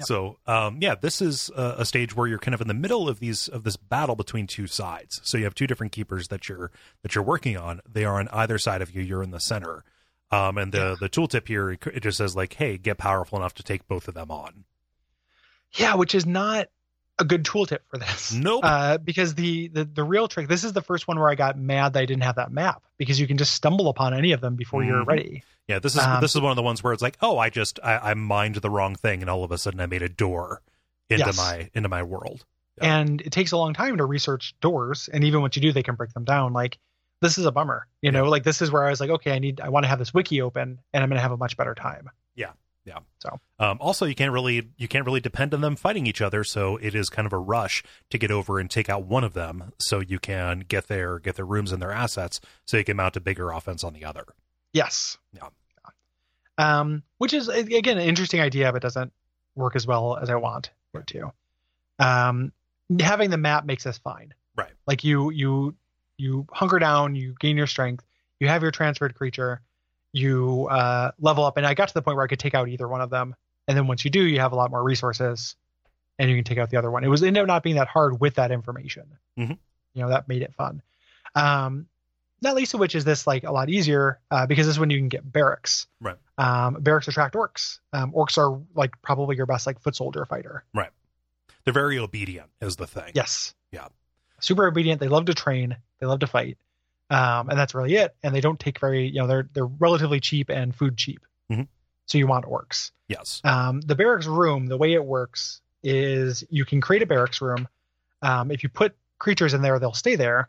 [SPEAKER 1] So, um, yeah, this is a, a stage where you're kind of in the middle of these of this battle between two sides. So you have two different keepers that you're that you're working on. They are on either side of you. You're in the center. Um, and the the tooltip here it just says like, hey, get powerful enough to take both of them on.
[SPEAKER 2] Yeah, which is not a good tooltip for this.
[SPEAKER 1] Nope.
[SPEAKER 2] Uh, because the, the the real trick. This is the first one where I got mad that I didn't have that map because you can just stumble upon any of them before you're
[SPEAKER 1] Mhm.
[SPEAKER 2] ready.
[SPEAKER 1] Yeah, this is
[SPEAKER 2] Um,
[SPEAKER 1] this is one of the ones where it's like, oh, I just I, I mined the wrong thing, and all of a sudden I made a door into
[SPEAKER 2] Yes.
[SPEAKER 1] my into my world. Yeah.
[SPEAKER 2] And it takes a long time to research doors, and even once you do, they can break them down. Like this is a bummer, you know. Like this is where I was like, okay, I need, I want to have this wiki open, and I'm going to have a much better time.
[SPEAKER 1] Um, also, you can't really you can't really depend on them fighting each other, so it is kind of a rush to get over and take out one of them, so you can get their get their rooms and their assets, so you can mount a bigger offense on the other.
[SPEAKER 2] Yes.
[SPEAKER 1] Yeah.
[SPEAKER 2] Um, which is a- again an interesting idea, but doesn't work as well as I want it to. Um, having the map makes us fine.
[SPEAKER 1] Right.
[SPEAKER 2] Like you, you, you hunker down, you gain your strength, you have your transferred creature, you uh, level up, and I got to the point where I could take out either one of them, and then once you do, you have a lot more resources, and you can take out the other one. It was ended up not being that hard with that information.
[SPEAKER 1] Mhm.
[SPEAKER 2] You know that made it fun. Um, not least of which is this like a lot easier uh, because this is when you can get barracks.
[SPEAKER 1] Right.
[SPEAKER 2] Um, barracks attract orcs. Um, orcs are like probably your best like foot soldier fighter.
[SPEAKER 1] They're very obedient, is the thing.
[SPEAKER 2] Yes.
[SPEAKER 1] Yeah.
[SPEAKER 2] Super obedient. They love to train. They love to fight. Um, and that's really it. And they don't take very you know they're they're relatively cheap and food cheap.
[SPEAKER 1] Mhm.
[SPEAKER 2] So you want orcs.
[SPEAKER 1] Yes.
[SPEAKER 2] Um, the barracks room, the way it works is you can create a barracks room. Um, if you put creatures in there, they'll stay there.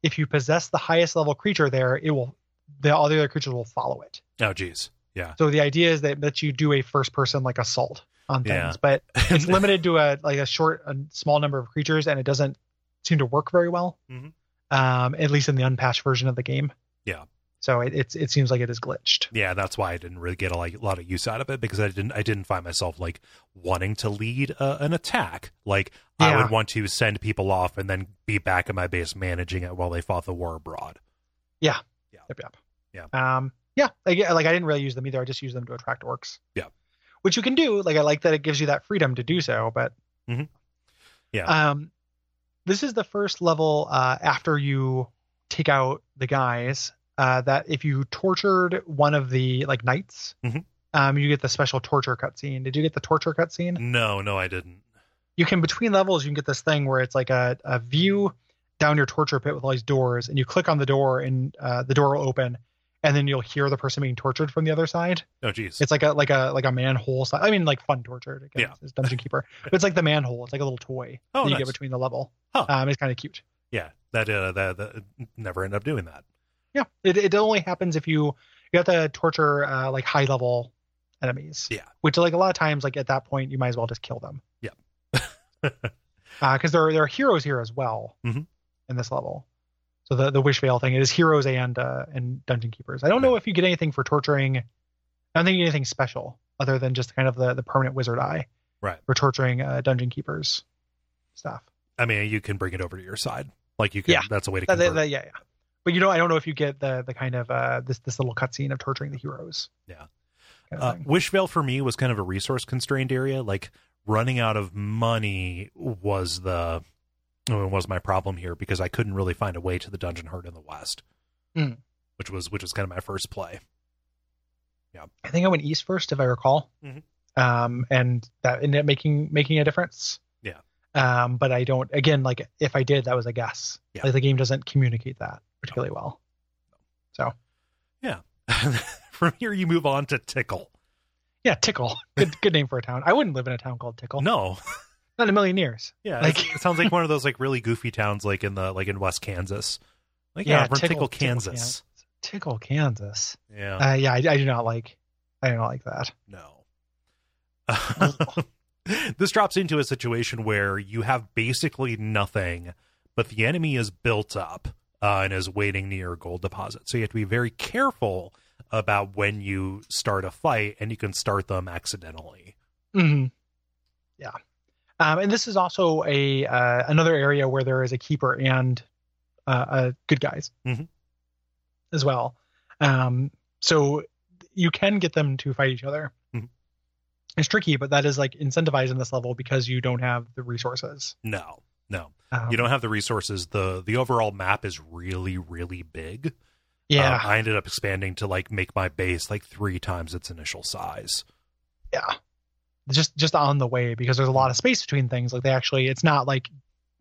[SPEAKER 2] If you possess the highest level creature there, it will the all the other creatures will follow it.
[SPEAKER 1] Oh, geez. Yeah.
[SPEAKER 2] So the idea is that that you do a first person like assault on things,
[SPEAKER 1] Yeah.
[SPEAKER 2] but it's limited to a like a short, a small number of creatures, and it doesn't seem to work very well.
[SPEAKER 1] Mhm.
[SPEAKER 2] Um, at least in the unpatched version of the game.
[SPEAKER 1] Yeah.
[SPEAKER 2] So it it's, it seems like it is glitched.
[SPEAKER 1] yeah that's why i didn't really get a like, lot of use out of it because i didn't i didn't find myself like wanting to lead a, an attack like i
[SPEAKER 2] Yeah.
[SPEAKER 1] would want to send people off and then be back in my base managing it while they fought the war abroad
[SPEAKER 2] Yep, yep. Yeah. Um, yeah. Like, like I didn't really use them either. I just used them to attract orcs.
[SPEAKER 1] Yeah.
[SPEAKER 2] Which you can do. Like I like that it gives you that freedom to do so, but
[SPEAKER 1] Mhm. Yeah.
[SPEAKER 2] Um, this is the first level uh, after you take out the guys uh, that if you tortured one of the like knights,
[SPEAKER 1] Mhm.
[SPEAKER 2] um, you get the special torture cutscene. Did you get the torture cutscene?
[SPEAKER 1] no no i didn't
[SPEAKER 2] you can between levels you can get this thing where it's like a, a view down your torture pit with all these doors and you click on the door and uh, the door will open and then you'll hear the person being tortured from the other side
[SPEAKER 1] oh geez
[SPEAKER 2] it's like a like a like a manhole si- i mean like fun tortured again,
[SPEAKER 1] Yeah.
[SPEAKER 2] it's dungeon keeper but it's like the manhole it's like a little toy
[SPEAKER 1] Oh,
[SPEAKER 2] that you
[SPEAKER 1] nice.
[SPEAKER 2] get between the level
[SPEAKER 1] Huh.
[SPEAKER 2] um, it's kind of cute
[SPEAKER 1] yeah that, uh, that that never end up doing that
[SPEAKER 2] yeah it, it only happens if you you have to torture uh, like high level enemies
[SPEAKER 1] Yeah.
[SPEAKER 2] which like a lot of times like at that point you might as well just kill them
[SPEAKER 1] Yeah.
[SPEAKER 2] because there are there are heroes here as well
[SPEAKER 1] Mhm.
[SPEAKER 2] in this level so the the wish veil thing it is heroes and uh and dungeon keepers i don't know if you get anything for torturing i don't think you get anything special other than just kind of the the permanent wizard eye
[SPEAKER 1] Right.
[SPEAKER 2] for torturing uh dungeon keepers stuff
[SPEAKER 1] i mean you can bring it over to your side like you can
[SPEAKER 2] Yeah.
[SPEAKER 1] that's a way to
[SPEAKER 2] that, that-
[SPEAKER 1] convert.
[SPEAKER 2] that- yeah, yeah. But you know, I don't know if you get the the kind of uh this this little cutscene of torturing the heroes.
[SPEAKER 1] Yeah.
[SPEAKER 2] Kind of
[SPEAKER 1] uh,
[SPEAKER 2] thing.
[SPEAKER 1] Wishvale for me was kind of a resource constrained area. Like running out of money was the uh, was my problem here because I couldn't really find a way to the dungeon heart in the west,
[SPEAKER 2] Mm.
[SPEAKER 1] which was which was kind of my first play.
[SPEAKER 2] I think I went east first, if I recall.
[SPEAKER 1] Mhm.
[SPEAKER 2] Um, and that ended up making making a difference.
[SPEAKER 1] Yeah.
[SPEAKER 2] Um, but I don't. Again, like if I did, that was a guess.
[SPEAKER 1] Yeah.
[SPEAKER 2] Like the game doesn't communicate that particularly well.
[SPEAKER 1] From here, you move on to Tickle.
[SPEAKER 2] Yeah, Tickle. Good good name for a town. I wouldn't live in a town called Tickle.
[SPEAKER 1] No,
[SPEAKER 2] Not in a million years.
[SPEAKER 1] yeah,
[SPEAKER 2] Like-
[SPEAKER 1] it's- it sounds like one of those like really goofy towns, like in the like in West Kansas. Like yeah,
[SPEAKER 2] Yeah,
[SPEAKER 1] from Tickle,
[SPEAKER 2] Tickle- Tickle,
[SPEAKER 1] Kansas.
[SPEAKER 2] Tickle, Kansas.
[SPEAKER 1] yeah,
[SPEAKER 2] Uh, yeah, I, I do not like. I do not like that.
[SPEAKER 1] No. this drops into a situation where you have basically nothing, but the enemy is built up uh, and is waiting near a gold deposit. So you have to be very careful about when you start a fight, and you can start them accidentally. Mm-hmm.
[SPEAKER 2] hmm Yeah, um, and this is also a uh, another area where there is a keeper and uh, uh, good guys
[SPEAKER 1] Mhm.
[SPEAKER 2] as well. Um, so you can get them to fight each other.
[SPEAKER 1] Mhm.
[SPEAKER 2] It's tricky, but that is like incentivized in this level because you don't have the resources.
[SPEAKER 1] No, no,
[SPEAKER 2] Um,
[SPEAKER 1] you don't have the resources. the The overall map is really, really big.
[SPEAKER 2] Yeah.
[SPEAKER 1] Um, I ended up expanding to like make my base like three times its initial size.
[SPEAKER 2] yeah just just on the way because there's a lot of space between things like they actually it's not like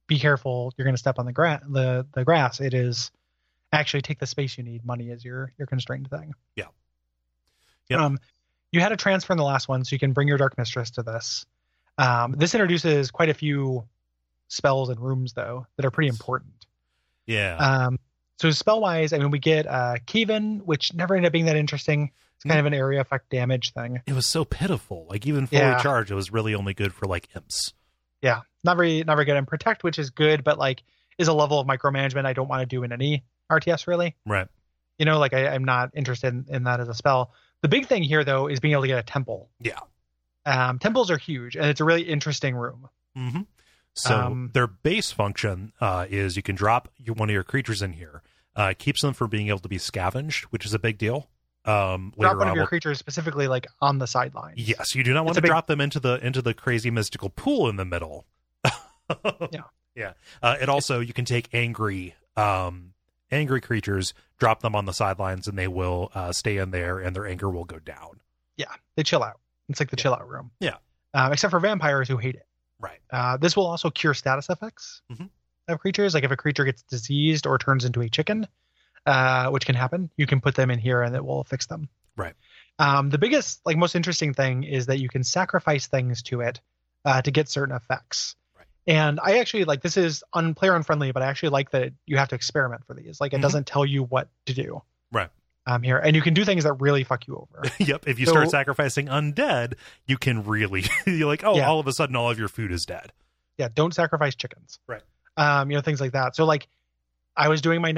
[SPEAKER 2] be careful you're going to step on the grass the the grass it is actually take the space you need money is your your constrained thing
[SPEAKER 1] Yeah. Yep.
[SPEAKER 2] um you had a transfer in the last one so you can bring your dark mistress to this um this introduces quite a few spells and rooms though that are pretty important
[SPEAKER 1] Yeah,
[SPEAKER 2] um so spell wise i mean we get uh Kevin, which never ended up being that interesting it's kind of an area effect damage thing
[SPEAKER 1] it was so pitiful. Like even fully
[SPEAKER 2] Yeah.
[SPEAKER 1] charged, it was really only good for like imps.
[SPEAKER 2] yeah not very not very good and protect which is good but like is a level of micromanagement i don't want to do in any rts really
[SPEAKER 1] Right.
[SPEAKER 2] you know like I, i'm not interested in, in that as a spell the big thing here though is being able to get a temple
[SPEAKER 1] Yeah.
[SPEAKER 2] um temples are huge and it's a really interesting room
[SPEAKER 1] hmm So
[SPEAKER 2] Um,
[SPEAKER 1] their base function uh, is you can drop your, one of your creatures in here. Uh, it keeps them from being able to be scavenged, which is a big deal. Um, later
[SPEAKER 2] drop one of
[SPEAKER 1] on,
[SPEAKER 2] your
[SPEAKER 1] we'll-
[SPEAKER 2] creatures specifically like on the sideline
[SPEAKER 1] yes, you do not want
[SPEAKER 2] It's
[SPEAKER 1] to
[SPEAKER 2] a big-
[SPEAKER 1] drop them into the into the crazy mystical pool in the middle. yeah, yeah. Uh, it also you can take angry um, angry creatures, drop them on the sidelines, and they will uh, stay in there, and their anger will go down.
[SPEAKER 2] they chill out it's like the chill out room
[SPEAKER 1] Yeah.
[SPEAKER 2] um, except for vampires who hate it
[SPEAKER 1] Right.
[SPEAKER 2] uh, this will also cure status effects
[SPEAKER 1] Mhm.
[SPEAKER 2] of creatures. Like if a creature gets diseased or turns into a chicken, uh, which can happen, you can put them in here and it will fix them.
[SPEAKER 1] Right.
[SPEAKER 2] Um, the biggest, like most interesting thing is that you can sacrifice things to it uh, to get certain effects.
[SPEAKER 1] Right.
[SPEAKER 2] And I actually like this is un player unfriendly, but I actually like that you have to experiment for these. Like it
[SPEAKER 1] Mhm.
[SPEAKER 2] doesn't tell you what to do.
[SPEAKER 1] Right.
[SPEAKER 2] Um, here and you can do things that really fuck you over.
[SPEAKER 1] yep. If you
[SPEAKER 2] So-
[SPEAKER 1] start sacrificing undead, you can really you're like, oh,
[SPEAKER 2] Yeah.
[SPEAKER 1] all of a sudden, all of your food is dead.
[SPEAKER 2] yeah don't sacrifice chickens
[SPEAKER 1] Right.
[SPEAKER 2] um you know things like that so like i was doing my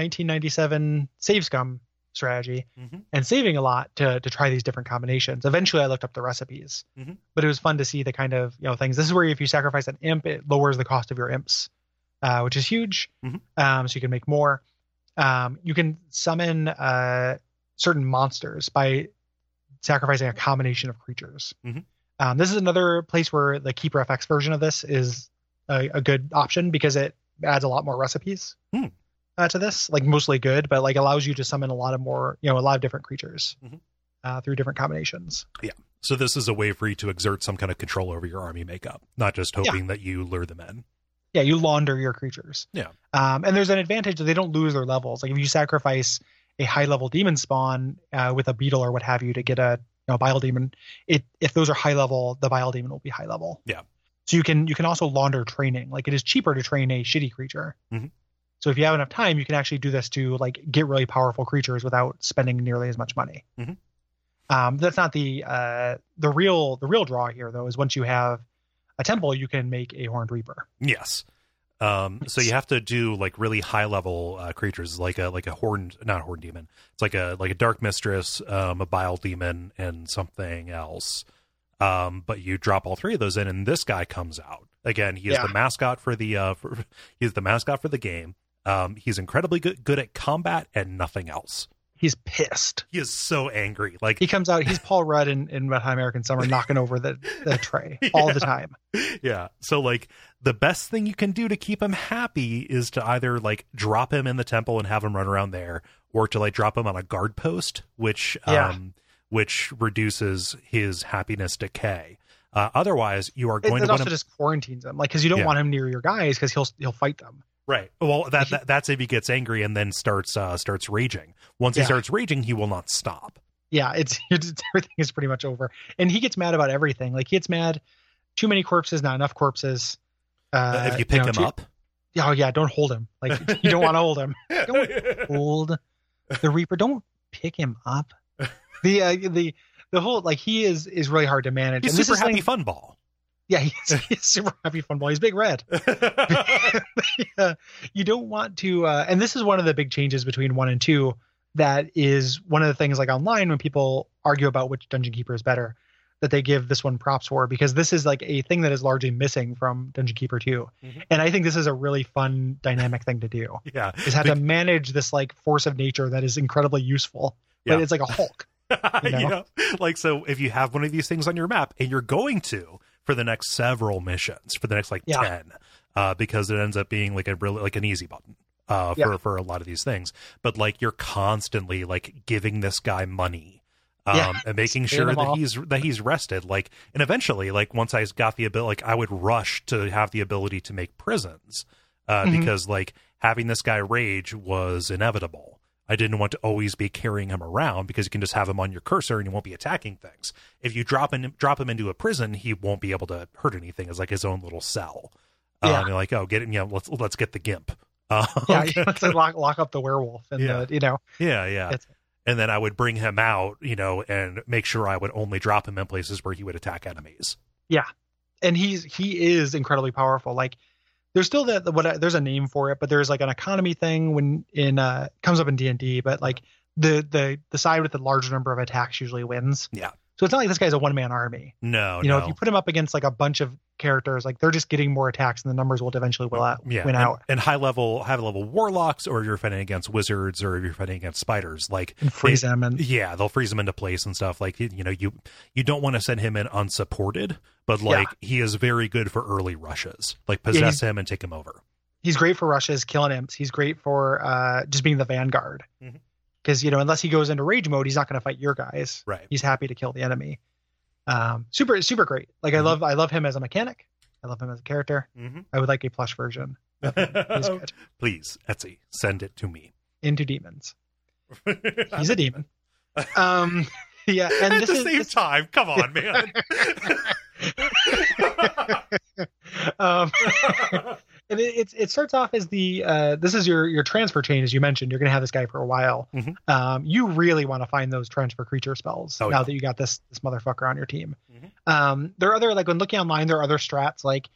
[SPEAKER 2] 1997 save scum strategy
[SPEAKER 1] Mhm.
[SPEAKER 2] and saving a lot to to try these different combinations eventually i looked up the recipes
[SPEAKER 1] Mhm.
[SPEAKER 2] but it was fun to see the kind of you know things this is where if you sacrifice an imp it lowers the cost of your imps uh, which is huge
[SPEAKER 1] Mhm.
[SPEAKER 2] um so you can make more um you can summon uh certain monsters by sacrificing a combination of creatures
[SPEAKER 1] Mhm.
[SPEAKER 2] um, this is another place where the keeper fx version of this is a, a good option because it adds a lot more recipes
[SPEAKER 1] Hmm.
[SPEAKER 2] uh, to this like mostly good but like allows you to summon a lot of more you know a lot of different creatures
[SPEAKER 1] Mhm.
[SPEAKER 2] uh, through different combinations
[SPEAKER 1] So this is a way for you to exert some kind of control over your army makeup, not just hoping that you lure them in.
[SPEAKER 2] yeah you launder your creatures
[SPEAKER 1] Yeah.
[SPEAKER 2] um, and there's an advantage that they don't lose their levels like if you sacrifice a high level demon spawn uh, with a beetle or what have you to get a you know, bile demon it if those are high level the bile demon will be high level
[SPEAKER 1] Yeah.
[SPEAKER 2] so you can you can also launder training like it is cheaper to train a shitty creature
[SPEAKER 1] Mhm.
[SPEAKER 2] so if you have enough time you can actually do this to like get really powerful creatures without spending nearly as much money
[SPEAKER 1] Mhm.
[SPEAKER 2] um, that's not the uh, the real the real draw here though is once you have a temple you can make a horned reaper
[SPEAKER 1] Yes. Um, so you have to do like really high level uh, creatures, like a like a horned, not a horned demon. It's like a like a dark mistress, um, a bile demon, and something else. Um, but you drop all three of those in, and this guy comes out again. He is
[SPEAKER 2] Yeah.
[SPEAKER 1] the mascot for the uh, for, he's the mascot for the game. Um, he's incredibly good good at combat and nothing else.
[SPEAKER 2] he's pissed.
[SPEAKER 1] He is so angry. Like
[SPEAKER 2] He comes out, he's Paul Rudd in, in Wet Hot American Summer knocking over the, the tray all the time.
[SPEAKER 1] yeah so like the best thing you can do to keep him happy is to either like drop him in the temple and have him run around there or to like drop him on a guard post which
[SPEAKER 2] Yeah.
[SPEAKER 1] um which reduces his happiness decay uh, otherwise you are
[SPEAKER 2] It,
[SPEAKER 1] going
[SPEAKER 2] it
[SPEAKER 1] to want
[SPEAKER 2] also
[SPEAKER 1] him
[SPEAKER 2] just quarantines him, like because you don't
[SPEAKER 1] Yeah.
[SPEAKER 2] want him near your guys because he'll he'll fight them.
[SPEAKER 1] right well that,
[SPEAKER 2] he-
[SPEAKER 1] that that's if he gets angry and then starts uh starts raging once he
[SPEAKER 2] Yeah.
[SPEAKER 1] starts raging he will not stop
[SPEAKER 2] Yeah, it's, it's everything is pretty much over, and he gets mad about everything. Like he gets mad, too many corpses, not enough corpses.
[SPEAKER 1] Uh,
[SPEAKER 2] Uh,
[SPEAKER 1] if you pick
[SPEAKER 2] know,
[SPEAKER 1] him
[SPEAKER 2] too-
[SPEAKER 1] up
[SPEAKER 2] oh yeah, don't hold him. Like you don't want to hold him. hold the Reaper. Don't pick him up. The uh, the the whole like he is is really hard to manage.
[SPEAKER 1] he's
[SPEAKER 2] and this
[SPEAKER 1] super
[SPEAKER 2] is
[SPEAKER 1] happy
[SPEAKER 2] thing-
[SPEAKER 1] fun ball
[SPEAKER 2] Yeah, he's, he's super happy fun ball. He's big red. yeah, you don't want to uh, and this is one of the big changes between one and two that is one of the things like online when people argue about which dungeon keeper is better that they give this one props for because this is like a thing that is largely missing from dungeon keeper 2
[SPEAKER 1] Mhm.
[SPEAKER 2] and i think this is a really fun dynamic thing to do
[SPEAKER 1] Yeah.
[SPEAKER 2] is how to manage this like force of nature that is incredibly useful
[SPEAKER 1] Yeah.
[SPEAKER 2] but it's like a hulk you know?
[SPEAKER 1] Yeah. Like, so if you have one of these things on your map and you're going to for the next several missions, for the next like
[SPEAKER 2] Yeah.
[SPEAKER 1] 10, uh, because it ends up being like a really, like an easy button. Uh, for,
[SPEAKER 2] Yeah.
[SPEAKER 1] for a lot of these things, but like you're constantly like giving this guy money, um,
[SPEAKER 2] Yeah.
[SPEAKER 1] and making
[SPEAKER 2] Paying
[SPEAKER 1] sure
[SPEAKER 2] him
[SPEAKER 1] that
[SPEAKER 2] off.
[SPEAKER 1] he's that he's rested. Like, and eventually, like once I got the ability, like I would rush to have the ability to make prisons, uh,
[SPEAKER 2] Mhm.
[SPEAKER 1] because like having this guy rage was inevitable. I didn't want to always be carrying him around because you can just have him on your cursor and he won't be attacking things. If you drop him drop him into a prison, he won't be able to hurt anything. It's like his own little cell. Um,
[SPEAKER 2] Yeah.
[SPEAKER 1] you're like, oh, get it, you know, let's let's get the gimp. Um,
[SPEAKER 2] yeah it's like lock, lock up the werewolf and
[SPEAKER 1] Yeah.
[SPEAKER 2] the you know
[SPEAKER 1] yeah, yeah.
[SPEAKER 2] That's-
[SPEAKER 1] And then I would bring him out, you know, and make sure I would only drop him in places where he would attack enemies.
[SPEAKER 2] and he's he is incredibly powerful like there's still that what I, there's a name for it but there's like an economy thing when in uh comes up in d&d but like the the the side with the larger number of attacks usually wins
[SPEAKER 1] Yeah.
[SPEAKER 2] so it's not like this guy's a one-man army
[SPEAKER 1] No,
[SPEAKER 2] you know
[SPEAKER 1] no.
[SPEAKER 2] if you put him up against like a bunch of characters like they're just getting more attacks and the numbers will eventually will out,
[SPEAKER 1] yeah,
[SPEAKER 2] win
[SPEAKER 1] and,
[SPEAKER 2] out
[SPEAKER 1] and high level high level warlocks, or if you're fighting against wizards, or if you're fighting against spiders, like
[SPEAKER 2] and freeze them and
[SPEAKER 1] yeah they'll freeze him into place and stuff like you know you you don't want to send him in unsupported but
[SPEAKER 2] Yeah.
[SPEAKER 1] like he is very good for early rushes like
[SPEAKER 2] he's-
[SPEAKER 1] possess him and take him over
[SPEAKER 2] he's great for rushes, killing imps. He's great for uh, just being the vanguard.
[SPEAKER 1] Mhm.
[SPEAKER 2] Because you know, unless he goes into rage mode, he's not going to fight your guys.
[SPEAKER 1] right
[SPEAKER 2] He's happy to kill the enemy. Um, super, super great. Like I
[SPEAKER 1] Mhm.
[SPEAKER 2] love, I love him as a mechanic. I love him as a character. I would like a plush version He's
[SPEAKER 1] mm-hmm.
[SPEAKER 2] good.
[SPEAKER 1] please etsy send it to me
[SPEAKER 2] into demons. He's a demon. Um, yeah, and
[SPEAKER 1] at
[SPEAKER 2] this
[SPEAKER 1] the
[SPEAKER 2] is
[SPEAKER 1] same
[SPEAKER 2] this-
[SPEAKER 1] time come on man
[SPEAKER 2] um, and it, it's it starts off as the uh, this is your your transfer chain as you mentioned. You're going to have this guy for a while.
[SPEAKER 1] Mhm.
[SPEAKER 2] Um, you really want to find those transfer creature spells
[SPEAKER 1] Oh,
[SPEAKER 2] now
[SPEAKER 1] yeah.
[SPEAKER 2] that you got this this motherfucker on your team.
[SPEAKER 1] Mhm.
[SPEAKER 2] Um, there are other like when looking online, there are other strats like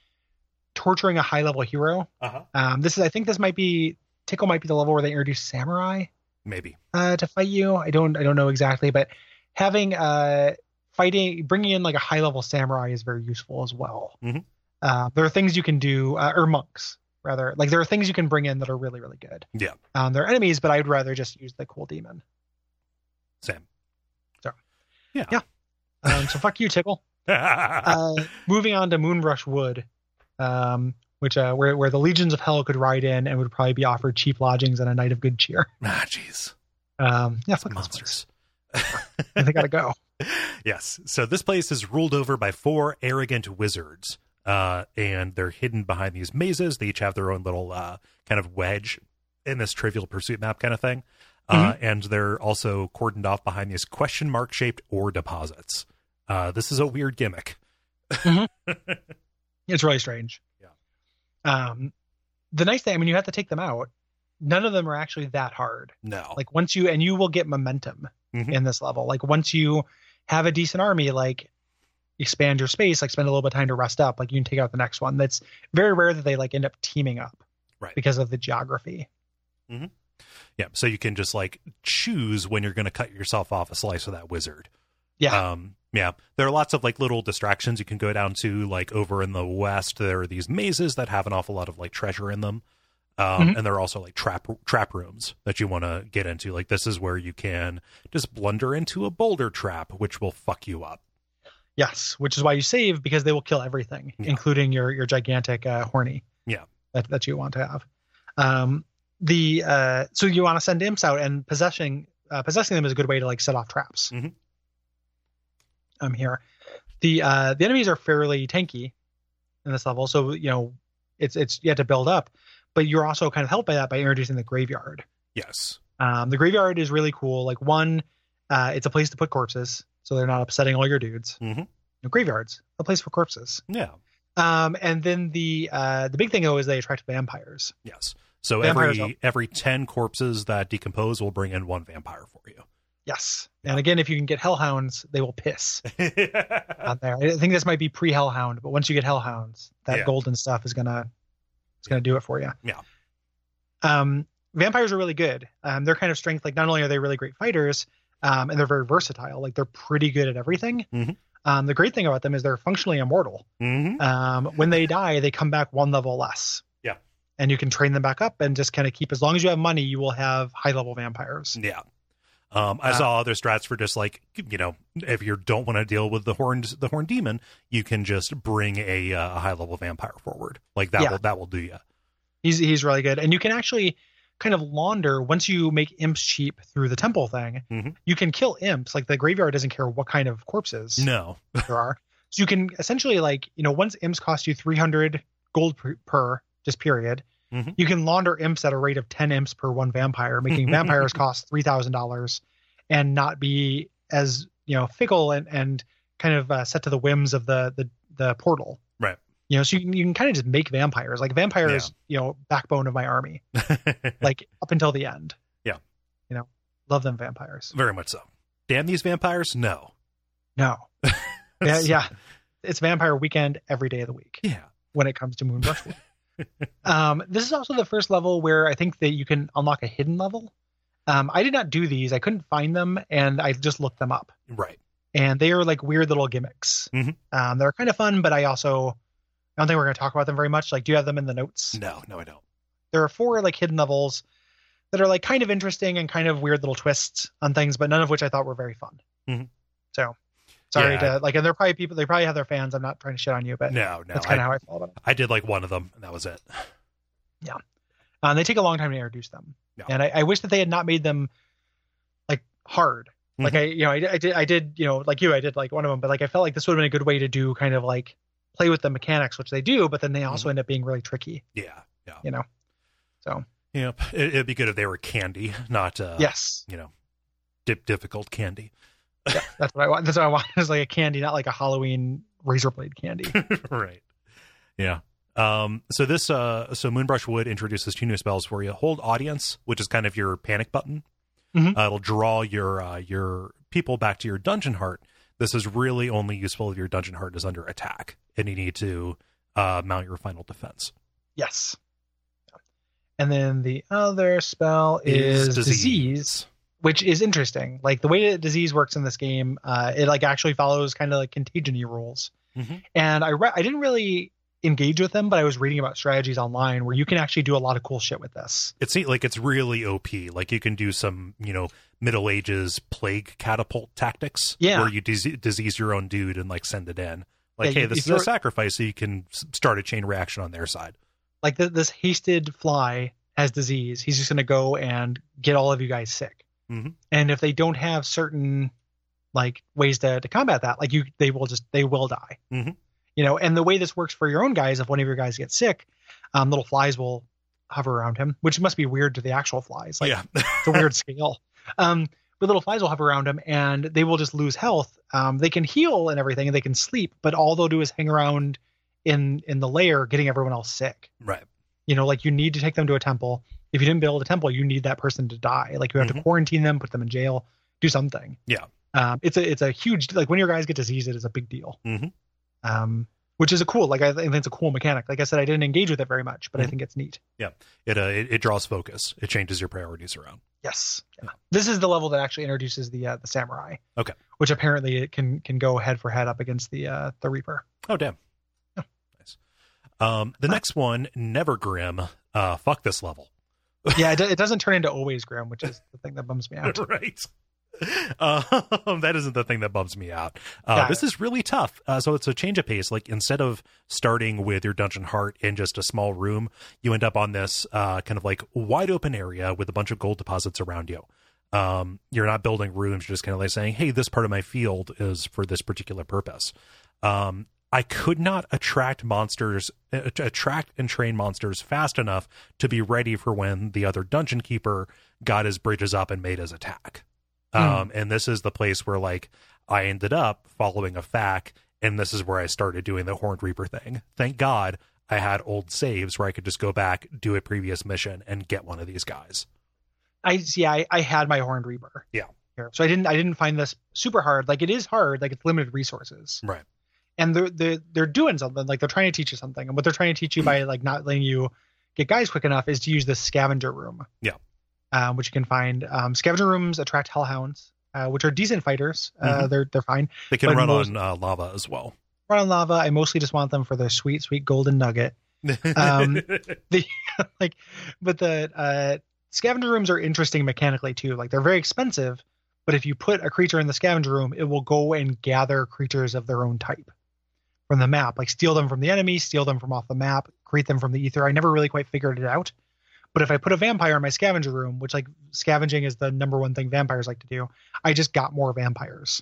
[SPEAKER 2] torturing a high level hero.
[SPEAKER 1] uh-huh.
[SPEAKER 2] Um, this is I think this might be tickle might be the level where they introduce samurai
[SPEAKER 1] maybe
[SPEAKER 2] uh, to fight you. I don't I don't know exactly, but having uh fighting bringing in like a high level samurai is very useful as well.
[SPEAKER 1] Mhm.
[SPEAKER 2] Uh, there are things you can do uh, or monks rather like there are things you can bring in that are really really good.
[SPEAKER 1] Yeah.
[SPEAKER 2] um, they're enemies, but I'd rather just use the cool demon.
[SPEAKER 1] sam
[SPEAKER 2] Um, so fuck you, Tickle.
[SPEAKER 1] Ah.
[SPEAKER 2] Uh, moving on to Moonrush Wood, um, which uh, where where the legions of hell could ride in and would probably be offered cheap lodgings and a night of good cheer.
[SPEAKER 1] ah jeez
[SPEAKER 2] Um, yeah, fuck this place.
[SPEAKER 1] monsters
[SPEAKER 2] I think I gotta go.
[SPEAKER 1] yes. So this place is ruled over by four arrogant wizards, uh, and they're hidden behind these mazes. They each have their own little uh, kind of wedge in this Trivial Pursuit map kind of thing, uh, and they're also cordoned off behind these question mark shaped ore deposits. Uh, this is a weird gimmick.
[SPEAKER 2] It's really strange.
[SPEAKER 1] Yeah.
[SPEAKER 2] Um, the nice thing, I mean, you have to take them out. None of them are actually that hard.
[SPEAKER 1] No,
[SPEAKER 2] Like once you, and you will get momentum
[SPEAKER 1] Mhm.
[SPEAKER 2] in this level. Like once you have a decent army, like expand your space, like spend a little bit of time to rest up. Like you can take out the next one. That's very rare that they like end up teaming up,
[SPEAKER 1] Right.
[SPEAKER 2] Because of the geography.
[SPEAKER 1] yeah. So you can just like choose when you're going to cut yourself off a slice of that wizard.
[SPEAKER 2] Yeah.
[SPEAKER 1] Um, yeah. There are lots of like little distractions you can go down to. Like over in the west, there are these mazes that have an awful lot of like treasure in them. Um,
[SPEAKER 2] Mhm.
[SPEAKER 1] and there are also like trap trap rooms that you want to get into. Like this is where you can just blunder into a boulder trap, which will fuck you up.
[SPEAKER 2] Yes, which is why you save because they will kill everything,
[SPEAKER 1] Yeah.
[SPEAKER 2] including your your gigantic uh, horny.
[SPEAKER 1] Yeah.
[SPEAKER 2] that that you want to have. Um, the uh, so you want to send imps out and possessing uh, possessing them is a good way to like set off traps.
[SPEAKER 1] Mhm.
[SPEAKER 2] Um, here, the uh, the enemies are fairly tanky in this level, so you know it's it's you have to build up, but you're also kind of helped by that by introducing the graveyard.
[SPEAKER 1] Yes.
[SPEAKER 2] Um, the graveyard is really cool. Like one, uh, it's a place to put corpses, so they're not upsetting all your dudes.
[SPEAKER 1] Mhm.
[SPEAKER 2] No, graveyards, a place for corpses.
[SPEAKER 1] Yeah.
[SPEAKER 2] Um, and then the uh, the big thing though is they attract vampires.
[SPEAKER 1] Yes. So
[SPEAKER 2] Vampires
[SPEAKER 1] every every ten corpses that decompose will bring in one vampire for you.
[SPEAKER 2] Yes, and again, if you can get hellhounds, they will piss on there. I think this might be pre hellhound, but once you get hellhounds, that
[SPEAKER 1] Yeah.
[SPEAKER 2] golden stuff is gonna it's gonna do it for you.
[SPEAKER 1] Yeah.
[SPEAKER 2] Um, vampires are really good. Um, their kind of strength, like not only are they really great fighters, um, and they're very versatile. Like they're pretty good at everything.
[SPEAKER 1] Mhm.
[SPEAKER 2] Um, the great thing about them is they're functionally immortal.
[SPEAKER 1] Mm-hmm.
[SPEAKER 2] Um, when they die, they come back one level less.
[SPEAKER 1] Yeah.
[SPEAKER 2] and you can train them back up and just kind of keep. As long as you have money, you will have high level vampires.
[SPEAKER 1] Yeah. Um, I
[SPEAKER 2] Uh,
[SPEAKER 1] saw other strats for just like you know if you don't want to deal with the horned the horned demon, you can just bring a, uh, a high level vampire forward. Like that
[SPEAKER 2] Yeah.
[SPEAKER 1] will that will do you.
[SPEAKER 2] He's he's really good, and you can actually kind of launder once you make imps cheap through the temple thing.
[SPEAKER 1] Mhm.
[SPEAKER 2] You can kill imps. Like the graveyard doesn't care what kind of corpses
[SPEAKER 1] No,
[SPEAKER 2] there are. So you can essentially like you know once imps cost you 300 gold per, per just period.
[SPEAKER 1] Mhm.
[SPEAKER 2] You can launder imps at a rate of 10 imps per one vampire, making vampires cost three thousand dollars and not be as you know fickle and and kind of uh, set to the whims of the the the portal.
[SPEAKER 1] Right.
[SPEAKER 2] You know, so you can, you can kind of just make vampires. Like vampires, you know, backbone of my army like up until the end.
[SPEAKER 1] Yeah.
[SPEAKER 2] You know, love them vampires.
[SPEAKER 1] very much so. Damn these vampires! No,
[SPEAKER 2] No. yeah, yeah. It's vampire weekend every day of the week
[SPEAKER 1] yeah,
[SPEAKER 2] when it comes to Moonbrushwood. um, this is also the first level where I think that you can unlock a hidden level. Um, I did not do these. I couldn't find them, and I just looked them up.
[SPEAKER 1] right.
[SPEAKER 2] And they are like weird little gimmicks.
[SPEAKER 1] Mhm.
[SPEAKER 2] Um, they're kind of fun, but I also I don't think we're going to talk about them very much. Like, do you have them in the notes?
[SPEAKER 1] No, no, I don't.
[SPEAKER 2] there are four like hidden levels that are like kind of interesting and kind of weird little twists on things, but none of which I thought were very fun.
[SPEAKER 1] Mhm.
[SPEAKER 2] So sorry
[SPEAKER 1] Yeah.
[SPEAKER 2] to like, and they're probably people, they probably have their fans. I'm not trying to shit on you, but
[SPEAKER 1] No, no.
[SPEAKER 2] that's kind of
[SPEAKER 1] I,
[SPEAKER 2] how I feel about it.
[SPEAKER 1] I did like one of them, and that was it.
[SPEAKER 2] Um, they take a long time to introduce them.
[SPEAKER 1] Yeah.
[SPEAKER 2] And I, I wish that they had not made them like hard. Like
[SPEAKER 1] Mhm.
[SPEAKER 2] I, you know, I, I did, I did, you know, like you, I did like one of them, but like, I felt like this would have been a good way to do kind of like play with the mechanics, which they do, but then they also end up being really tricky,
[SPEAKER 1] Yeah, yeah,
[SPEAKER 2] you know? So
[SPEAKER 1] yep. It, it'd be good if they were candy, not uh,
[SPEAKER 2] yes,
[SPEAKER 1] you know, dip difficult candy.
[SPEAKER 2] That's what I want. That's what I want. It's like a candy, not like a Halloween razor blade candy.
[SPEAKER 1] right. Yeah. Um, so this uh, so Moonbrush Wood introduces two new spells for you. Hold audience, which is kind of your panic button.
[SPEAKER 2] Mhm.
[SPEAKER 1] Uh, it'll draw your uh, your people back to your dungeon heart. This is really only useful if your dungeon heart is under attack and you need to uh, mount your final defense.
[SPEAKER 2] yes. And then the other spell is, disease. which is interesting. Like the way that disease works in this game, uh, it like actually follows kind of like contagiony rules.
[SPEAKER 1] Mhm.
[SPEAKER 2] And I re- I didn't really engage with them, but I was reading about strategies online where you can actually do a lot of cool shit with this.
[SPEAKER 1] It's neat, like it's really OP. Like you can do some, you know, Middle Ages plague catapult tactics,
[SPEAKER 2] Yeah.
[SPEAKER 1] where you dise- disease your own dude and like send it in. Like,
[SPEAKER 2] Yeah,
[SPEAKER 1] hey,
[SPEAKER 2] you-
[SPEAKER 1] this
[SPEAKER 2] if
[SPEAKER 1] is a
[SPEAKER 2] you're-
[SPEAKER 1] sacrifice, so you can s- start a chain reaction on their side.
[SPEAKER 2] Like th- this hasted fly has disease. He's just going to go and get all of you guys sick.
[SPEAKER 1] Mhm.
[SPEAKER 2] And if they don't have certain like ways to, to combat that, like you, they will just they will die.
[SPEAKER 1] Mhm.
[SPEAKER 2] You know, and the way this works for your own guys, if one of your guys gets sick, um, little flies will hover around him, which must be weird to the actual flies. Like
[SPEAKER 1] yeah,
[SPEAKER 2] it's a weird scale. Um, but little flies will hover around him and they will just lose health. Um, they can heal and everything, and they can sleep, but all they'll do is hang around in in the lair, getting everyone else sick
[SPEAKER 1] right.
[SPEAKER 2] you know like you need to take them to a temple if you didn't build a temple you need that person to die like you have
[SPEAKER 1] Mhm.
[SPEAKER 2] to quarantine them put them in jail do something
[SPEAKER 1] Yeah.
[SPEAKER 2] um it's a it's a huge like when your guys get disease it is a big deal
[SPEAKER 1] Mhm.
[SPEAKER 2] um which is a cool like i think it's a cool mechanic like i said i didn't engage with it very much but
[SPEAKER 1] Mhm.
[SPEAKER 2] i think it's neat
[SPEAKER 1] It, uh, it it draws focus. It changes your priorities around.
[SPEAKER 2] yes yeah. this is the level that actually introduces the uh, the samurai
[SPEAKER 1] Okay.
[SPEAKER 2] which apparently it can can go head for head up against the uh the reaper
[SPEAKER 1] Oh damn, nice. Um, the next one, Never Grim. Uh, fuck this level,
[SPEAKER 2] yeah it, do- it doesn't turn into always grim which is the thing that bums me out
[SPEAKER 1] right? Um, that isn't the thing that bums me out. Uh,
[SPEAKER 2] Got
[SPEAKER 1] this is really tough. Uh, so it's a change of pace. Like instead of starting with your dungeon heart in just a small room, you end up on this uh, kind of like wide open area with a bunch of gold deposits around you. Um, you're not building rooms. You're just kind of like saying, "Hey, this part of my field is for this particular purpose." Um, I could not attract monsters, uh, attract and train monsters fast enough to be ready for when the other dungeon keeper got his bridges up and made his attack.
[SPEAKER 2] Hmm.
[SPEAKER 1] Um, and this is the place where like I ended up following a fac, and this is where I started doing the Horned Reaper thing. Thank God I had old saves where I could just go back, do a previous mission, and get one of these guys.
[SPEAKER 2] I see. I, I had my horned reaper.
[SPEAKER 1] Yeah.
[SPEAKER 2] Here. So I didn't. I didn't find this super hard. Like it is hard. Like it's limited resources.
[SPEAKER 1] Right.
[SPEAKER 2] And they're they're they're doing something. Like they're trying to teach you something. And what they're trying to teach you by like not letting you get guys quick enough is to use the scavenger room.
[SPEAKER 1] Yeah.
[SPEAKER 2] Um, which you can find. Um, scavenger rooms attract hellhounds, uh, which are decent fighters. Uh,
[SPEAKER 1] Mhm.
[SPEAKER 2] they're they're fine.
[SPEAKER 1] They can
[SPEAKER 2] But
[SPEAKER 1] run
[SPEAKER 2] most-
[SPEAKER 1] on uh, lava as well.
[SPEAKER 2] Run on lava. I mostly just want them for their sweet, sweet golden nugget. Um, like but the uh scavenger rooms are interesting mechanically too like they're very expensive but if you put a creature in the scavenger room it will go and gather creatures of their own type from the map like steal them from the enemy steal them from off the map create them from the ether i never really quite figured it out but if i put a vampire in my scavenger room which like scavenging is the number one thing vampires like to do i just got more vampires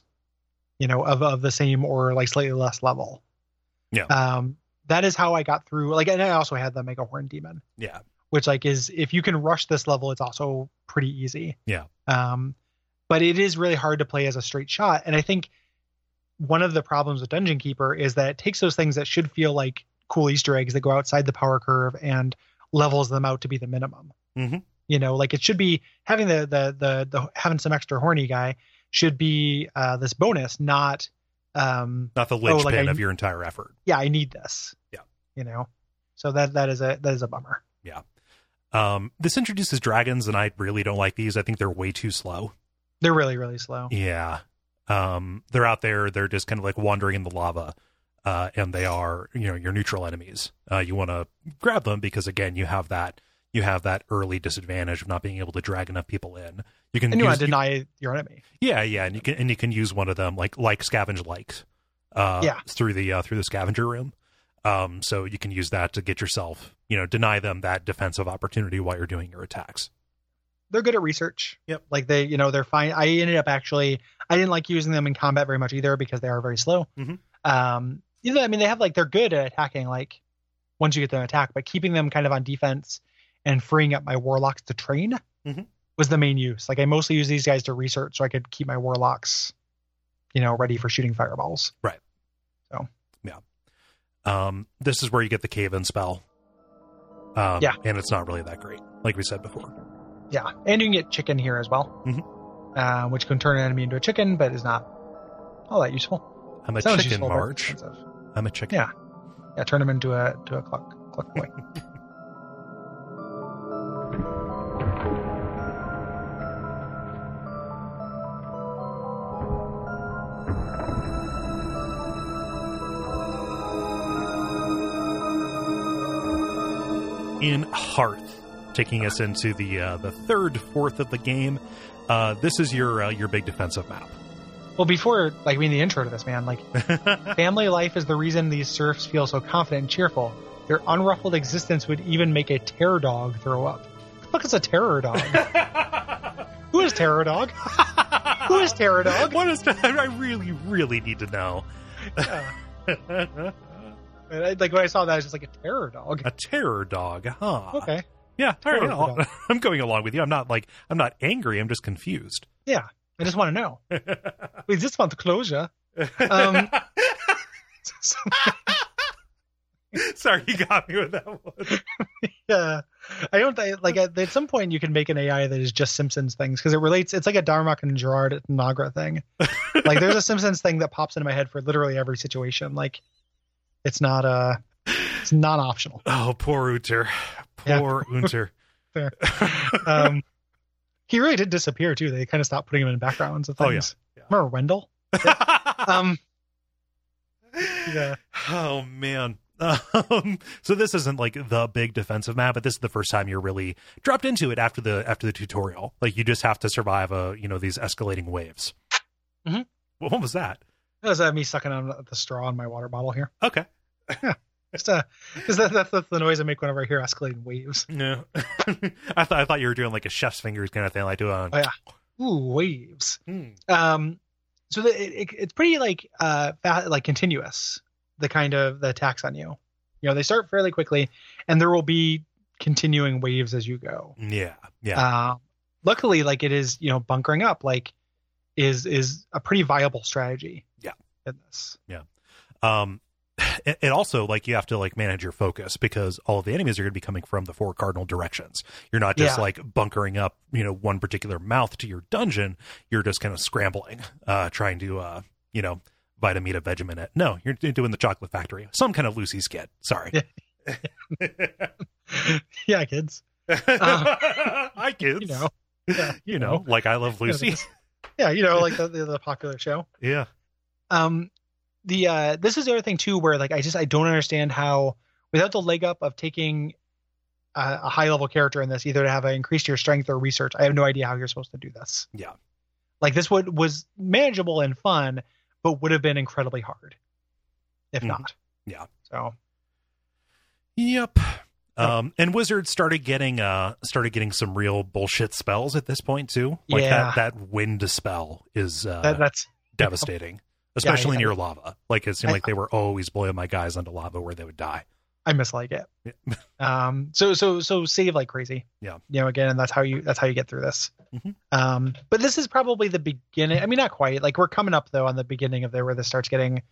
[SPEAKER 2] you know of, of the same or like slightly less level
[SPEAKER 1] Yeah.
[SPEAKER 2] um that is how i got through like and i also had the mega horn demon
[SPEAKER 1] yeah,
[SPEAKER 2] which like is if you can rush this level it's also pretty easy
[SPEAKER 1] Yeah.
[SPEAKER 2] um but it is really hard to play as a straight shot and i think one of the problems with dungeon keeper is that it takes those things that should feel like cool easter eggs that go outside the power curve and levels them out to be the minimum
[SPEAKER 1] Mhm.
[SPEAKER 2] you know like it should be having the the the, the having some extra horny guy should be uh this bonus not um
[SPEAKER 1] not the
[SPEAKER 2] like
[SPEAKER 1] linchpin
[SPEAKER 2] I-
[SPEAKER 1] of your entire effort.
[SPEAKER 2] yeah i need this
[SPEAKER 1] Yeah.
[SPEAKER 2] you know so that that is a that is a bummer
[SPEAKER 1] Um, this introduces dragons, and I really don't like these. I think they're way too slow.
[SPEAKER 2] they're really really slow
[SPEAKER 1] Yeah. Um, they're out there. They're just kind of like wandering in the lava, uh, and they are you know your neutral enemies. Uh, you want to grab them because again, you have that you have that early disadvantage of not being able to drag enough people in. You can
[SPEAKER 2] and you want
[SPEAKER 1] use-
[SPEAKER 2] to deny your enemy
[SPEAKER 1] yeah, yeah, and you can and you can use one of them like like scavenge likes, uh,
[SPEAKER 2] Yeah.
[SPEAKER 1] through the uh, through the scavenger room. Um, so you can use that to get yourself you know deny them that defensive opportunity while you're doing your attacks.
[SPEAKER 2] they're good at research.
[SPEAKER 1] Yep.
[SPEAKER 2] Like they, you know, they're fine. I ended up actually, I didn't like using them in combat very much either because they are very slow.
[SPEAKER 1] Mhm.
[SPEAKER 2] Um, you know, I mean, they have like they're good at attacking. Like once you get them attack, but keeping them kind of on defense and freeing up my warlocks to train
[SPEAKER 1] Mhm.
[SPEAKER 2] was the main use. Like I mostly use these guys to research so I could keep my warlocks, you know, ready for shooting fireballs.
[SPEAKER 1] Um, this is where you get the cave in spell. Um,
[SPEAKER 2] Yeah.
[SPEAKER 1] and it's not really that great, like we said before.
[SPEAKER 2] Yeah, and you can get chicken here as well,
[SPEAKER 1] Mhm.
[SPEAKER 2] uh, which can turn an enemy into a chicken, but is not all that useful.
[SPEAKER 1] I'm a
[SPEAKER 2] Sounds
[SPEAKER 1] chicken
[SPEAKER 2] useful, but
[SPEAKER 1] march.
[SPEAKER 2] expensive.
[SPEAKER 1] I'm a chicken.
[SPEAKER 2] Yeah. Yeah, turn him into a to a clock clock boy.
[SPEAKER 1] in Hearth, taking us into the uh, the third fourth of the game. Uh, this is your uh, your big defensive map.
[SPEAKER 2] well, before like we in the intro to this man, like family life is the reason these serfs feel so confident and cheerful. Their unruffled existence would even make a terror dog throw up. Look, it's a terror dog. Who is terror dog? Who is terror dog?
[SPEAKER 1] What is that? I really, really need to know.
[SPEAKER 2] Yeah.
[SPEAKER 1] a
[SPEAKER 2] And I- like when I saw that, I was just like a terror dog.
[SPEAKER 1] terror dog, huh?
[SPEAKER 2] Okay,
[SPEAKER 1] Yeah, all right,
[SPEAKER 2] Terror
[SPEAKER 1] I'll-
[SPEAKER 2] dog.
[SPEAKER 1] I'm going along with you. I'm not like I'm not angry. I'm just confused.
[SPEAKER 2] I just want to know. We just want the closure. Um, So-
[SPEAKER 1] Sorry, you got me with that one.
[SPEAKER 2] Yeah, I don't think like at, at some point you can make an AI that is just Simpsons things because it relates. It's like a Darmok and Gerard Nagra thing. like there's a Simpsons thing that pops into my head for literally every situation. Like it's not uh it's not optional.
[SPEAKER 1] Oh, poor Unter.
[SPEAKER 2] Yeah.
[SPEAKER 1] Poor Unter.
[SPEAKER 2] Fair. Um, he really did disappear too. They kind of stopped putting him in backgrounds of
[SPEAKER 1] Oh, yeah.
[SPEAKER 2] things.
[SPEAKER 1] Yeah.
[SPEAKER 2] Remember Wendell? Um, yeah.
[SPEAKER 1] Oh man. Um, so this isn't like the big defensive map, but this is the first time you're really dropped into it after the after the tutorial. Like you just have to survive a you know these escalating waves.
[SPEAKER 2] Mhm.
[SPEAKER 1] What what was that?
[SPEAKER 2] That was uh, me sucking on the straw in my water bottle here.
[SPEAKER 1] Okay.
[SPEAKER 2] Just uh, is that that's, that's the noise I make whenever I hear escalating waves.
[SPEAKER 1] No. I thought I thought you were doing like a chef's fingers kind of thing, like doing.
[SPEAKER 2] Oh, yeah. Ooh, waves.
[SPEAKER 1] Hmm.
[SPEAKER 2] um so the, it, it, it's pretty like uh fa- like continuous the kind of the attacks on you you know they start fairly quickly and there will be continuing waves as you go
[SPEAKER 1] Yeah. Yeah.
[SPEAKER 2] uh, luckily like it is you know bunkering up like is is a pretty viable strategy
[SPEAKER 1] Yeah.
[SPEAKER 2] in this
[SPEAKER 1] um it, it also like you have to like manage your focus because all of the enemies are going to be coming from the four cardinal directions you're not just
[SPEAKER 2] Yeah.
[SPEAKER 1] like bunkering up you know one particular mouth to your dungeon you're just kind of scrambling uh trying to uh you know vitamita vegeminate no you're doing the chocolate factory some kind of lucy's kid sorry
[SPEAKER 2] yeah, kids.
[SPEAKER 1] Hi, kids.
[SPEAKER 2] Uh, You know. Yeah,
[SPEAKER 1] You know, like I Love Lucy.
[SPEAKER 2] Yeah, you know, like the, the, the popular show.
[SPEAKER 1] yeah.
[SPEAKER 2] um the uh this is the other thing too where like i just i don't understand how without the leg up of taking uh, a, a high level character in this either to have an increase to your strength or research i have no idea how you're supposed to do this
[SPEAKER 1] Yeah.
[SPEAKER 2] like this would was manageable and fun but would have been incredibly hard if
[SPEAKER 1] Mhm.
[SPEAKER 2] not
[SPEAKER 1] Yeah.
[SPEAKER 2] so
[SPEAKER 1] Yep. Um, and wizards started getting uh started getting some real bullshit spells at this point too. Like
[SPEAKER 2] Yeah.
[SPEAKER 1] that that wind spell is uh,
[SPEAKER 2] that, that's
[SPEAKER 1] devastating, especially
[SPEAKER 2] yeah.
[SPEAKER 1] near lava. Like it seemed
[SPEAKER 2] I-
[SPEAKER 1] like they were always blowing my guys onto lava where they would die.
[SPEAKER 2] i mislike it um so so so save like crazy
[SPEAKER 1] Yeah.
[SPEAKER 2] you know again and that's how you that's how you get through this
[SPEAKER 1] Mhm.
[SPEAKER 2] um but this is probably the beginning i mean not quite like we're coming up though on the beginning of there where this starts getting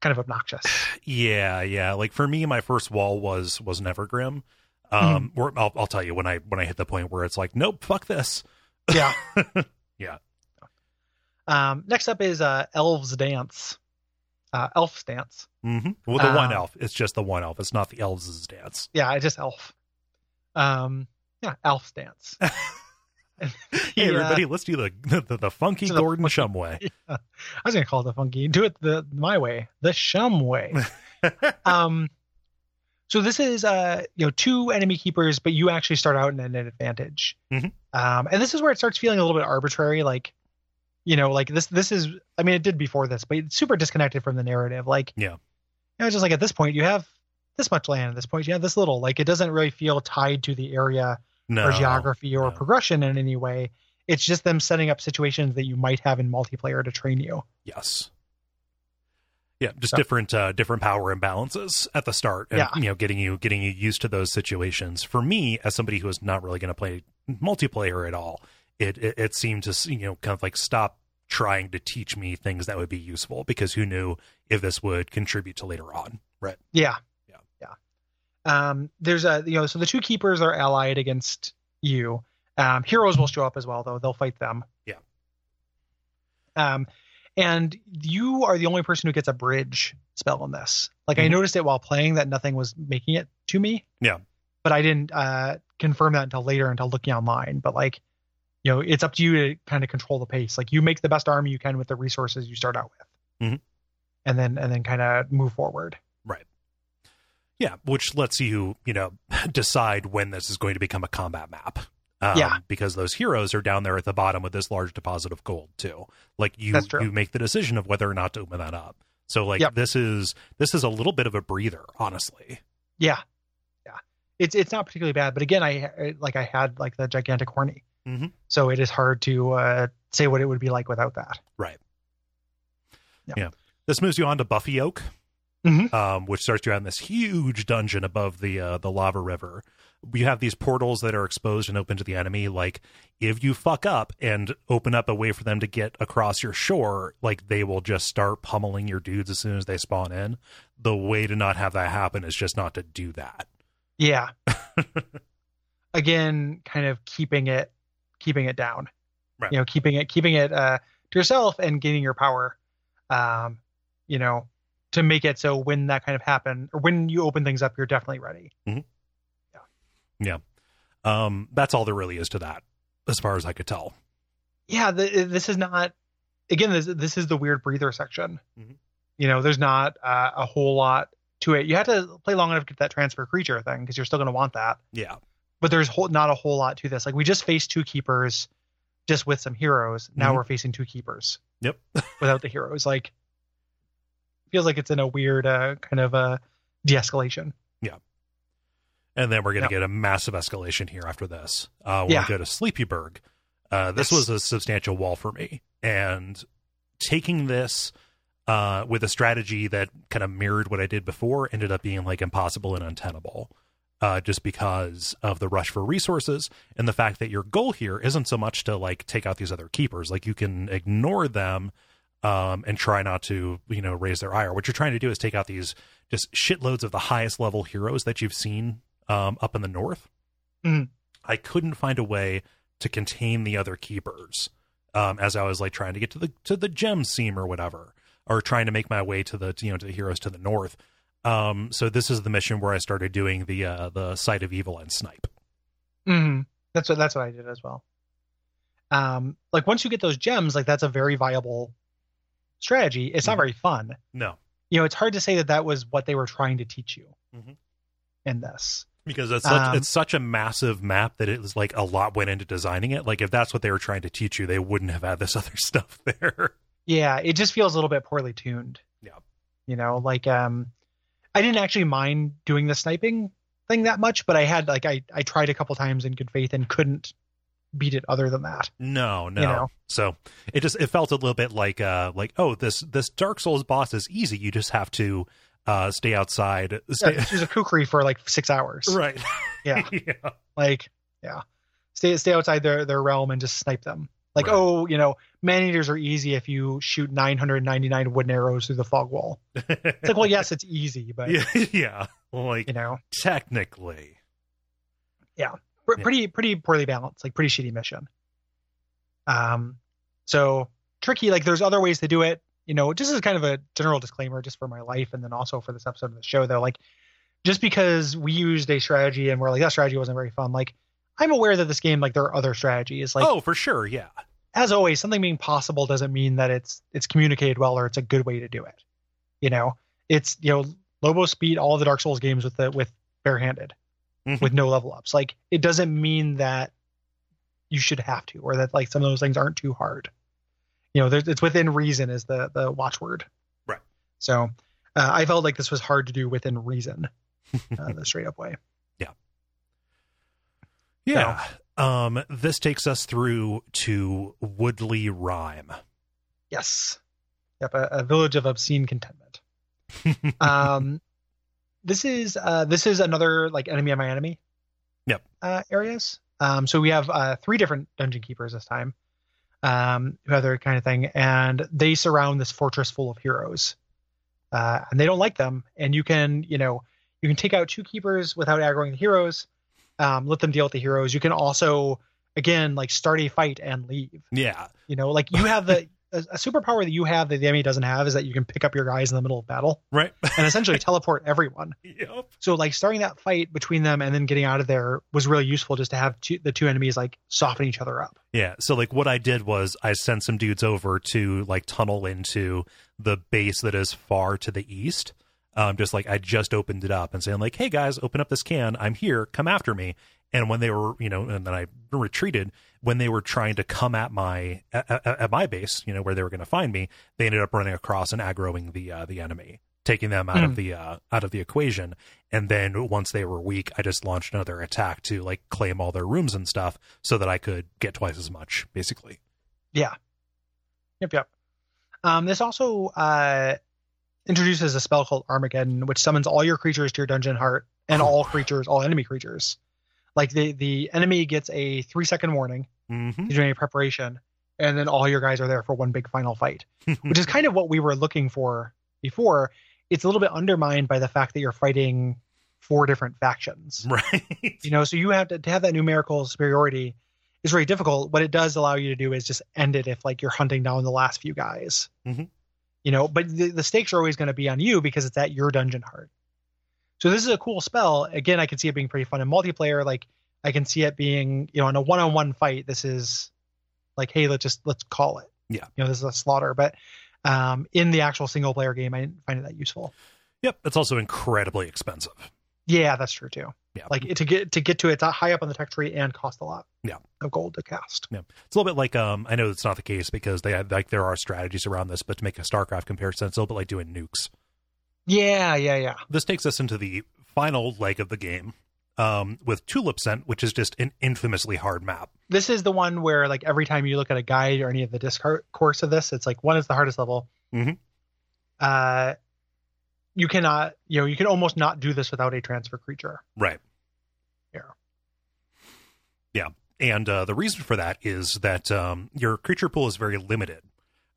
[SPEAKER 2] kind of obnoxious
[SPEAKER 1] Yeah, yeah. Like for me, my first wall was was Nevergrim. Um,
[SPEAKER 2] Mm-hmm.
[SPEAKER 1] or I'll, I'll tell you when I when I hit the point where it's like, nope, fuck this.
[SPEAKER 2] yeah
[SPEAKER 1] Yeah.
[SPEAKER 2] um next up is uh elves dance uh elf dance
[SPEAKER 1] hmm Well, the one
[SPEAKER 2] Um,
[SPEAKER 1] elf. It's just the one elf. It's not the elves' dance.
[SPEAKER 2] yeah i just elf um yeah elf dance
[SPEAKER 1] Hey,
[SPEAKER 2] Yeah.
[SPEAKER 1] everybody, let's do the the, the funky
[SPEAKER 2] To the
[SPEAKER 1] Gordon Shum way.
[SPEAKER 2] I was gonna call it the funky. Do it the my way, the shum way. um, so this is uh, you know, two enemy keepers, but you actually start out in an advantage.
[SPEAKER 1] Mhm.
[SPEAKER 2] Um, and this is where it starts feeling a little bit arbitrary, like, you know, like this. This is, I mean, it did before this, but it's super disconnected from the narrative. Like,
[SPEAKER 1] Yeah.
[SPEAKER 2] you know, just like at this point, you have this much land. At this point, you have this little. Like, it doesn't really feel tied to the area
[SPEAKER 1] No
[SPEAKER 2] or geography
[SPEAKER 1] no.
[SPEAKER 2] or progression in any way. It's just them setting up situations that you might have in multiplayer to train you.
[SPEAKER 1] Yes. Yeah, just different uh, different power imbalances at the start, and
[SPEAKER 2] Yeah.
[SPEAKER 1] you know, getting you getting you used to those situations. For me, as somebody who is not really going to play multiplayer at all, it, it it seemed to s- you know kind of like stop trying to teach me things that would be useful because who knew if this would contribute to later on, right?
[SPEAKER 2] Yeah.
[SPEAKER 1] Yeah.
[SPEAKER 2] Yeah. Um, there's a you know, so the two keepers are allied against you. Um, heroes will show up as well, though they'll fight them.
[SPEAKER 1] Yeah.
[SPEAKER 2] Um, and you are the only person who gets a bridge spell in this. Like I
[SPEAKER 1] Mhm.
[SPEAKER 2] noticed it while playing that nothing was making it to me.
[SPEAKER 1] Yeah.
[SPEAKER 2] But I didn't uh confirm that until later, until looking online. But like, you know, it's up to you to kind of control the pace. Like you make the best army you can with the resources you start out with,
[SPEAKER 1] Mhm.
[SPEAKER 2] and then and then kind of move forward.
[SPEAKER 1] Yeah, which lets you, you know, decide when this is going to become a combat map. Um,
[SPEAKER 2] Yeah.
[SPEAKER 1] Because those heroes are down there at the bottom with this large deposit of gold too. Like you,
[SPEAKER 2] That's true.
[SPEAKER 1] you make the decision of whether or not to open that up. So like
[SPEAKER 2] Yep.
[SPEAKER 1] this is this is a little bit of a breather, honestly.
[SPEAKER 2] Yeah, yeah. It's it's not particularly bad, but again, I I- like I had like the gigantic horny,
[SPEAKER 1] Mhm.
[SPEAKER 2] so it is hard to uh, say what it would be like without that.
[SPEAKER 1] This moves you on to Buffy Oak,
[SPEAKER 2] Mhm.
[SPEAKER 1] um, which starts you out in this huge dungeon above the uh, the lava river. You have these portals that are exposed and open to the enemy. Like if you fuck up and open up a way for them to get across your shore, like they will just start pummeling your dudes as soon as they spawn in. The way to not have that happen is just not to do that.
[SPEAKER 2] Yeah. again, kind of keeping it keeping it down,
[SPEAKER 1] Right.
[SPEAKER 2] you know, keeping it keeping it uh, to yourself and gaining your power, um, you know, to make it so when that kind of happen or when you open things up, you're definitely ready.
[SPEAKER 1] Um, that's all there really is to that, as far as I could tell.
[SPEAKER 2] yeah the, this is not again this, this is the weird breather section
[SPEAKER 1] Mhm.
[SPEAKER 2] you know there's not uh, a whole lot to it you have to play long enough to get that transfer creature thing because you're still going to want that
[SPEAKER 1] Yeah,
[SPEAKER 2] but there's whole, not a whole lot to this like we just faced two keepers just with some heroes now
[SPEAKER 1] Mhm.
[SPEAKER 2] we're facing two keepers
[SPEAKER 1] Yep.
[SPEAKER 2] without the heroes like feels like it's in a weird uh, kind of uh, de-escalation
[SPEAKER 1] and then we're going
[SPEAKER 2] Yep.
[SPEAKER 1] to get a massive escalation here after this. Uh, when
[SPEAKER 2] Yeah.
[SPEAKER 1] we go to Sleepyburg, uh, this
[SPEAKER 2] Yes.
[SPEAKER 1] was a substantial wall for me, and taking this uh, with a strategy that kind of mirrored what I did before ended up being like impossible and untenable. Uh, just because of the rush for resources and the fact that your goal here isn't so much to like take out these other keepers, like you can ignore them um, and try not to, you know, raise their ire. What you're trying to do is take out these just shitloads of the highest level heroes that you've seen um, up in the north.
[SPEAKER 2] Mhm.
[SPEAKER 1] I couldn't find a way to contain the other keepers um, as I was like trying to get to the to the gem seam or whatever, or trying to make my way to the you know to the heroes to the north. Um, so this is the mission where I started doing the uh, the site of evil and snipe.
[SPEAKER 2] hmm That's what that's what I did as well. Um, like once you get those gems, like that's a very viable strategy. It's
[SPEAKER 1] Mhm.
[SPEAKER 2] not very fun.
[SPEAKER 1] No,
[SPEAKER 2] You know, it's hard to say that that was what they were trying to teach you
[SPEAKER 1] Mhm.
[SPEAKER 2] in this.
[SPEAKER 1] because it's such,
[SPEAKER 2] Um,
[SPEAKER 1] it's such a massive map that it was like a lot went into designing it. Like if that's what they were trying to teach you, they wouldn't have had this other stuff there.
[SPEAKER 2] Yeah, it just feels a little bit poorly tuned.
[SPEAKER 1] Yeah.
[SPEAKER 2] You know, like um I didn't actually mind doing the sniping thing that much, but I had like I I tried a couple times in good faith and couldn't beat it other than that.
[SPEAKER 1] No, no.
[SPEAKER 2] You know.
[SPEAKER 1] So it just it felt a little bit like uh like oh this this Dark Souls boss is easy. You just have to uh stay outside. Stay,
[SPEAKER 2] Yeah, she's a kukri for like 6 hours.
[SPEAKER 1] right.
[SPEAKER 2] Yeah.
[SPEAKER 1] yeah.
[SPEAKER 2] Like yeah. Stay stay outside their their realm and just snipe them. Like
[SPEAKER 1] Right.
[SPEAKER 2] oh, you know, man eaters are easy if you shoot 999 wooden arrows through the fog wall. It's like, well, yes, it's easy, but
[SPEAKER 1] yeah, yeah. Like
[SPEAKER 2] you know,
[SPEAKER 1] technically.
[SPEAKER 2] pr-
[SPEAKER 1] Yeah.
[SPEAKER 2] pretty pretty poorly balanced, like pretty shitty mission. Um, so tricky. Like there's other ways to do it. You know, just as kind of a general disclaimer, just for my life, and then also for this episode of the show, though, like just because we used a strategy and we're like that strategy wasn't very fun, like I'm aware that this game, like there are other strategies. Like
[SPEAKER 1] oh, for sure. Yeah.
[SPEAKER 2] as always, something being possible doesn't mean that it's it's communicated well or it's a good way to do it. You know, it's you know Lobos beat all the Dark Souls games with the with barehanded,
[SPEAKER 1] Mhm.
[SPEAKER 2] with no level ups. Like it doesn't mean that you should have to or that like some of those things aren't too hard. You know, there's, it's within reason is the the watchword.
[SPEAKER 1] Right.
[SPEAKER 2] So uh, I felt like this was hard to do within reason, uh, the straight up way.
[SPEAKER 1] Yeah. Um this takes us through to Woodley Rhyme.
[SPEAKER 2] Yes. Yep, a, a village of obscene contentment. um, this is uh, this is another like enemy of my enemy.
[SPEAKER 1] Yep.
[SPEAKER 2] Uh, areas. Um, so we have uh, three different dungeon keepers this time, um, who have their kind of thing, and they surround this fortress full of heroes, uh, and they don't like them. And you can you know you can take out two keepers without aggroing the heroes. Um, let them deal with the heroes. You can also again like start a fight and leave.
[SPEAKER 1] Yeah.
[SPEAKER 2] You know, like you have the a, a superpower that you have that the enemy doesn't have is that you can pick up your guys in the middle of battle
[SPEAKER 1] Right.
[SPEAKER 2] and essentially teleport everyone.
[SPEAKER 1] yep.
[SPEAKER 2] So like starting that fight between them and then getting out of there was really useful just to have two, the two enemies like soften each other up.
[SPEAKER 1] Yeah. So like what I did was I sent some dudes over to like tunnel into the base that is far to the east. Um just like I just opened it up and saying like, "Hey guys, open up this can. I'm here. Come after me." And when they were, you know, and then I retreated when they were trying to come at my at, at- at my base, you know, where they were going to find me, they ended up running across and aggroing the uh, the enemy, taking them out of the uh, out of the equation. And then once they were weak, I just launched another attack to like claim all their rooms and stuff so that I could get twice as much, basically.
[SPEAKER 2] Yep, yep. Um, this also uh, introduces a spell called Armageddon, which summons all your creatures to your dungeon heart and all creatures, all enemy creatures. Like the the enemy gets a three second warning
[SPEAKER 1] Mm-hmm.
[SPEAKER 2] you're doing any preparation, and then all your guys are there for one big final fight, which is kind of what we were looking for before. It's a little bit undermined by the fact that you're fighting four different factions.
[SPEAKER 1] Right.
[SPEAKER 2] You know, so you have to, to have that numerical superiority is very difficult. What it does allow you to do is just end it if like you're hunting down the last few guys.
[SPEAKER 1] Mhm.
[SPEAKER 2] You know, but the, the stakes are always going to be on you because it's at your dungeon heart. So this is a cool spell. Again, I can see it being pretty fun in multiplayer. Like I can see it being, you know, in a one-on-one fight. This is like, hey, let's just let's call it.
[SPEAKER 1] Yeah.
[SPEAKER 2] You know, this is a slaughter. But um, in the actual single-player game, I didn't find it that useful.
[SPEAKER 1] Yep. It's also incredibly expensive.
[SPEAKER 2] Yeah, that's true too
[SPEAKER 1] Yeah.
[SPEAKER 2] like it- to get to get to it, it's high up on the tech tree and cost a lot
[SPEAKER 1] Yeah.
[SPEAKER 2] of gold to cast
[SPEAKER 1] it's a little bit like um I know it's not the case because they like there are strategies around this, but to make a StarCraft comparison, it's a little bit like doing nukes.
[SPEAKER 2] yeah yeah yeah
[SPEAKER 1] This takes us into the final leg of the game. Um, with Tulip Scent, which is just an infamously hard map.
[SPEAKER 2] this is the one where like every time you look at a guide or any of the discourse of this it's like one is the hardest level
[SPEAKER 1] Mhm.
[SPEAKER 2] uh you cannot you know you can almost not do this without a transfer creature
[SPEAKER 1] Right.
[SPEAKER 2] Yeah.
[SPEAKER 1] Yeah. And uh, the reason for that is that um, your creature pool is very limited.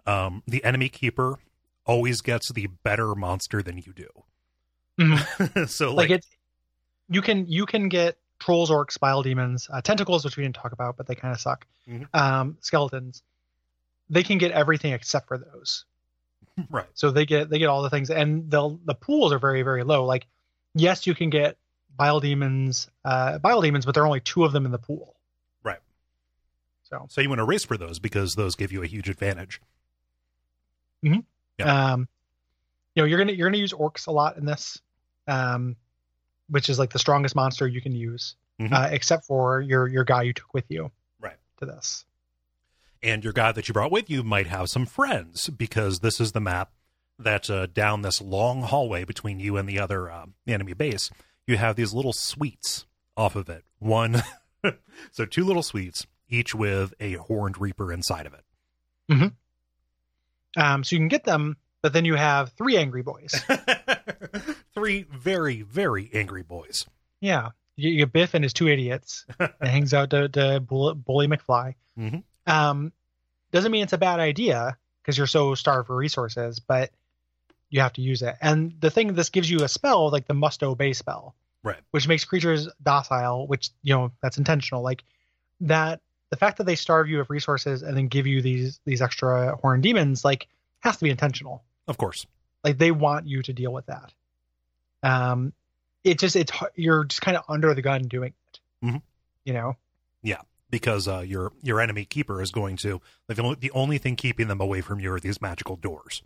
[SPEAKER 1] Um, the enemy keeper always gets the better monster than you do. so,
[SPEAKER 2] like,
[SPEAKER 1] like,
[SPEAKER 2] it you can you can get trolls orcs bile demons uh, tentacles which we didn't talk about but they kind of suck
[SPEAKER 1] Mhm.
[SPEAKER 2] um skeletons they can get everything except for those
[SPEAKER 1] Right.
[SPEAKER 2] So they get they get all the things, and the the pools are very very low. Like, yes, you can get bile demons, uh, bile demons, but there are only two of them in the pool.
[SPEAKER 1] Right.
[SPEAKER 2] So
[SPEAKER 1] So you want to race for those because those give you a huge advantage.
[SPEAKER 2] um, you know you're gonna you're gonna use orcs a lot in this, um, which is like the strongest monster you can use,
[SPEAKER 1] Mhm.
[SPEAKER 2] uh, except for your your guy you took with you.
[SPEAKER 1] Right.
[SPEAKER 2] To this.
[SPEAKER 1] And your guy that you brought with you might have some friends because this is the map that uh, down this long hallway between you and the other um, enemy base, you have these little suites off of it. One, so two little suites, each with a horned reaper inside of it.
[SPEAKER 2] Um, so you can get them, but then you have three angry boys.
[SPEAKER 1] Three very, very angry boys.
[SPEAKER 2] yeah, you, you get Biff and his two idiots. that hangs out to, to bully, bully McFly.
[SPEAKER 1] Mhm.
[SPEAKER 2] Um, doesn't mean it's a bad idea because you're so starved for resources, but you have to use it. And the thing this gives you a spell like the must obey spell,
[SPEAKER 1] Right.
[SPEAKER 2] Which makes creatures docile, which you know that's intentional. Like that, the fact that they starve you of resources and then give you these these extra horn demons, like has to be intentional
[SPEAKER 1] Of course.
[SPEAKER 2] like they want you to deal with that um it just it's har- you're just kind of under the gun doing it
[SPEAKER 1] Mhm.
[SPEAKER 2] you know
[SPEAKER 1] Because uh, your your enemy keeper is going to like the only, the only thing keeping them away from you are these magical doors.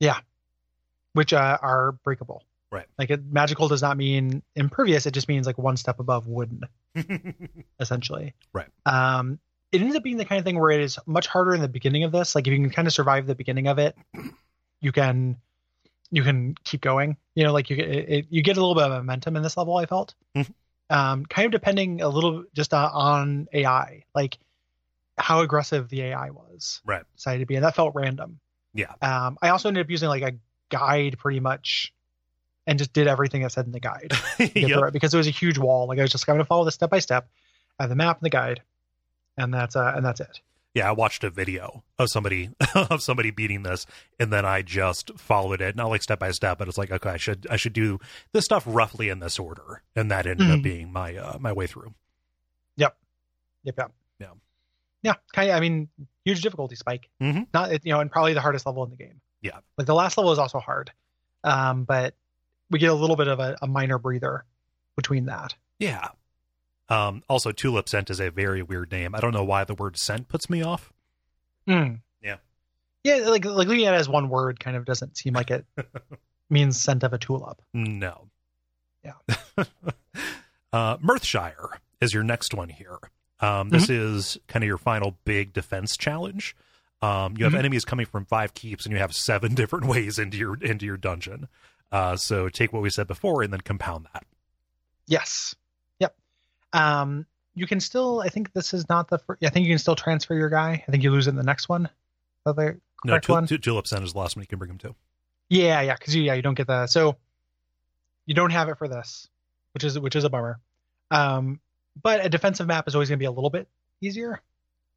[SPEAKER 2] which uh, are breakable
[SPEAKER 1] Right.
[SPEAKER 2] like it, magical does not mean impervious it just means like one step above wooden essentially
[SPEAKER 1] Right.
[SPEAKER 2] um it ends up being the kind of thing where it is much harder in the beginning of this like if you can kind of survive the beginning of it you can you can keep going you know like you get it, it- you get a little bit of momentum in this level i felt
[SPEAKER 1] Mhm.
[SPEAKER 2] um kind of depending a little just on, on ai like how aggressive the ai was
[SPEAKER 1] Right.
[SPEAKER 2] decided to be and that felt random
[SPEAKER 1] Yeah.
[SPEAKER 2] um i also ended up using like a guide pretty much and just did everything it said in the guide to get
[SPEAKER 1] Yep.
[SPEAKER 2] through it because it was a huge wall. Like I was just going to follow this step by step, I have the map and the guide, and that's uh, and that's it.
[SPEAKER 1] Yeah, I watched a video of somebody of somebody beating this, and then I just followed it, not like step by step, but it's like okay, I should I should do this stuff roughly in this order, and that ended up
[SPEAKER 2] Mhm.
[SPEAKER 1] being my uh, my way through.
[SPEAKER 2] Yep, yep,
[SPEAKER 1] Yeah.
[SPEAKER 2] yeah. Kind of. I mean, huge difficulty spike.
[SPEAKER 1] Mhm.
[SPEAKER 2] Not it- you know, and probably the hardest level in the game.
[SPEAKER 1] Yeah.
[SPEAKER 2] like the last level is also hard, um, but we get a little bit of a, a minor breather between that.
[SPEAKER 1] Yeah. Um, also, tulip scent is a very weird name. I don't know why the word scent puts me off.
[SPEAKER 2] Mm.
[SPEAKER 1] Yeah.
[SPEAKER 2] yeah. Like like looking at it as one word kind of doesn't seem like it means scent of a tulip.
[SPEAKER 1] No.
[SPEAKER 2] Yeah.
[SPEAKER 1] uh, Mirthshire is your next one here. Um, this is kind of your final big defense challenge. Um, you have
[SPEAKER 2] Mhm.
[SPEAKER 1] enemies coming from five keeps, and you have seven different ways into your into your dungeon. Uh, so take what we said before, and then compound that.
[SPEAKER 2] Yes. Yep. Um, you can still. I think this is not the. Fir- I think you can still transfer your guy. I think you lose it in the next one. Other
[SPEAKER 1] No,
[SPEAKER 2] correct one.
[SPEAKER 1] Tulip, Tulip Scent is the last one you can bring him to.
[SPEAKER 2] yeah, yeah. Because you, yeah, you don't get the. So you don't have it for this, which is which is a bummer. Um, but a defensive map is always going to be a little bit easier.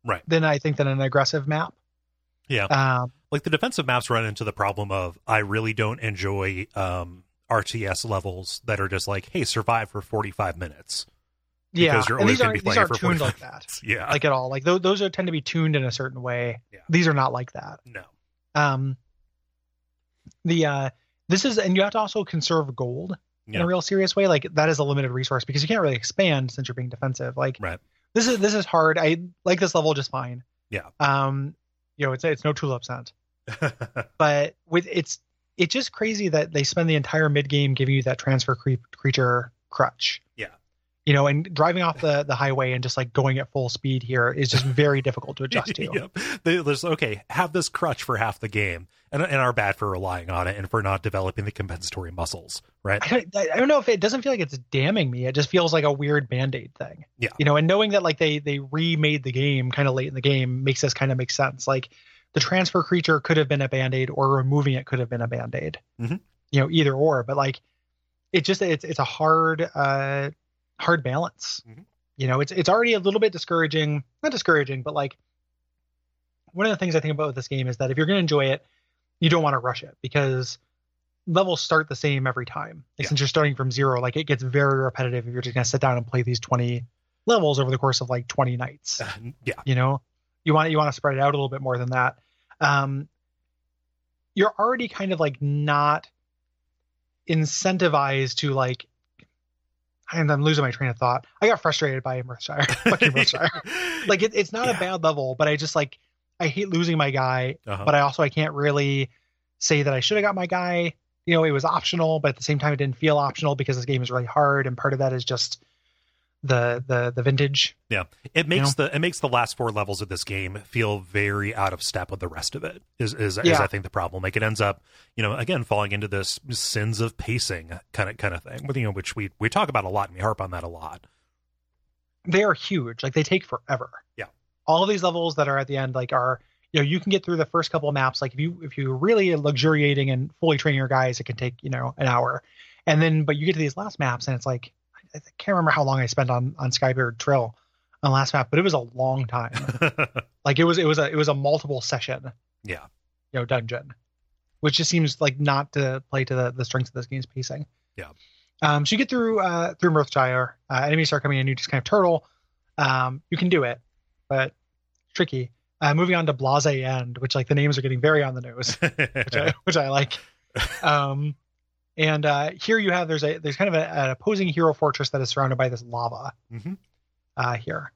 [SPEAKER 1] Right.
[SPEAKER 2] Than I think than an aggressive map.
[SPEAKER 1] Yeah.
[SPEAKER 2] Um,
[SPEAKER 1] like the defensive maps run into the problem of I really don't enjoy um RTS levels that are just like, hey, survive for forty five minutes.
[SPEAKER 2] yeah.
[SPEAKER 1] Because you're
[SPEAKER 2] and
[SPEAKER 1] always
[SPEAKER 2] these
[SPEAKER 1] gonna
[SPEAKER 2] aren't
[SPEAKER 1] be
[SPEAKER 2] these
[SPEAKER 1] playing
[SPEAKER 2] aren't
[SPEAKER 1] for
[SPEAKER 2] tuned
[SPEAKER 1] 45
[SPEAKER 2] like that,
[SPEAKER 1] Yeah.
[SPEAKER 2] like at all. Like those those are tend to be tuned in a certain way.
[SPEAKER 1] Yeah.
[SPEAKER 2] These are not like that.
[SPEAKER 1] no.
[SPEAKER 2] um the uh this is and you have to also conserve gold in
[SPEAKER 1] Yeah.
[SPEAKER 2] a real serious way like that is a limited resource because you can't really expand since you're being defensive like
[SPEAKER 1] Right.
[SPEAKER 2] this is this is hard i like this level just fine
[SPEAKER 1] Yeah.
[SPEAKER 2] um you know it's it's no tulip scent but with it's it's just crazy that they spend the entire mid game giving you that transfer creep creature crutch
[SPEAKER 1] Yeah.
[SPEAKER 2] you know and driving off the the highway and just like going at full speed here is just very difficult to adjust to
[SPEAKER 1] yep. They, there's okay, have this crutch for half the game, and and are bad for relying on it and for not developing the compensatory muscles, right?
[SPEAKER 2] I don't, I don't know if it doesn't feel like it's damning me. It just feels like a weird band aid thing.
[SPEAKER 1] Yeah.
[SPEAKER 2] You know, and knowing that like they they remade the game kind of late in the game makes this kind of make sense. Like the transfer creature could have been a band aid or removing it could have been a band aid.
[SPEAKER 1] Mhm.
[SPEAKER 2] You know, either or. But like it just it's it's a hard uh hard balance.
[SPEAKER 1] Mhm.
[SPEAKER 2] You know, it's it's already a little bit discouraging. Not discouraging, but like one of the things I think about with this game is that if you're going to enjoy it, you don't want to rush it because levels start the same every time. Like,
[SPEAKER 1] Yeah.
[SPEAKER 2] Since you're starting from zero, like it gets very repetitive if you're just going to sit down and play these 20 levels over the course of like 20 nights.
[SPEAKER 1] Uh, yeah.
[SPEAKER 2] You know, you want you want to spread it out a little bit more than that. Um, you're already kind of like not incentivized to like and I'm losing my train of thought. I got frustrated by Mercer. Fucking Mercer. like it, it's not
[SPEAKER 1] Yeah.
[SPEAKER 2] a bad level, but I just like I hate losing my guy,
[SPEAKER 1] Uh-huh.
[SPEAKER 2] but I also I can't really say that I should have got my guy. You know, it was optional, but at the same time it didn't feel optional because this game is really hard and part of that is just the the the vintage.
[SPEAKER 1] Yeah, it makes the it makes the last four levels of this game feel very out of step with the rest of it. Is is, is
[SPEAKER 2] Yeah.
[SPEAKER 1] I think the problem. Like it ends up, you know, again falling into this sins of pacing kind of kind of thing. With you know, which we we talk about a lot and we harp on that a lot.
[SPEAKER 2] They are huge. Like they take forever.
[SPEAKER 1] Yeah.
[SPEAKER 2] All of these levels that are at the end like are you know, you can get through the first couple of maps. Like if you if you're really luxuriating and fully training your guys, it can take, you know, an hour. And then but you get to these last maps and it's like I, I can't remember how long I spent on on Skybeard Trail on last map, but it was a long time. like it was it was a it was a multiple session
[SPEAKER 1] Yeah.
[SPEAKER 2] you know dungeon which just seems like not to play to the, the strengths of this game's pacing
[SPEAKER 1] Yeah.
[SPEAKER 2] um so you get through uh through mirthshire uh, enemies start coming in you just kind of turtle um you can do it but tricky uh moving on to blase end which like the names are getting very on the nose which I, which I like. Um, and uh, here you have there's a there's kind of a, an opposing hero fortress that is surrounded by this lava
[SPEAKER 1] Mhm.
[SPEAKER 2] uh, here.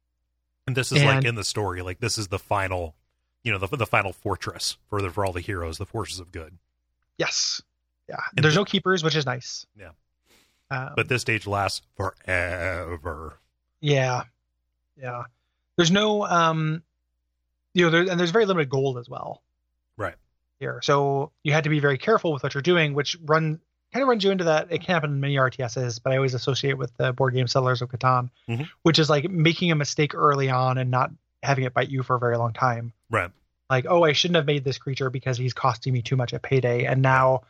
[SPEAKER 1] And this is like
[SPEAKER 2] And-
[SPEAKER 1] in the story, like this is the final, you know, the the final fortress for the for all the heroes, the forces of good.
[SPEAKER 2] Yes, yeah.
[SPEAKER 1] And
[SPEAKER 2] there's
[SPEAKER 1] the-
[SPEAKER 2] no keepers, which is nice.
[SPEAKER 1] Yeah.
[SPEAKER 2] Um,
[SPEAKER 1] But this stage lasts forever.
[SPEAKER 2] yeah, yeah. There's no um, you know, there, and there's very limited gold as well.
[SPEAKER 1] Right.
[SPEAKER 2] Here, so you had to be very careful with what you're doing, which run kind of runs you into that. It can happen in many RTSs, but I always associate with the board game Settlers of Catan.
[SPEAKER 1] Mm-hmm.
[SPEAKER 2] which is like making a mistake early on and not having it bite you for a very long time.
[SPEAKER 1] Right.
[SPEAKER 2] Like, oh, I shouldn't have made this creature because he's costing me too much at payday, and now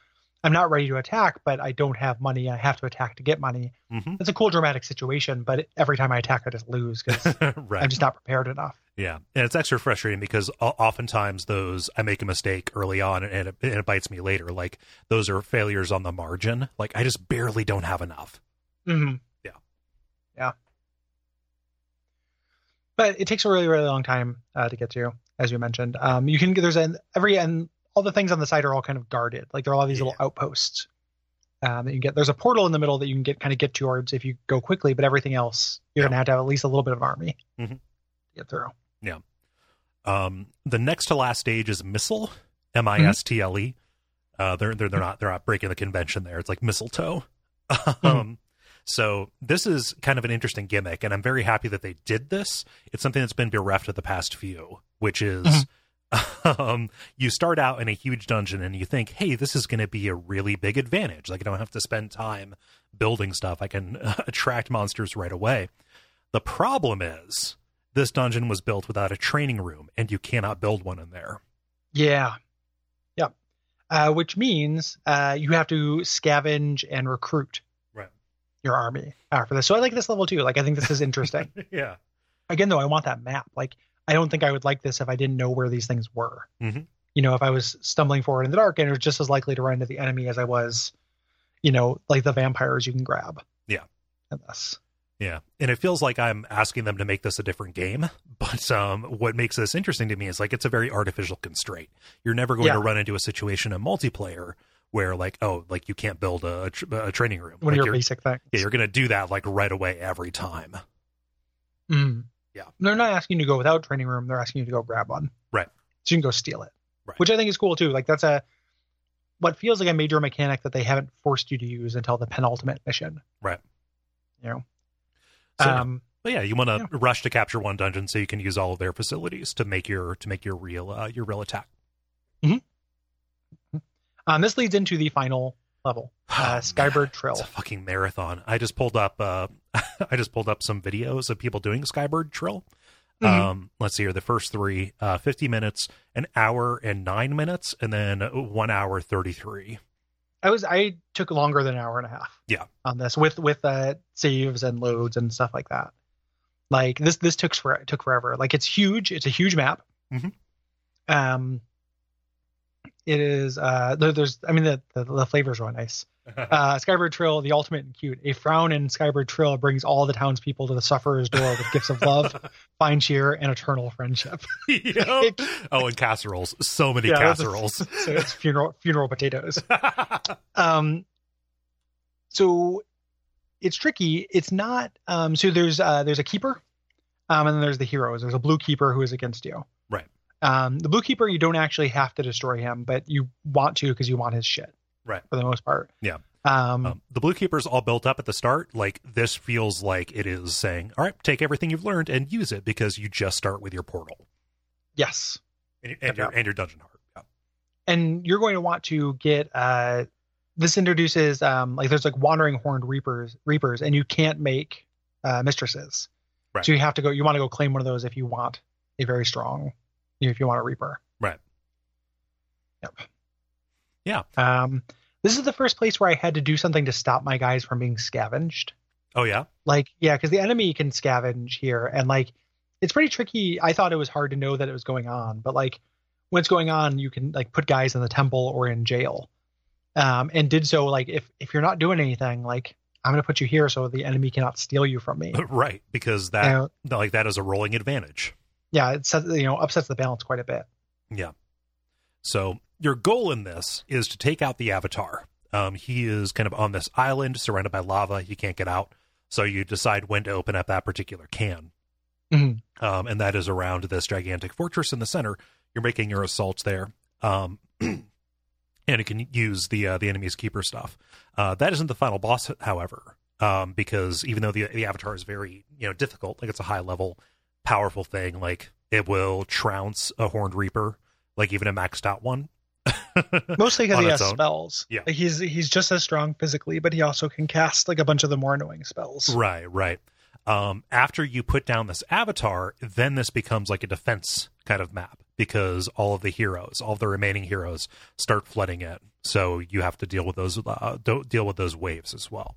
[SPEAKER 2] I'm not ready to attack, but I don't have money. I have to attack to get money.
[SPEAKER 1] hmm
[SPEAKER 2] It's a cool dramatic situation, but every time I attack, I just lose because
[SPEAKER 1] right.
[SPEAKER 2] I'm just not prepared enough.
[SPEAKER 1] Yeah, and it's extra frustrating because o- oftentimes those I make a mistake early on and it, and it bites me later. Like those are failures on the margin. Like I just barely don't have enough.
[SPEAKER 2] Mm-hmm.
[SPEAKER 1] Yeah.
[SPEAKER 2] Yeah. But it takes a really, really long time uh, to get to, as you mentioned. Um, you can there's an every and all the things on the side are all kind of guarded. Like there are all these little outposts um, that you can get. There's a portal in the middle that you can get kind of get towards if you go quickly, but everything else you're
[SPEAKER 1] Yeah.
[SPEAKER 2] gonna have to have at least a little bit of army
[SPEAKER 1] Mhm.
[SPEAKER 2] to get through.
[SPEAKER 1] Um, the next to last stage is missile, M I S T L E. Uh, they're they're they're not they're not breaking the convention there. It's like mistletoe. Um, so this is kind of an interesting gimmick, and I'm very happy that they did this. It's something that's been bereft of the past few, which is. Um, you start out in a huge dungeon and you think, "Hey, this is going to be a really big advantage. Like I don't have to spend time building stuff. I can attract monsters right away." The problem is, this dungeon was built without a training room and you cannot build one in there.
[SPEAKER 2] Yeah. Yeah. Uh, which means uh, you have to scavenge and recruit
[SPEAKER 1] Right.
[SPEAKER 2] your army uh, for this. So I like this level too. Like I think this is interesting.
[SPEAKER 1] Yeah.
[SPEAKER 2] again though i want that map like i don't think i would like this if i didn't know where these things were
[SPEAKER 1] Mhm.
[SPEAKER 2] you know if i was stumbling forward in the dark and it was just as likely to run into the enemy as i was you know like the vampires you can grab
[SPEAKER 1] Yeah.
[SPEAKER 2] and this
[SPEAKER 1] Yeah. And it feels like I'm asking them to make this a different game, but um what makes this interesting to me is like it's a very artificial constraint. You're never going
[SPEAKER 2] Yeah.
[SPEAKER 1] to run into a situation in multiplayer where like oh, like you can't build a a, tr- a training room. Like,
[SPEAKER 2] one of your
[SPEAKER 1] you're,
[SPEAKER 2] basic things
[SPEAKER 1] yeah, you're going to do that like right away every time.
[SPEAKER 2] Mm.
[SPEAKER 1] Yeah.
[SPEAKER 2] they're not asking you to go without training room they're asking you to go grab one
[SPEAKER 1] Right.
[SPEAKER 2] so you can go steal it
[SPEAKER 1] Right.
[SPEAKER 2] which i think is cool too like that's a what feels like a major mechanic that they haven't forced you to use until the penultimate mission
[SPEAKER 1] Right.
[SPEAKER 2] you know
[SPEAKER 1] So-
[SPEAKER 2] um
[SPEAKER 1] But yeah, you want to
[SPEAKER 2] Yeah.
[SPEAKER 1] rush to capture one dungeon so you can use all of their facilities to make your to make your real uh, your real attack.
[SPEAKER 2] Um, this leads into the final level, uh,
[SPEAKER 1] Oh,
[SPEAKER 2] Skybird Trill.
[SPEAKER 1] It's a fucking marathon. I just pulled up uh I just pulled up some videos of people doing Skybird Trill.
[SPEAKER 2] Mhm.
[SPEAKER 1] Um let's see here the first 3 uh 50 minutes, an hour and 9 minutes and then 1 hour 33.
[SPEAKER 2] I was I took longer than an hour and a half.
[SPEAKER 1] Yeah.
[SPEAKER 2] On this with with uh, saves and loads and stuff like that. Like this this took for
[SPEAKER 1] Mm-hmm.
[SPEAKER 2] took forever. Like it's huge. It's a huge map.
[SPEAKER 1] Mhm.
[SPEAKER 2] Um, It is uh, there, there's I mean the, the the flavors are nice. Uh, Skybird Trill, the ultimate and cute. A frown in Skybird Trill brings all the townspeople to the sufferer's door with gifts of love, fine cheer, and eternal friendship.
[SPEAKER 1] Yep. Oh, and casseroles. So many
[SPEAKER 2] Yeah, that's a-
[SPEAKER 1] casseroles.
[SPEAKER 2] so it's funeral funeral potatoes. Um, so it's tricky. It's not um, so there's uh, there's a keeper, um, and then there's the heroes. There's a blue keeper who is against you.
[SPEAKER 1] Right.
[SPEAKER 2] Um, the blue keeper you don't actually have to destroy him, but you want to because you want his shit.
[SPEAKER 1] Right.
[SPEAKER 2] For the most part.
[SPEAKER 1] Yeah.
[SPEAKER 2] Um,
[SPEAKER 1] Um, the blue keeper's all built up at the start. Like this feels like it is saying, "All right, take everything you've learned and use it," because you just start with your portal
[SPEAKER 2] Yes.
[SPEAKER 1] and, and your and your dungeon heart. Yeah.
[SPEAKER 2] and you're going to want to get uh this introduces um like there's like wandering horned reapers reapers and you can't make uh mistresses
[SPEAKER 1] Right.
[SPEAKER 2] so you have to go you want to go claim one of those if you want a very strong if you want a reaper
[SPEAKER 1] Right.
[SPEAKER 2] yep
[SPEAKER 1] Yeah.
[SPEAKER 2] um this is the first place where i had to do something to stop my guys from being scavenged
[SPEAKER 1] Oh yeah.
[SPEAKER 2] like yeah because the enemy can scavenge here and like it's pretty tricky i thought it was hard to know that it was going on but like when it's going on you can like put guys in the temple or in jail um and did so like if if you're not doing anything like i'm gonna put you here so the enemy cannot steal you from me
[SPEAKER 1] right. Because that
[SPEAKER 2] yeah,
[SPEAKER 1] like that is a rolling advantage.
[SPEAKER 2] yeah it sets, you know upsets the balance quite a bit
[SPEAKER 1] So your goal in this is to take out the avatar. Um, he is kind of on this island surrounded by lava. He can't get out. So you decide when to open up that particular can.
[SPEAKER 2] Mhm.
[SPEAKER 1] Um, and that is around this gigantic fortress in the center. You're making your assault there. Um, and it can use the uh, the enemy's keeper stuff. Uh, that isn't the final boss, however, um, because even though the the avatar is very you know difficult, like it's a high level, powerful thing, like it will trounce a horned reaper like even a maxed out one.
[SPEAKER 2] mostly because
[SPEAKER 1] On
[SPEAKER 2] he
[SPEAKER 1] its
[SPEAKER 2] has
[SPEAKER 1] own.
[SPEAKER 2] spells
[SPEAKER 1] Yeah.
[SPEAKER 2] like he's he's just as strong physically but he also can cast like a bunch of the more annoying spells
[SPEAKER 1] right, right. Um, after you put down this avatar, then this becomes like a defense kind of map because all of the heroes, all of the remaining heroes, start flooding in. So you have to deal with those uh, do- deal with those waves as well.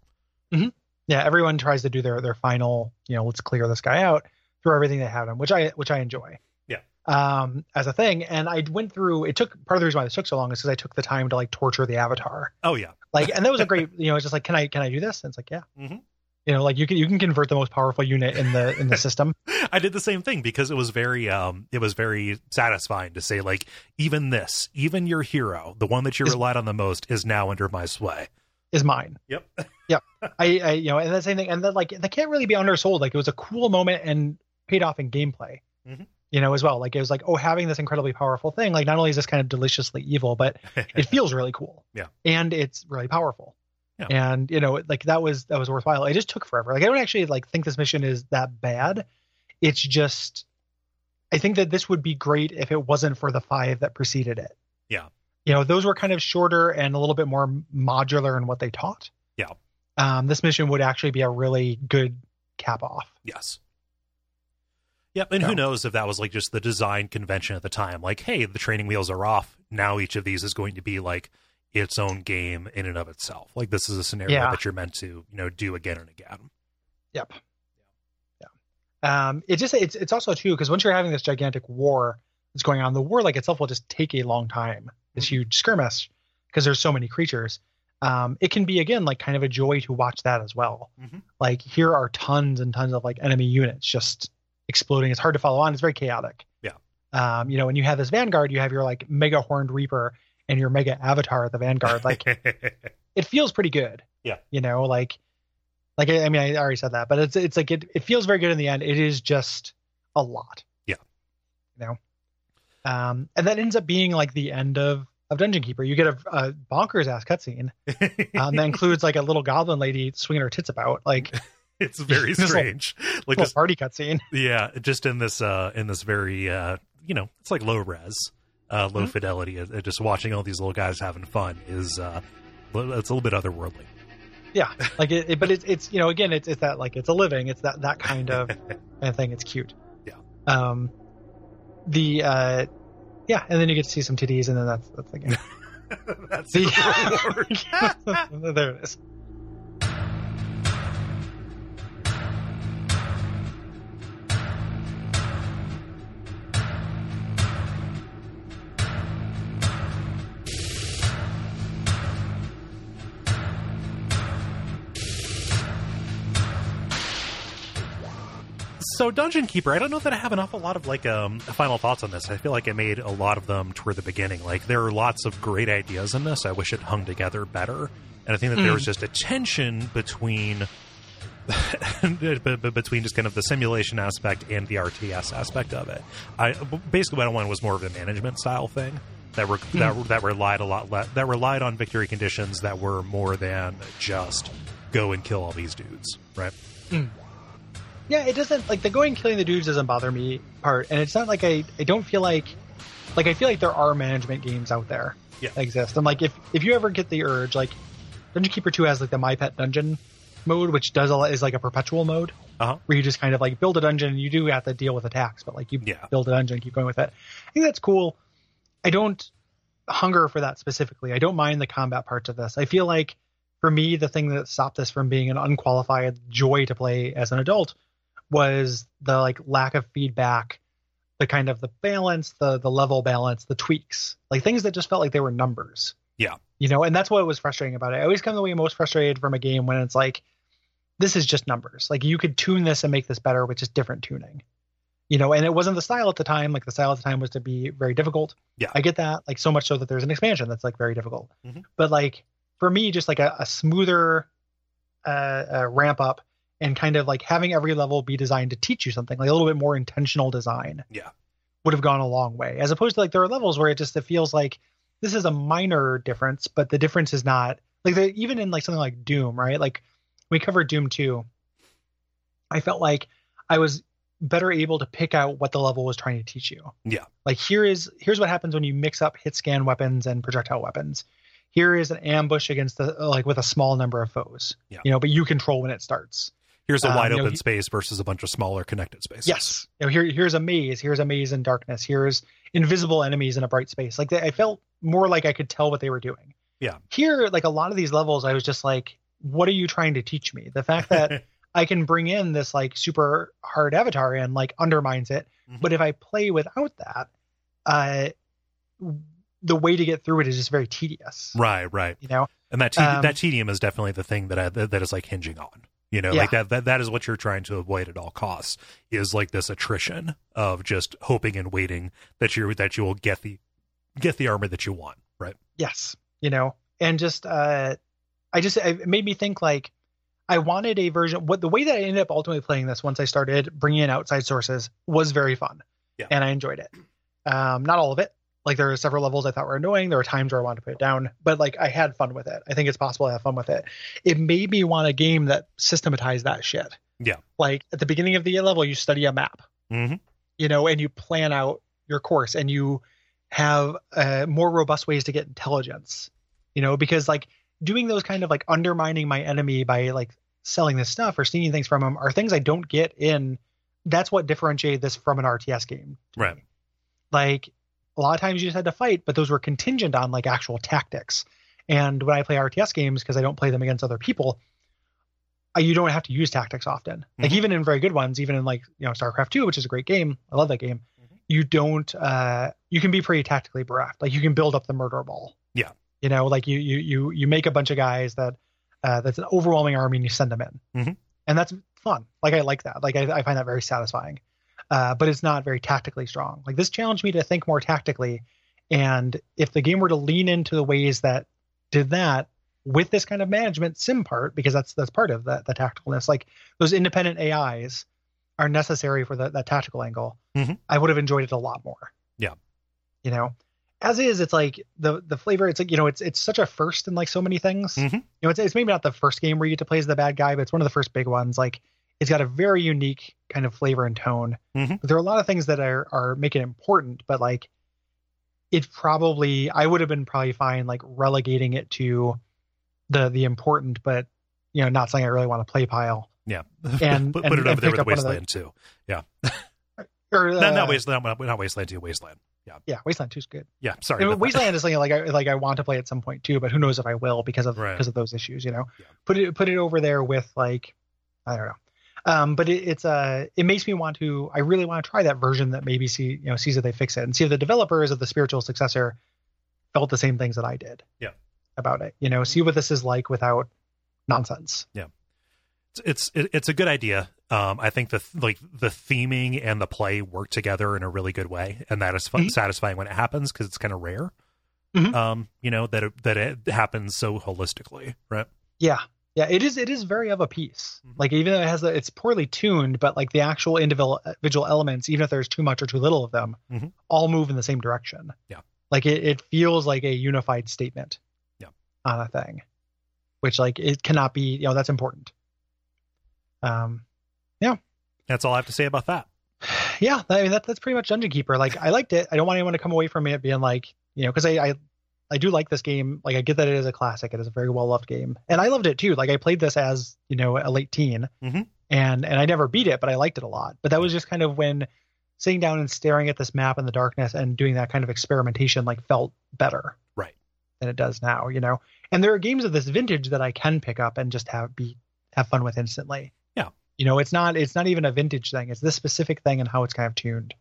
[SPEAKER 2] yeah everyone tries to do their their final you know let's clear this guy out through everything they have him which i which i enjoy
[SPEAKER 1] Yeah.
[SPEAKER 2] um as a thing and i went through it took part of the reason why this took so long is because i took the time to like torture the avatar
[SPEAKER 1] Oh yeah,
[SPEAKER 2] like and that was a great you know it's just like can i can i do this and it's like yeah
[SPEAKER 1] Mhm.
[SPEAKER 2] you know like you can you can convert the most powerful unit in the in the system
[SPEAKER 1] I did the same thing because it was very um, it was very satisfying to say like even this, even your hero, the one that you
[SPEAKER 2] Is-
[SPEAKER 1] relied on the most, is now under my sway.
[SPEAKER 2] is mine
[SPEAKER 1] Yep.
[SPEAKER 2] yep i i you know and that same thing and then like they can't really be undersold like it was a cool moment and paid off in gameplay
[SPEAKER 1] Mhm.
[SPEAKER 2] you know as well like it was like oh having this incredibly powerful thing like not only is this kind of deliciously evil but it feels really cool.
[SPEAKER 1] Yeah.
[SPEAKER 2] And it's really powerful.
[SPEAKER 1] Yeah.
[SPEAKER 2] And you know, like that was that was worthwhile. It just took forever. Like I don't actually like think this mission is that bad. It's just I think that this would be great if it wasn't for the five that preceded it.
[SPEAKER 1] Yeah.
[SPEAKER 2] You know, those were kind of shorter and a little bit more modular in what they taught.
[SPEAKER 1] Yeah.
[SPEAKER 2] Um, this mission would actually be a really good cap off.
[SPEAKER 1] Yes. Yep, and
[SPEAKER 2] So-
[SPEAKER 1] who knows if that was like just the design convention at the time? Like, hey, the training wheels are off. Now each of these is going to be like its own game in and of itself. Like this is a scenario
[SPEAKER 2] Yeah.
[SPEAKER 1] that you're meant to, you know, do again and again.
[SPEAKER 2] Yep. Yeah. Um, it just it's it's also too because once you're having this gigantic war that's going on, the war like itself will just take a long time. This huge skirmish because there's so many creatures. Um, it can be again like kind of a joy to watch that as well.
[SPEAKER 1] Mhm.
[SPEAKER 2] Like here are tons and tons of like enemy units just exploding. It's hard to follow on. It's very chaotic.
[SPEAKER 1] Yeah.
[SPEAKER 2] Um, you know, when you have this vanguard, you have your like mega horned reaper and your mega avatar at the vanguard. Like it feels pretty good.
[SPEAKER 1] Yeah.
[SPEAKER 2] You know, like like I I mean I already said that, but it's it's like it, it feels very good in the end. It is just a lot.
[SPEAKER 1] Yeah.
[SPEAKER 2] You know. Um and that ends up being like the end of of Dungeon Keeper. You get a, a bonkers ass cutscene um, that includes like a little goblin lady swinging her tits about, like
[SPEAKER 1] it's very
[SPEAKER 2] It's like-
[SPEAKER 1] strange. Like
[SPEAKER 2] little
[SPEAKER 1] this,
[SPEAKER 2] party cutscene.
[SPEAKER 1] yeah, just in this, uh in this very, uh you know, it's like low res, uh low fidelity. Uh, just watching all these little guys having fun is, uh it's a little bit otherworldly.
[SPEAKER 2] Like it, it- but it's it's you know again it's it's that like it's a living. It's that that kind of kind of thing. It's cute.
[SPEAKER 1] Yeah.
[SPEAKER 2] Um, the uh, yeah, and then you get to see some titties, and then that's that's the game.
[SPEAKER 1] That's
[SPEAKER 2] The-
[SPEAKER 1] the reward.
[SPEAKER 2] there it is.
[SPEAKER 1] So Dungeon Keeper, I don't know that I have an awful lot of like um final thoughts on this. I feel like I made a lot of them toward the beginning. Like there are lots of great ideas in this. I wish it hung together better. And I think that there was just a tension between b- b- between just kind of the simulation aspect and the RTS aspect of it. I b- basically what I wanted was more of a management style thing that were that, that relied a lot le- that relied on victory conditions that were more than just go and kill all these dudes, right?
[SPEAKER 2] yeah, it doesn't like the going killing the dudes doesn't bother me part, and it's not like I I don't feel like like I feel like there are management games out there
[SPEAKER 1] Yeah.
[SPEAKER 2] that exist. And like if if you ever get the urge, like Dungeon Keeper Two has like the My Pet Dungeon mode, which does a lot is like a perpetual mode
[SPEAKER 1] Uh-huh.
[SPEAKER 2] where you just kind of like build a dungeon and you do have to deal with attacks, but like you
[SPEAKER 1] Yeah.
[SPEAKER 2] build a dungeon, keep going with it. I think that's cool. I don't hunger for that specifically. I don't mind the combat parts of this. I feel like for me, the thing that stopped this from being an unqualified joy to play as an adult was the like lack of feedback, the kind of the balance, the the level balance, the tweaks, like things that just felt like they were numbers.
[SPEAKER 1] Yeah.
[SPEAKER 2] You know, and that's what was frustrating about it. I always come away most frustrated from a game when it's like, this is just numbers. Like you could tune this and make this better with just different tuning. You know, and it wasn't the style at the time. Like the style at the time was to be very difficult.
[SPEAKER 1] Yeah.
[SPEAKER 2] I get that. Like so much so that there's an expansion that's like very difficult.
[SPEAKER 1] Mhm.
[SPEAKER 2] But like for me, just like a, a smoother uh, uh, ramp up and kind of like having every level be designed to teach you something, like a little bit more intentional design.
[SPEAKER 1] Yeah.
[SPEAKER 2] Would have gone a long way. As opposed to like there are levels where it just it feels like this is a minor difference, but the difference is not like the, even in like something like Doom, right? Like we covered Doom 2, I felt like I was better able to pick out what the level was trying to teach you.
[SPEAKER 1] Yeah.
[SPEAKER 2] Like here is here's what happens when you mix up hit scan weapons and projectile weapons. Here is an ambush against the like with a small number of foes.
[SPEAKER 1] Yeah.
[SPEAKER 2] You know, but you control when it starts.
[SPEAKER 1] Here's a
[SPEAKER 2] Um,
[SPEAKER 1] wide
[SPEAKER 2] you know,
[SPEAKER 1] open
[SPEAKER 2] he-
[SPEAKER 1] space versus a bunch of smaller connected spaces.
[SPEAKER 2] Yes. You know, here here's a maze, here's a maze in darkness, here's invisible enemies in a bright space. Like I felt more like I could tell what they were doing.
[SPEAKER 1] Yeah.
[SPEAKER 2] Here, like a lot of these levels, I was just like, what are you trying to teach me? The fact that I can bring in this like super hard avatar and like undermines it.
[SPEAKER 1] Mhm.
[SPEAKER 2] But if I play without that, uh, the way to get through it is just very tedious.
[SPEAKER 1] right, right.
[SPEAKER 2] You know,
[SPEAKER 1] And that te-
[SPEAKER 2] Um,
[SPEAKER 1] that tedium is definitely the thing that I, that, that is like hinging on. You know,
[SPEAKER 2] Yeah.
[SPEAKER 1] like that, that that is what you're trying to avoid at all costs is like this attrition of just hoping and waiting that you that you will get the get the armor that you want. Right.
[SPEAKER 2] yes, you know, and just uh, I just it made me think like I wanted a version. What the way that I ended up ultimately playing this once I started bringing in outside sources was very fun,
[SPEAKER 1] Yeah.
[SPEAKER 2] and I enjoyed it. Um, not all of it. Like there were several levels I thought were annoying. There were times where I wanted to put it down, but like I had fun with it. I think it's possible to have fun with it. It made me want a game that systematized that shit.
[SPEAKER 1] Yeah.
[SPEAKER 2] Like at the beginning of the level, you study a map,
[SPEAKER 1] Mhm.
[SPEAKER 2] you know, and you plan out your course, and you have uh, more robust ways to get intelligence, you know, because like doing those kind of like undermining my enemy by like selling this stuff or stealing things from them are things I don't get in. That's what differentiated this from an RTS game. to
[SPEAKER 1] Right.
[SPEAKER 2] me. Like a lot of times you just had to fight, but those were contingent on like actual tactics. And when I play RTS games, because I don't play them against other people, I, you don't have to use tactics often. Like even in very good ones, even in like you know StarCraft Two, which is a great game. I love that game. You don't. uh You can be pretty tactically bereft. Like you can build up the murder ball.
[SPEAKER 1] Yeah.
[SPEAKER 2] You know, like you you you you make a bunch of guys that uh, that's an overwhelming army and you send them in
[SPEAKER 1] Mhm.
[SPEAKER 2] and that's fun like i like that like i, I find that very satisfying uh, but it's not very tactically strong like this challenged me to think more tactically and if the game were to lean into the ways that did that with this kind of management sim part because that's that's part of the, the tacticalness like those independent ais are necessary for the, that tactical angle
[SPEAKER 1] Mhm.
[SPEAKER 2] i would have enjoyed it a lot more
[SPEAKER 1] Yeah.
[SPEAKER 2] you know as is it's like the the flavor it's like you know it's it's such a first in like so many things
[SPEAKER 1] Mm-hmm.
[SPEAKER 2] you know, it's, it's maybe not the first game where you get to play as the bad guy, but it's one of the first big ones. Like, it's got a very unique kind of flavor and tone.
[SPEAKER 1] Mhm.
[SPEAKER 2] But there are a lot of things that are are make it important, but like, it probably I would have been probably fine like relegating it to the the important, but you know, not something I really want to play pile.
[SPEAKER 1] Yeah.
[SPEAKER 2] And-
[SPEAKER 1] put,
[SPEAKER 2] and-
[SPEAKER 1] put it
[SPEAKER 2] and
[SPEAKER 1] over there
[SPEAKER 2] pick
[SPEAKER 1] with
[SPEAKER 2] up one of the-
[SPEAKER 1] Wasteland too.
[SPEAKER 2] Or
[SPEAKER 1] not,
[SPEAKER 2] uh,
[SPEAKER 1] not Wasteland. Not, not Wasteland too. Wasteland. Yeah.
[SPEAKER 2] Yeah, Wasteland Two's good.
[SPEAKER 1] Yeah. Sorry.
[SPEAKER 2] I mean,
[SPEAKER 1] about that.
[SPEAKER 2] Wasteland is something like I like I want to play at some point too, but who knows if I will because of
[SPEAKER 1] Right.
[SPEAKER 2] because of those issues, you know.
[SPEAKER 1] Yeah.
[SPEAKER 2] Put it put it over there with like I don't know. Um, but it, it's uh, it makes me want to. I really want to try that version that maybe see you know sees that they fix it and see if the developers of the spiritual successor felt the same things that I did.
[SPEAKER 1] Yeah.
[SPEAKER 2] About it, you know, see what this is like without nonsense.
[SPEAKER 1] it's it's it- it's a good idea Um, I think the th- like the theming and the play work together in a really good way, and that is fun-
[SPEAKER 2] Mhm.
[SPEAKER 1] satisfying when it happens because it's kind of rare.
[SPEAKER 2] Mhm.
[SPEAKER 1] Um, you know that it, that it happens so holistically, right?
[SPEAKER 2] Yeah. Yeah, it is. It is very of a piece.
[SPEAKER 1] Mhm.
[SPEAKER 2] Like even though it has, a, it's poorly tuned, but like the actual individual individual elements, even if there's too much or too little of them,
[SPEAKER 1] Mhm.
[SPEAKER 2] all move in the same direction.
[SPEAKER 1] Yeah.
[SPEAKER 2] Like it, it feels like a unified statement.
[SPEAKER 1] Yeah.
[SPEAKER 2] On a thing, which like it cannot be. You know, that's important. Um,
[SPEAKER 1] That's all I have to say about that.
[SPEAKER 2] yeah, I mean that that's pretty much Dungeon Keeper. Like I liked it. I don't want anyone to come away from it being like, you know, because I, I I do like this game. Like I get that it is a classic. It is a very well loved game, and I loved it too. Like I played this as you know a late teen,
[SPEAKER 1] Mhm.
[SPEAKER 2] and and I never beat it, but I liked it a lot. But that was just kind of when sitting down and staring at this map in the darkness and doing that kind of experimentation like felt better,
[SPEAKER 1] Right.
[SPEAKER 2] than it does now. You know, and there are games of this vintage that I can pick up and just have be have fun with instantly you know it's not it's not even a vintage thing it's this specific thing and how it's kind of tuned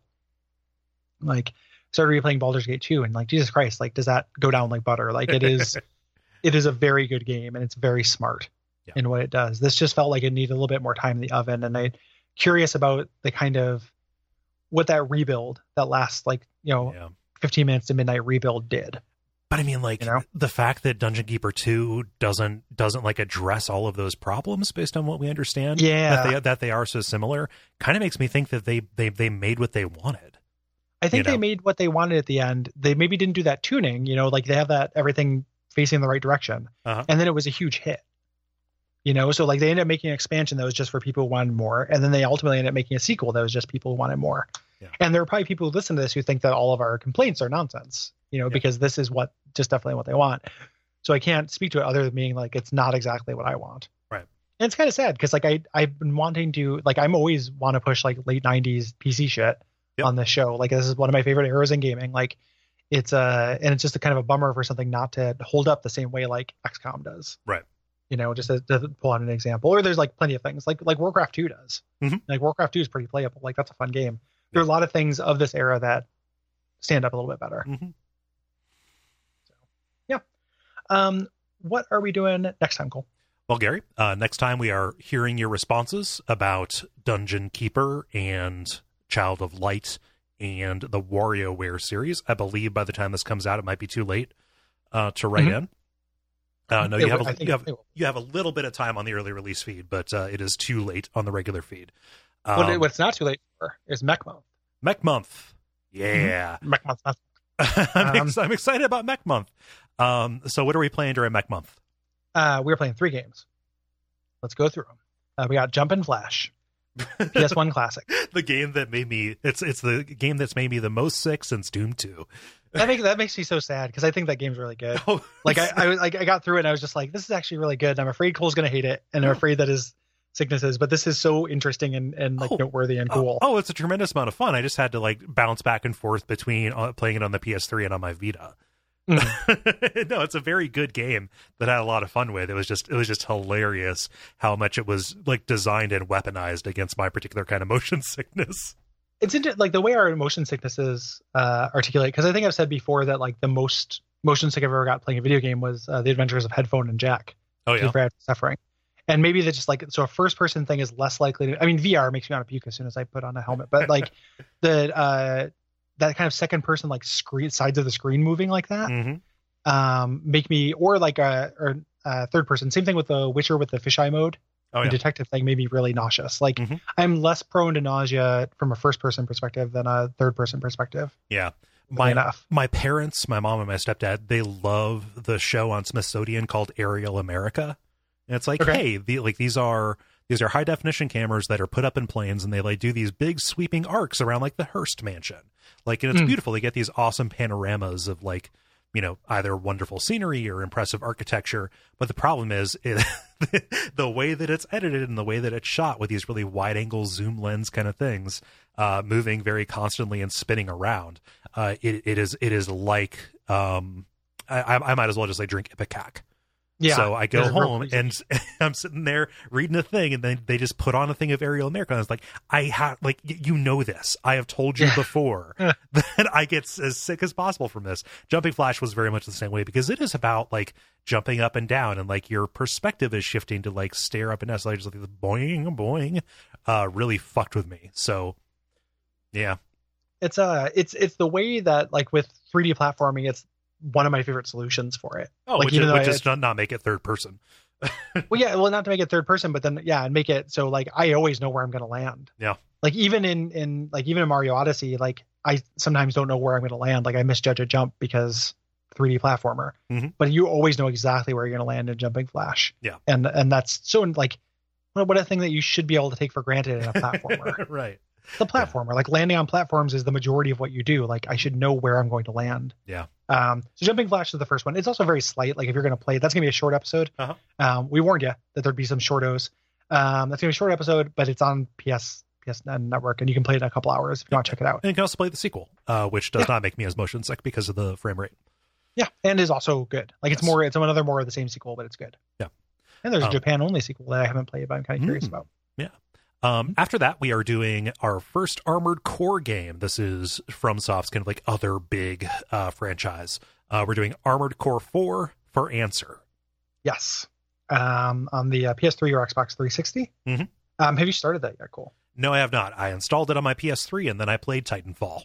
[SPEAKER 2] like started replaying Baldur's Gate 2 and like Jesus Christ like does that go down like butter like it is it is a very good game and it's very smart
[SPEAKER 1] Yeah.
[SPEAKER 2] in what it does this just felt like it needed a little bit more time in the oven and I curious about the kind of what that rebuild that last like you know
[SPEAKER 1] Yeah.
[SPEAKER 2] 15 minutes to midnight rebuild did
[SPEAKER 1] But I mean, like
[SPEAKER 2] You know?
[SPEAKER 1] the fact that Dungeon Keeper Two doesn't doesn't like address all of those problems based on what we understand. that
[SPEAKER 2] Yeah.
[SPEAKER 1] they, that they are so similar kind of makes me think that they they they made what they wanted.
[SPEAKER 2] I think
[SPEAKER 1] you know?
[SPEAKER 2] they made what they wanted at the end. They maybe didn't do that tuning, you know, like they have that everything facing the right direction.
[SPEAKER 1] Uh-huh.
[SPEAKER 2] And then it was a huge hit. You know, so like they ended up making an expansion that was just for people who wanted more. And then they ultimately ended up making a sequel that was just people who wanted more.
[SPEAKER 1] Yeah.
[SPEAKER 2] And there are probably people who listen to this who think that all of our complaints are nonsense, you know,
[SPEAKER 1] Yeah.
[SPEAKER 2] because this is what just definitely what they want. So I can't speak to it other than being like, it's not exactly what I want.
[SPEAKER 1] Right.
[SPEAKER 2] And it's kind of sad because like I, I've been wanting to, like, I'm always want to push like late 90s PC shit
[SPEAKER 1] Yep.
[SPEAKER 2] on this show. Like this is one of my favorite eras in gaming. Like it's uh and it's just a kind of a bummer for something not to hold up the same way like XCOM does.
[SPEAKER 1] Right.
[SPEAKER 2] You know, just to, to pull out an example. Or there's like plenty of things like like Warcraft 2 does.
[SPEAKER 1] Mhm.
[SPEAKER 2] Like Warcraft 2 is pretty playable. Like that's a fun game. There are a lot of things of this era that stand up a little bit better.
[SPEAKER 1] Mhm.
[SPEAKER 2] Um what are we doing next time, Cole?
[SPEAKER 1] Well, Gary, uh, next time we are hearing your responses about Dungeon Keeper and Child of Light and the WarioWare series. I believe by the time this comes out, it might be too late uh, to write
[SPEAKER 2] Mhm.
[SPEAKER 1] in. Uh, no,
[SPEAKER 2] It
[SPEAKER 1] you
[SPEAKER 2] will-
[SPEAKER 1] have,
[SPEAKER 2] I
[SPEAKER 1] a,
[SPEAKER 2] think
[SPEAKER 1] you have
[SPEAKER 2] it will.
[SPEAKER 1] you have a little bit of time on the early release feed, but uh, it is too late on the regular feed. Um,
[SPEAKER 2] what, what's not too late for is Mech Month.
[SPEAKER 1] Mech Month, yeah,
[SPEAKER 2] Mech Month. not-
[SPEAKER 1] I'm, ex-
[SPEAKER 2] Mm-hmm. Um,
[SPEAKER 1] I'm excited about Mech Month. Um, so, what are we playing during Mech Month?
[SPEAKER 2] Uh, we were playing three games. Let's go through them. Uh, we got Jump and Flash, PS1 Classic.
[SPEAKER 1] the game that made me it's it's the game that's made me the most sick since Doom Two.
[SPEAKER 2] that makes that makes me so sad because I think that game's really good.
[SPEAKER 1] Oh,
[SPEAKER 2] Like I, I was- like I got through it and I was just like, this is actually really good. And I'm afraid Cole's gonna hate it, and I'm afraid that his sickness is. But this is so interesting and and like
[SPEAKER 1] Oh.
[SPEAKER 2] noteworthy and cool.
[SPEAKER 1] Oh, it's a tremendous amount of fun. I just had to like bounce back and forth between uh, playing it on the PS3 and on my Vita. Hmm. no, it's a very good game that I had a lot of fun with. It was just it was just hilarious how much it was like designed and weaponized against my particular kind of motion sickness.
[SPEAKER 2] It's inter- like the way our motion sicknesses uh, articulate. Because I think I've said before that like the most motion sick I've ever got playing a video game was uh, The Adventures of Headphone and Jack.
[SPEAKER 1] Oh yeah.
[SPEAKER 2] for Active suffering. And maybe that just like so a first person thing is less likely to I mean VR makes me want to puke as soon as I put on a helmet, but like the uh that kind of second person like screen sides of the screen moving like that
[SPEAKER 1] Mhm.
[SPEAKER 2] um make me or like a or uh third person same thing with the witcher with the fisheye mode
[SPEAKER 1] Oh
[SPEAKER 2] the
[SPEAKER 1] yeah.
[SPEAKER 2] detective thing made me really nauseous like
[SPEAKER 1] Mhm.
[SPEAKER 2] i'm less prone to nausea from a first person perspective than a third person perspective
[SPEAKER 1] Yeah.
[SPEAKER 2] funny
[SPEAKER 1] My
[SPEAKER 2] enough
[SPEAKER 1] my parents, my mom and my stepdad, they love the show on Smithsonian called Aerial America. And it's like,
[SPEAKER 2] Okay.
[SPEAKER 1] hey, the, like these are these are high definition cameras that are put up in planes, and they like do these big sweeping arcs around like the Hearst Mansion. Like, and it's
[SPEAKER 2] Mm.
[SPEAKER 1] beautiful. They get these awesome panoramas of like, you know, either wonderful scenery or impressive architecture. But the problem is it, the way that it's edited and the way that it's shot with these really wide angle zoom lens kind of things, uh, moving very constantly and spinning around. Uh, it, it is it is like um, I, I I might as well just like drink Ipecac.
[SPEAKER 2] yeah
[SPEAKER 1] So I go
[SPEAKER 2] there's a real
[SPEAKER 1] home
[SPEAKER 2] reason.
[SPEAKER 1] and I'm sitting there reading a thing, and then they just put on a thing of Aerial America. And I was like, I have like y- you know this. I have told you
[SPEAKER 2] Yeah.
[SPEAKER 1] before that I get s- as sick as possible from this. Jumping Flash was very much the same way because it is about like jumping up and down, and like your perspective is shifting to like stare up and down. So I just like boing boing. uh, really fucked with me. So, yeah,
[SPEAKER 2] It's uh it's it's the way that like with 3D platforming, it's one of my favorite solutions for it.
[SPEAKER 1] oh,
[SPEAKER 2] Like,
[SPEAKER 1] which,
[SPEAKER 2] even
[SPEAKER 1] is,
[SPEAKER 2] though
[SPEAKER 1] which
[SPEAKER 2] I-
[SPEAKER 1] is not, not make it third person.
[SPEAKER 2] well yeah well not to make it third person but then yeah and make it so like i always know where i'm going to land
[SPEAKER 1] Yeah.
[SPEAKER 2] like even in in like even in mario odyssey like i sometimes don't know where i'm going to land like i misjudge a jump because 3d platformer
[SPEAKER 1] Mhm.
[SPEAKER 2] but you always know exactly where you're going to land in jumping flash
[SPEAKER 1] Yeah.
[SPEAKER 2] and and that's so like what what a thing that you should be able to take for granted in a platformer
[SPEAKER 1] right.
[SPEAKER 2] the platformer like landing on platforms is the majority of what you do like i should know where i'm going to land
[SPEAKER 1] Yeah.
[SPEAKER 2] um so jumping flash is the first one it's also very slight like if you're going to play that's going to be a short episode
[SPEAKER 1] Uh-huh.
[SPEAKER 2] um we warned you that there'd be some shortos um that's going to be a short episode but it's on ps ps network and you can play it in a couple hours if you want to check it out
[SPEAKER 1] And you can also play the sequel, uh, which does not make me as motion sick because of the frame rate.
[SPEAKER 2] yeah and is also good like it's
[SPEAKER 1] Yes.
[SPEAKER 2] more it's another more of the same sequel but it's good
[SPEAKER 1] Yeah.
[SPEAKER 2] and there's
[SPEAKER 1] Um,
[SPEAKER 2] a japan only sequel that i haven't played but i'm kind of curious
[SPEAKER 1] Mm.
[SPEAKER 2] about Mm-hmm.
[SPEAKER 1] Um, after that, we are doing our first Armored Core game. This is FromSoft's kind of like other big uh, franchise. Uh, we're doing Armored Core 4 for Answer.
[SPEAKER 2] yes um on the uh, ps3 or xbox 360
[SPEAKER 1] Mhm.
[SPEAKER 2] um have you started that yet cool
[SPEAKER 1] No, I have not. I installed it on my PS3 and then I played Titanfall.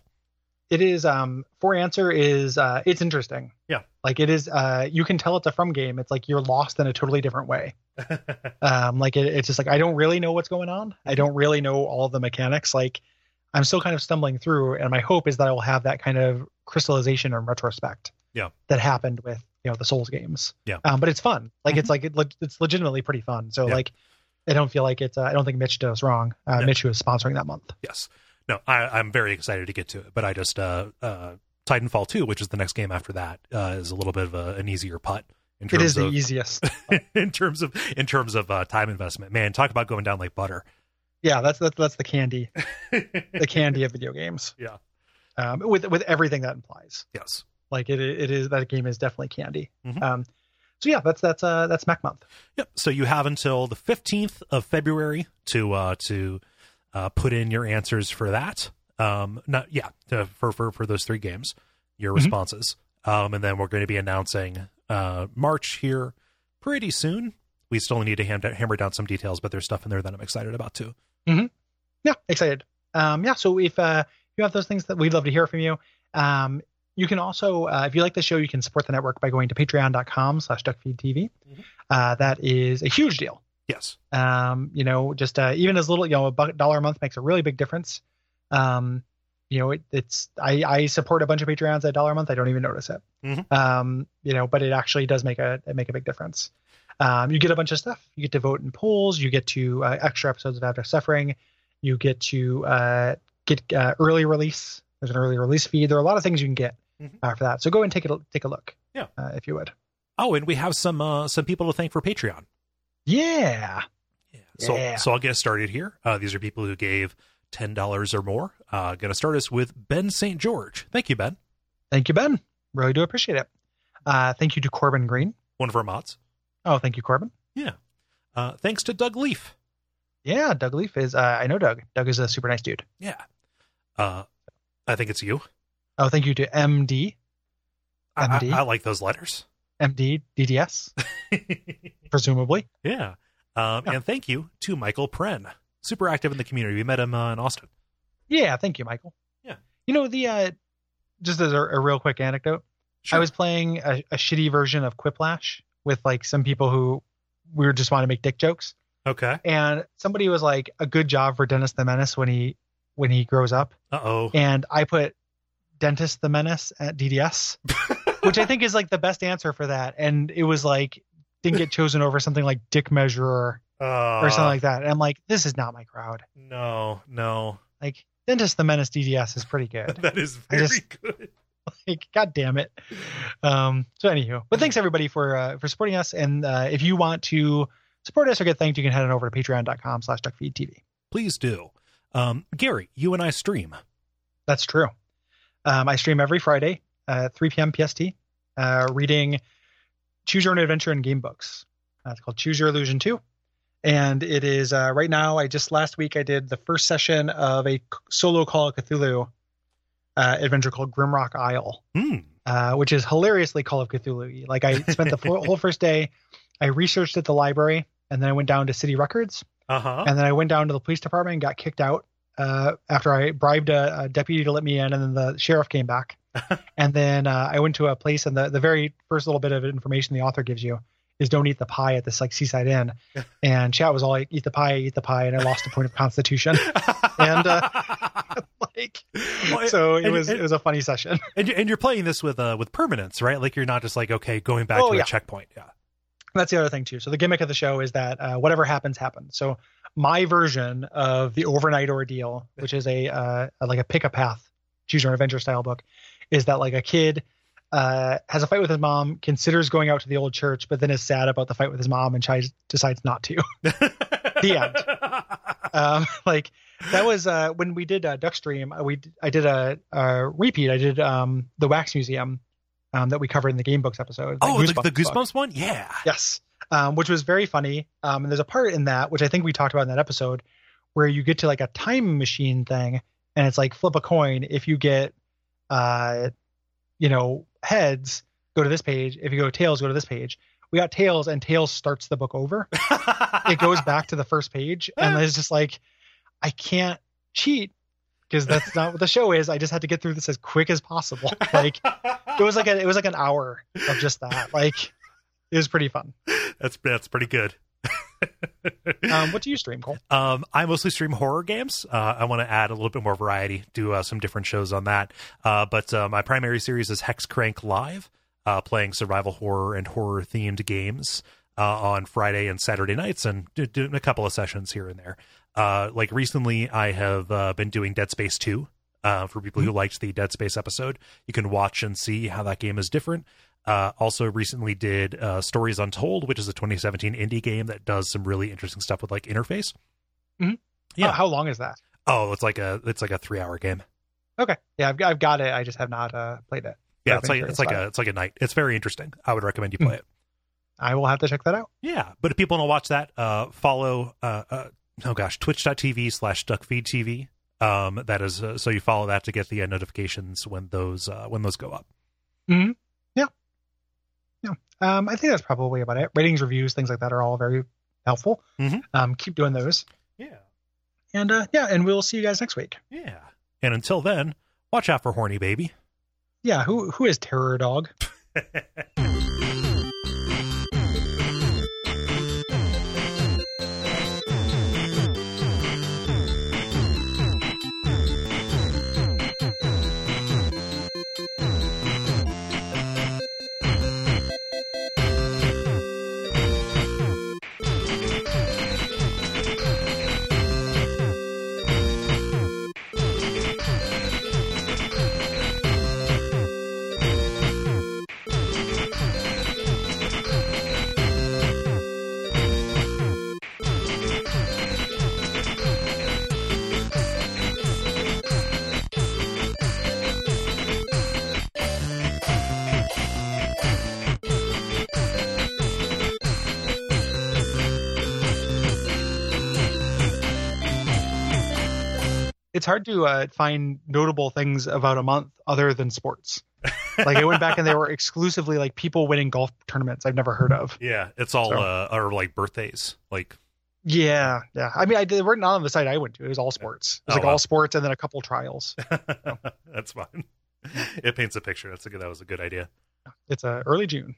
[SPEAKER 2] it is um for answer is uh it's interesting
[SPEAKER 1] Yeah.
[SPEAKER 2] like it is uh you can tell it's a from game it's like you're lost in a totally different way um like it, it's just like i don't really know what's going on i don't really know all the mechanics like i'm still kind of stumbling through and my hope is that i will have that kind of crystallization and retrospect
[SPEAKER 1] Yeah.
[SPEAKER 2] that happened with you know the souls games
[SPEAKER 1] Yeah. Mm-hmm.
[SPEAKER 2] um but it's fun like it's like it, le- it's legitimately pretty fun so
[SPEAKER 1] Yeah.
[SPEAKER 2] like i don't feel like it's uh, i don't think mitch did us wrong uh,
[SPEAKER 1] No.
[SPEAKER 2] mitch who is sponsoring that month
[SPEAKER 1] Yes. No, I, I'm very excited to get to it, but I just, uh, uh, Titanfall 2, which is the next game after that, uh, is a little bit of a, an easier putt. In
[SPEAKER 2] it
[SPEAKER 1] terms
[SPEAKER 2] is the
[SPEAKER 1] of,
[SPEAKER 2] easiest
[SPEAKER 1] in terms of in terms of uh, time investment, man, talk about going down like butter.
[SPEAKER 2] yeah that's that's that's the candy the candy of video games.
[SPEAKER 1] Yeah.
[SPEAKER 2] Um, with with everything that implies,
[SPEAKER 1] yes,
[SPEAKER 2] like it it is that game is definitely candy.
[SPEAKER 1] Mhm.
[SPEAKER 2] Um, so yeah, that's that's uh that's Mac month.
[SPEAKER 1] Yep. So you have until the fifteenth of February to uh, to uh, put in your answers for that. Um, not yeah, to, for for for those three games, your
[SPEAKER 2] Mhm.
[SPEAKER 1] responses, um, and then we're going to be announcing uh, March here pretty soon. We still need to ham- hammer down some details, but there's stuff in there that I'm excited about too.
[SPEAKER 2] Yeah, excited. Um, yeah. So if uh you have those things that we'd love to hear from you. Um, you can also uh, if you like the show, you can support the network by going to Patreon.com/slash DuckFeedTV.
[SPEAKER 1] Mhm.
[SPEAKER 2] Uh, that is a huge deal.
[SPEAKER 1] Yes.
[SPEAKER 2] um you know just uh, even as little you know a buck, dollar a month makes a really big difference um you know it, it's i i support a bunch of patreons at a dollar a month i don't even notice it
[SPEAKER 1] Mhm.
[SPEAKER 2] um you know but it actually does make a it make a big difference um you get a bunch of stuff you get to vote in polls you get to uh, extra episodes of after suffering you get to uh get uh, early release there's an early release feed there are a lot of things you can get
[SPEAKER 1] Mhm.
[SPEAKER 2] uh, for that so go and take it take a look
[SPEAKER 1] Yeah.
[SPEAKER 2] uh, if you would
[SPEAKER 1] Oh, and we have some uh, some people to thank for Patreon.
[SPEAKER 2] yeah
[SPEAKER 1] Yeah. So
[SPEAKER 2] Yeah.
[SPEAKER 1] so I'll get started here. Uh, these are people who gave ten dollars or more. Uh, going to start us with Ben St. George. Thank you, Ben.
[SPEAKER 2] Thank you, Ben. Really do appreciate it. Uh, thank you to Corbin Green.
[SPEAKER 1] One of our mods.
[SPEAKER 2] Oh, thank you, Corbin.
[SPEAKER 1] Uh, thanks to Doug Leaf.
[SPEAKER 2] Yeah, Doug Leaf is. Uh, I know Doug. Doug is a super nice dude.
[SPEAKER 1] Yeah. Uh, I think it's you.
[SPEAKER 2] Oh, thank you to MD,
[SPEAKER 1] I- I-
[SPEAKER 2] MD.
[SPEAKER 1] I, like those letters.
[SPEAKER 2] MD, DDS, presumably.
[SPEAKER 1] yeah. Um,
[SPEAKER 2] Yeah.
[SPEAKER 1] And thank you to Michael Pren. Super active in the community. We met him uh, in Austin.
[SPEAKER 2] Yeah, thank you, Michael.
[SPEAKER 1] Yeah.
[SPEAKER 2] You know the uh, just as a, a real quick anecdote, I was playing a, a shitty version of Quiplash with like some people who we were just want to make dick jokes,
[SPEAKER 1] okay.
[SPEAKER 2] and somebody was like, "A good job for Dennis the Menace when he when he grows up."
[SPEAKER 1] Uh oh.
[SPEAKER 2] and I put Dentist the Menace at DDS, which I think is like the best answer for that. And it was like didn't get chosen over something like Dick Measurer or
[SPEAKER 1] Ah.
[SPEAKER 2] something like that. And I'm like, this is not my crowd.
[SPEAKER 1] Uh, no, no.
[SPEAKER 2] Like Dentist the Menace DDS is pretty good.
[SPEAKER 1] That is
[SPEAKER 2] I
[SPEAKER 1] very
[SPEAKER 2] just-
[SPEAKER 1] good.
[SPEAKER 2] like, God damn it. Um, so anywho, but thanks everybody for uh, for supporting us. And uh, if you want to support us or get thanked, you can head on over to patreon.com slash duckfeedtv.
[SPEAKER 1] Please do. Um, Gary, you and I stream.
[SPEAKER 2] That's true. Um, I stream every Friday, uh, 3 p.m. PST, uh, reading Choose Your Own Adventure and Game Books. Uh, it's called Choose Your Illusion 2. And it is uh, right now, I just last week I did the first session of a c- solo Call of Cthulhu uh, adventure called Grimrock Isle,
[SPEAKER 1] Hmm.
[SPEAKER 2] uh, which is hilariously Call of Cthulhu. Like I spent the full- whole first day, I researched at the library, and then I went down to City Records
[SPEAKER 1] Uh huh.
[SPEAKER 2] And then I went down to the police department and got kicked out uh, after I bribed a, a deputy to let me in, and then the sheriff came back. and then uh, I went to a place, and the, the very first little bit of information the author gives you is don't eat the pie at this like seaside inn. and chat was all like, eat the pie, eat the pie, and I lost a point of constitution. and uh, like,
[SPEAKER 1] Well, it-
[SPEAKER 2] so it
[SPEAKER 1] and-
[SPEAKER 2] was
[SPEAKER 1] and-
[SPEAKER 2] it was a funny session.
[SPEAKER 1] and, you- and you're playing this with uh with permanence, right? Like you're not just like okay, going back
[SPEAKER 2] Oh,
[SPEAKER 1] to
[SPEAKER 2] yeah.
[SPEAKER 1] a checkpoint. Yeah.
[SPEAKER 2] That's the other thing too. So the gimmick of the show is that uh, whatever happens, happens. So my version of the overnight ordeal, which is a uh, like a pick a path, choose your own adventure style book, is that like a kid uh, has a fight with his mom, considers going out to the old church, but then is sad about the fight with his mom and tries, decides not to.
[SPEAKER 1] the
[SPEAKER 2] um, like that was uh, when we did uh, Duckstream. uh, We d- I did a, a repeat. I did um, the Wax Museum um, that we covered in the Game Books episode.
[SPEAKER 1] Oh, the, the
[SPEAKER 2] book.
[SPEAKER 1] Goosebumps one. Yeah.
[SPEAKER 2] Yes, um, which was very funny. Um, and there's a part in that which I think we talked about in that episode where you get to like a time machine thing, and it's like flip a coin. If you get, uh, you know, heads, go to this page. If you go tails, go to this page. We got tails, and tails starts the book over it goes back to the first page and it's just like i can't cheat because that's not what the show is i just had to get through this as quick as possible like it was like a, it was like an hour of just that like it was pretty fun
[SPEAKER 1] that's that's pretty good.
[SPEAKER 2] um what do you stream cole
[SPEAKER 1] Um, I mostly stream horror games. Uh, I want to add a little bit more variety, do uh, some different shows on that. Uh, but uh, my primary series is Hex Crank Live, uh, playing survival horror and horror themed games uh, on Friday and Saturday nights, and do- doing a couple of sessions here and there. Uh, like recently, I have uh, been doing Dead Space 2. Uh, for people who liked the Dead Space episode, you can watch and see how that game is different. Uh, also recently did uh, Stories Untold, which is a 2017 indie game that does some really interesting stuff with like interface. Yeah.
[SPEAKER 2] How- how long is that
[SPEAKER 1] Oh, it's like a it's like a three hour game.
[SPEAKER 2] okay yeah i've, I've got it i just have not uh played it
[SPEAKER 1] Yeah,
[SPEAKER 2] I've
[SPEAKER 1] it's
[SPEAKER 2] been
[SPEAKER 1] like
[SPEAKER 2] curious
[SPEAKER 1] it's like
[SPEAKER 2] about
[SPEAKER 1] a it's like a night. It's very interesting. I would recommend you play it.
[SPEAKER 2] i will have to check that out
[SPEAKER 1] Yeah, but if people want to watch that, uh, follow uh, uh oh gosh, twitch.tv slash duckfeedtv. Um, that is uh, so you follow that to get the uh, notifications when those uh, when those go up.
[SPEAKER 2] um i think that's probably about it ratings reviews things like that are all very helpful
[SPEAKER 1] Mhm.
[SPEAKER 2] um keep doing those
[SPEAKER 1] Yeah,
[SPEAKER 2] and uh yeah and we'll see you guys next week
[SPEAKER 1] yeah. And until then, watch out for horny baby.
[SPEAKER 2] yeah who who is terror dog it's hard to uh, find notable things about a month other than sports. like I went back and they were exclusively like people winning golf tournaments I've never heard of.
[SPEAKER 1] Yeah, it's all
[SPEAKER 2] So-
[SPEAKER 1] uh, or like birthdays. Like
[SPEAKER 2] Yeah, yeah. I mean, I they were not on the site I went to. It was all sports. It was
[SPEAKER 1] Oh,
[SPEAKER 2] like
[SPEAKER 1] wow.
[SPEAKER 2] all sports and then a couple trials.
[SPEAKER 1] that's fine. It paints a picture. That's a good. That was a good idea.
[SPEAKER 2] It's uh, early June.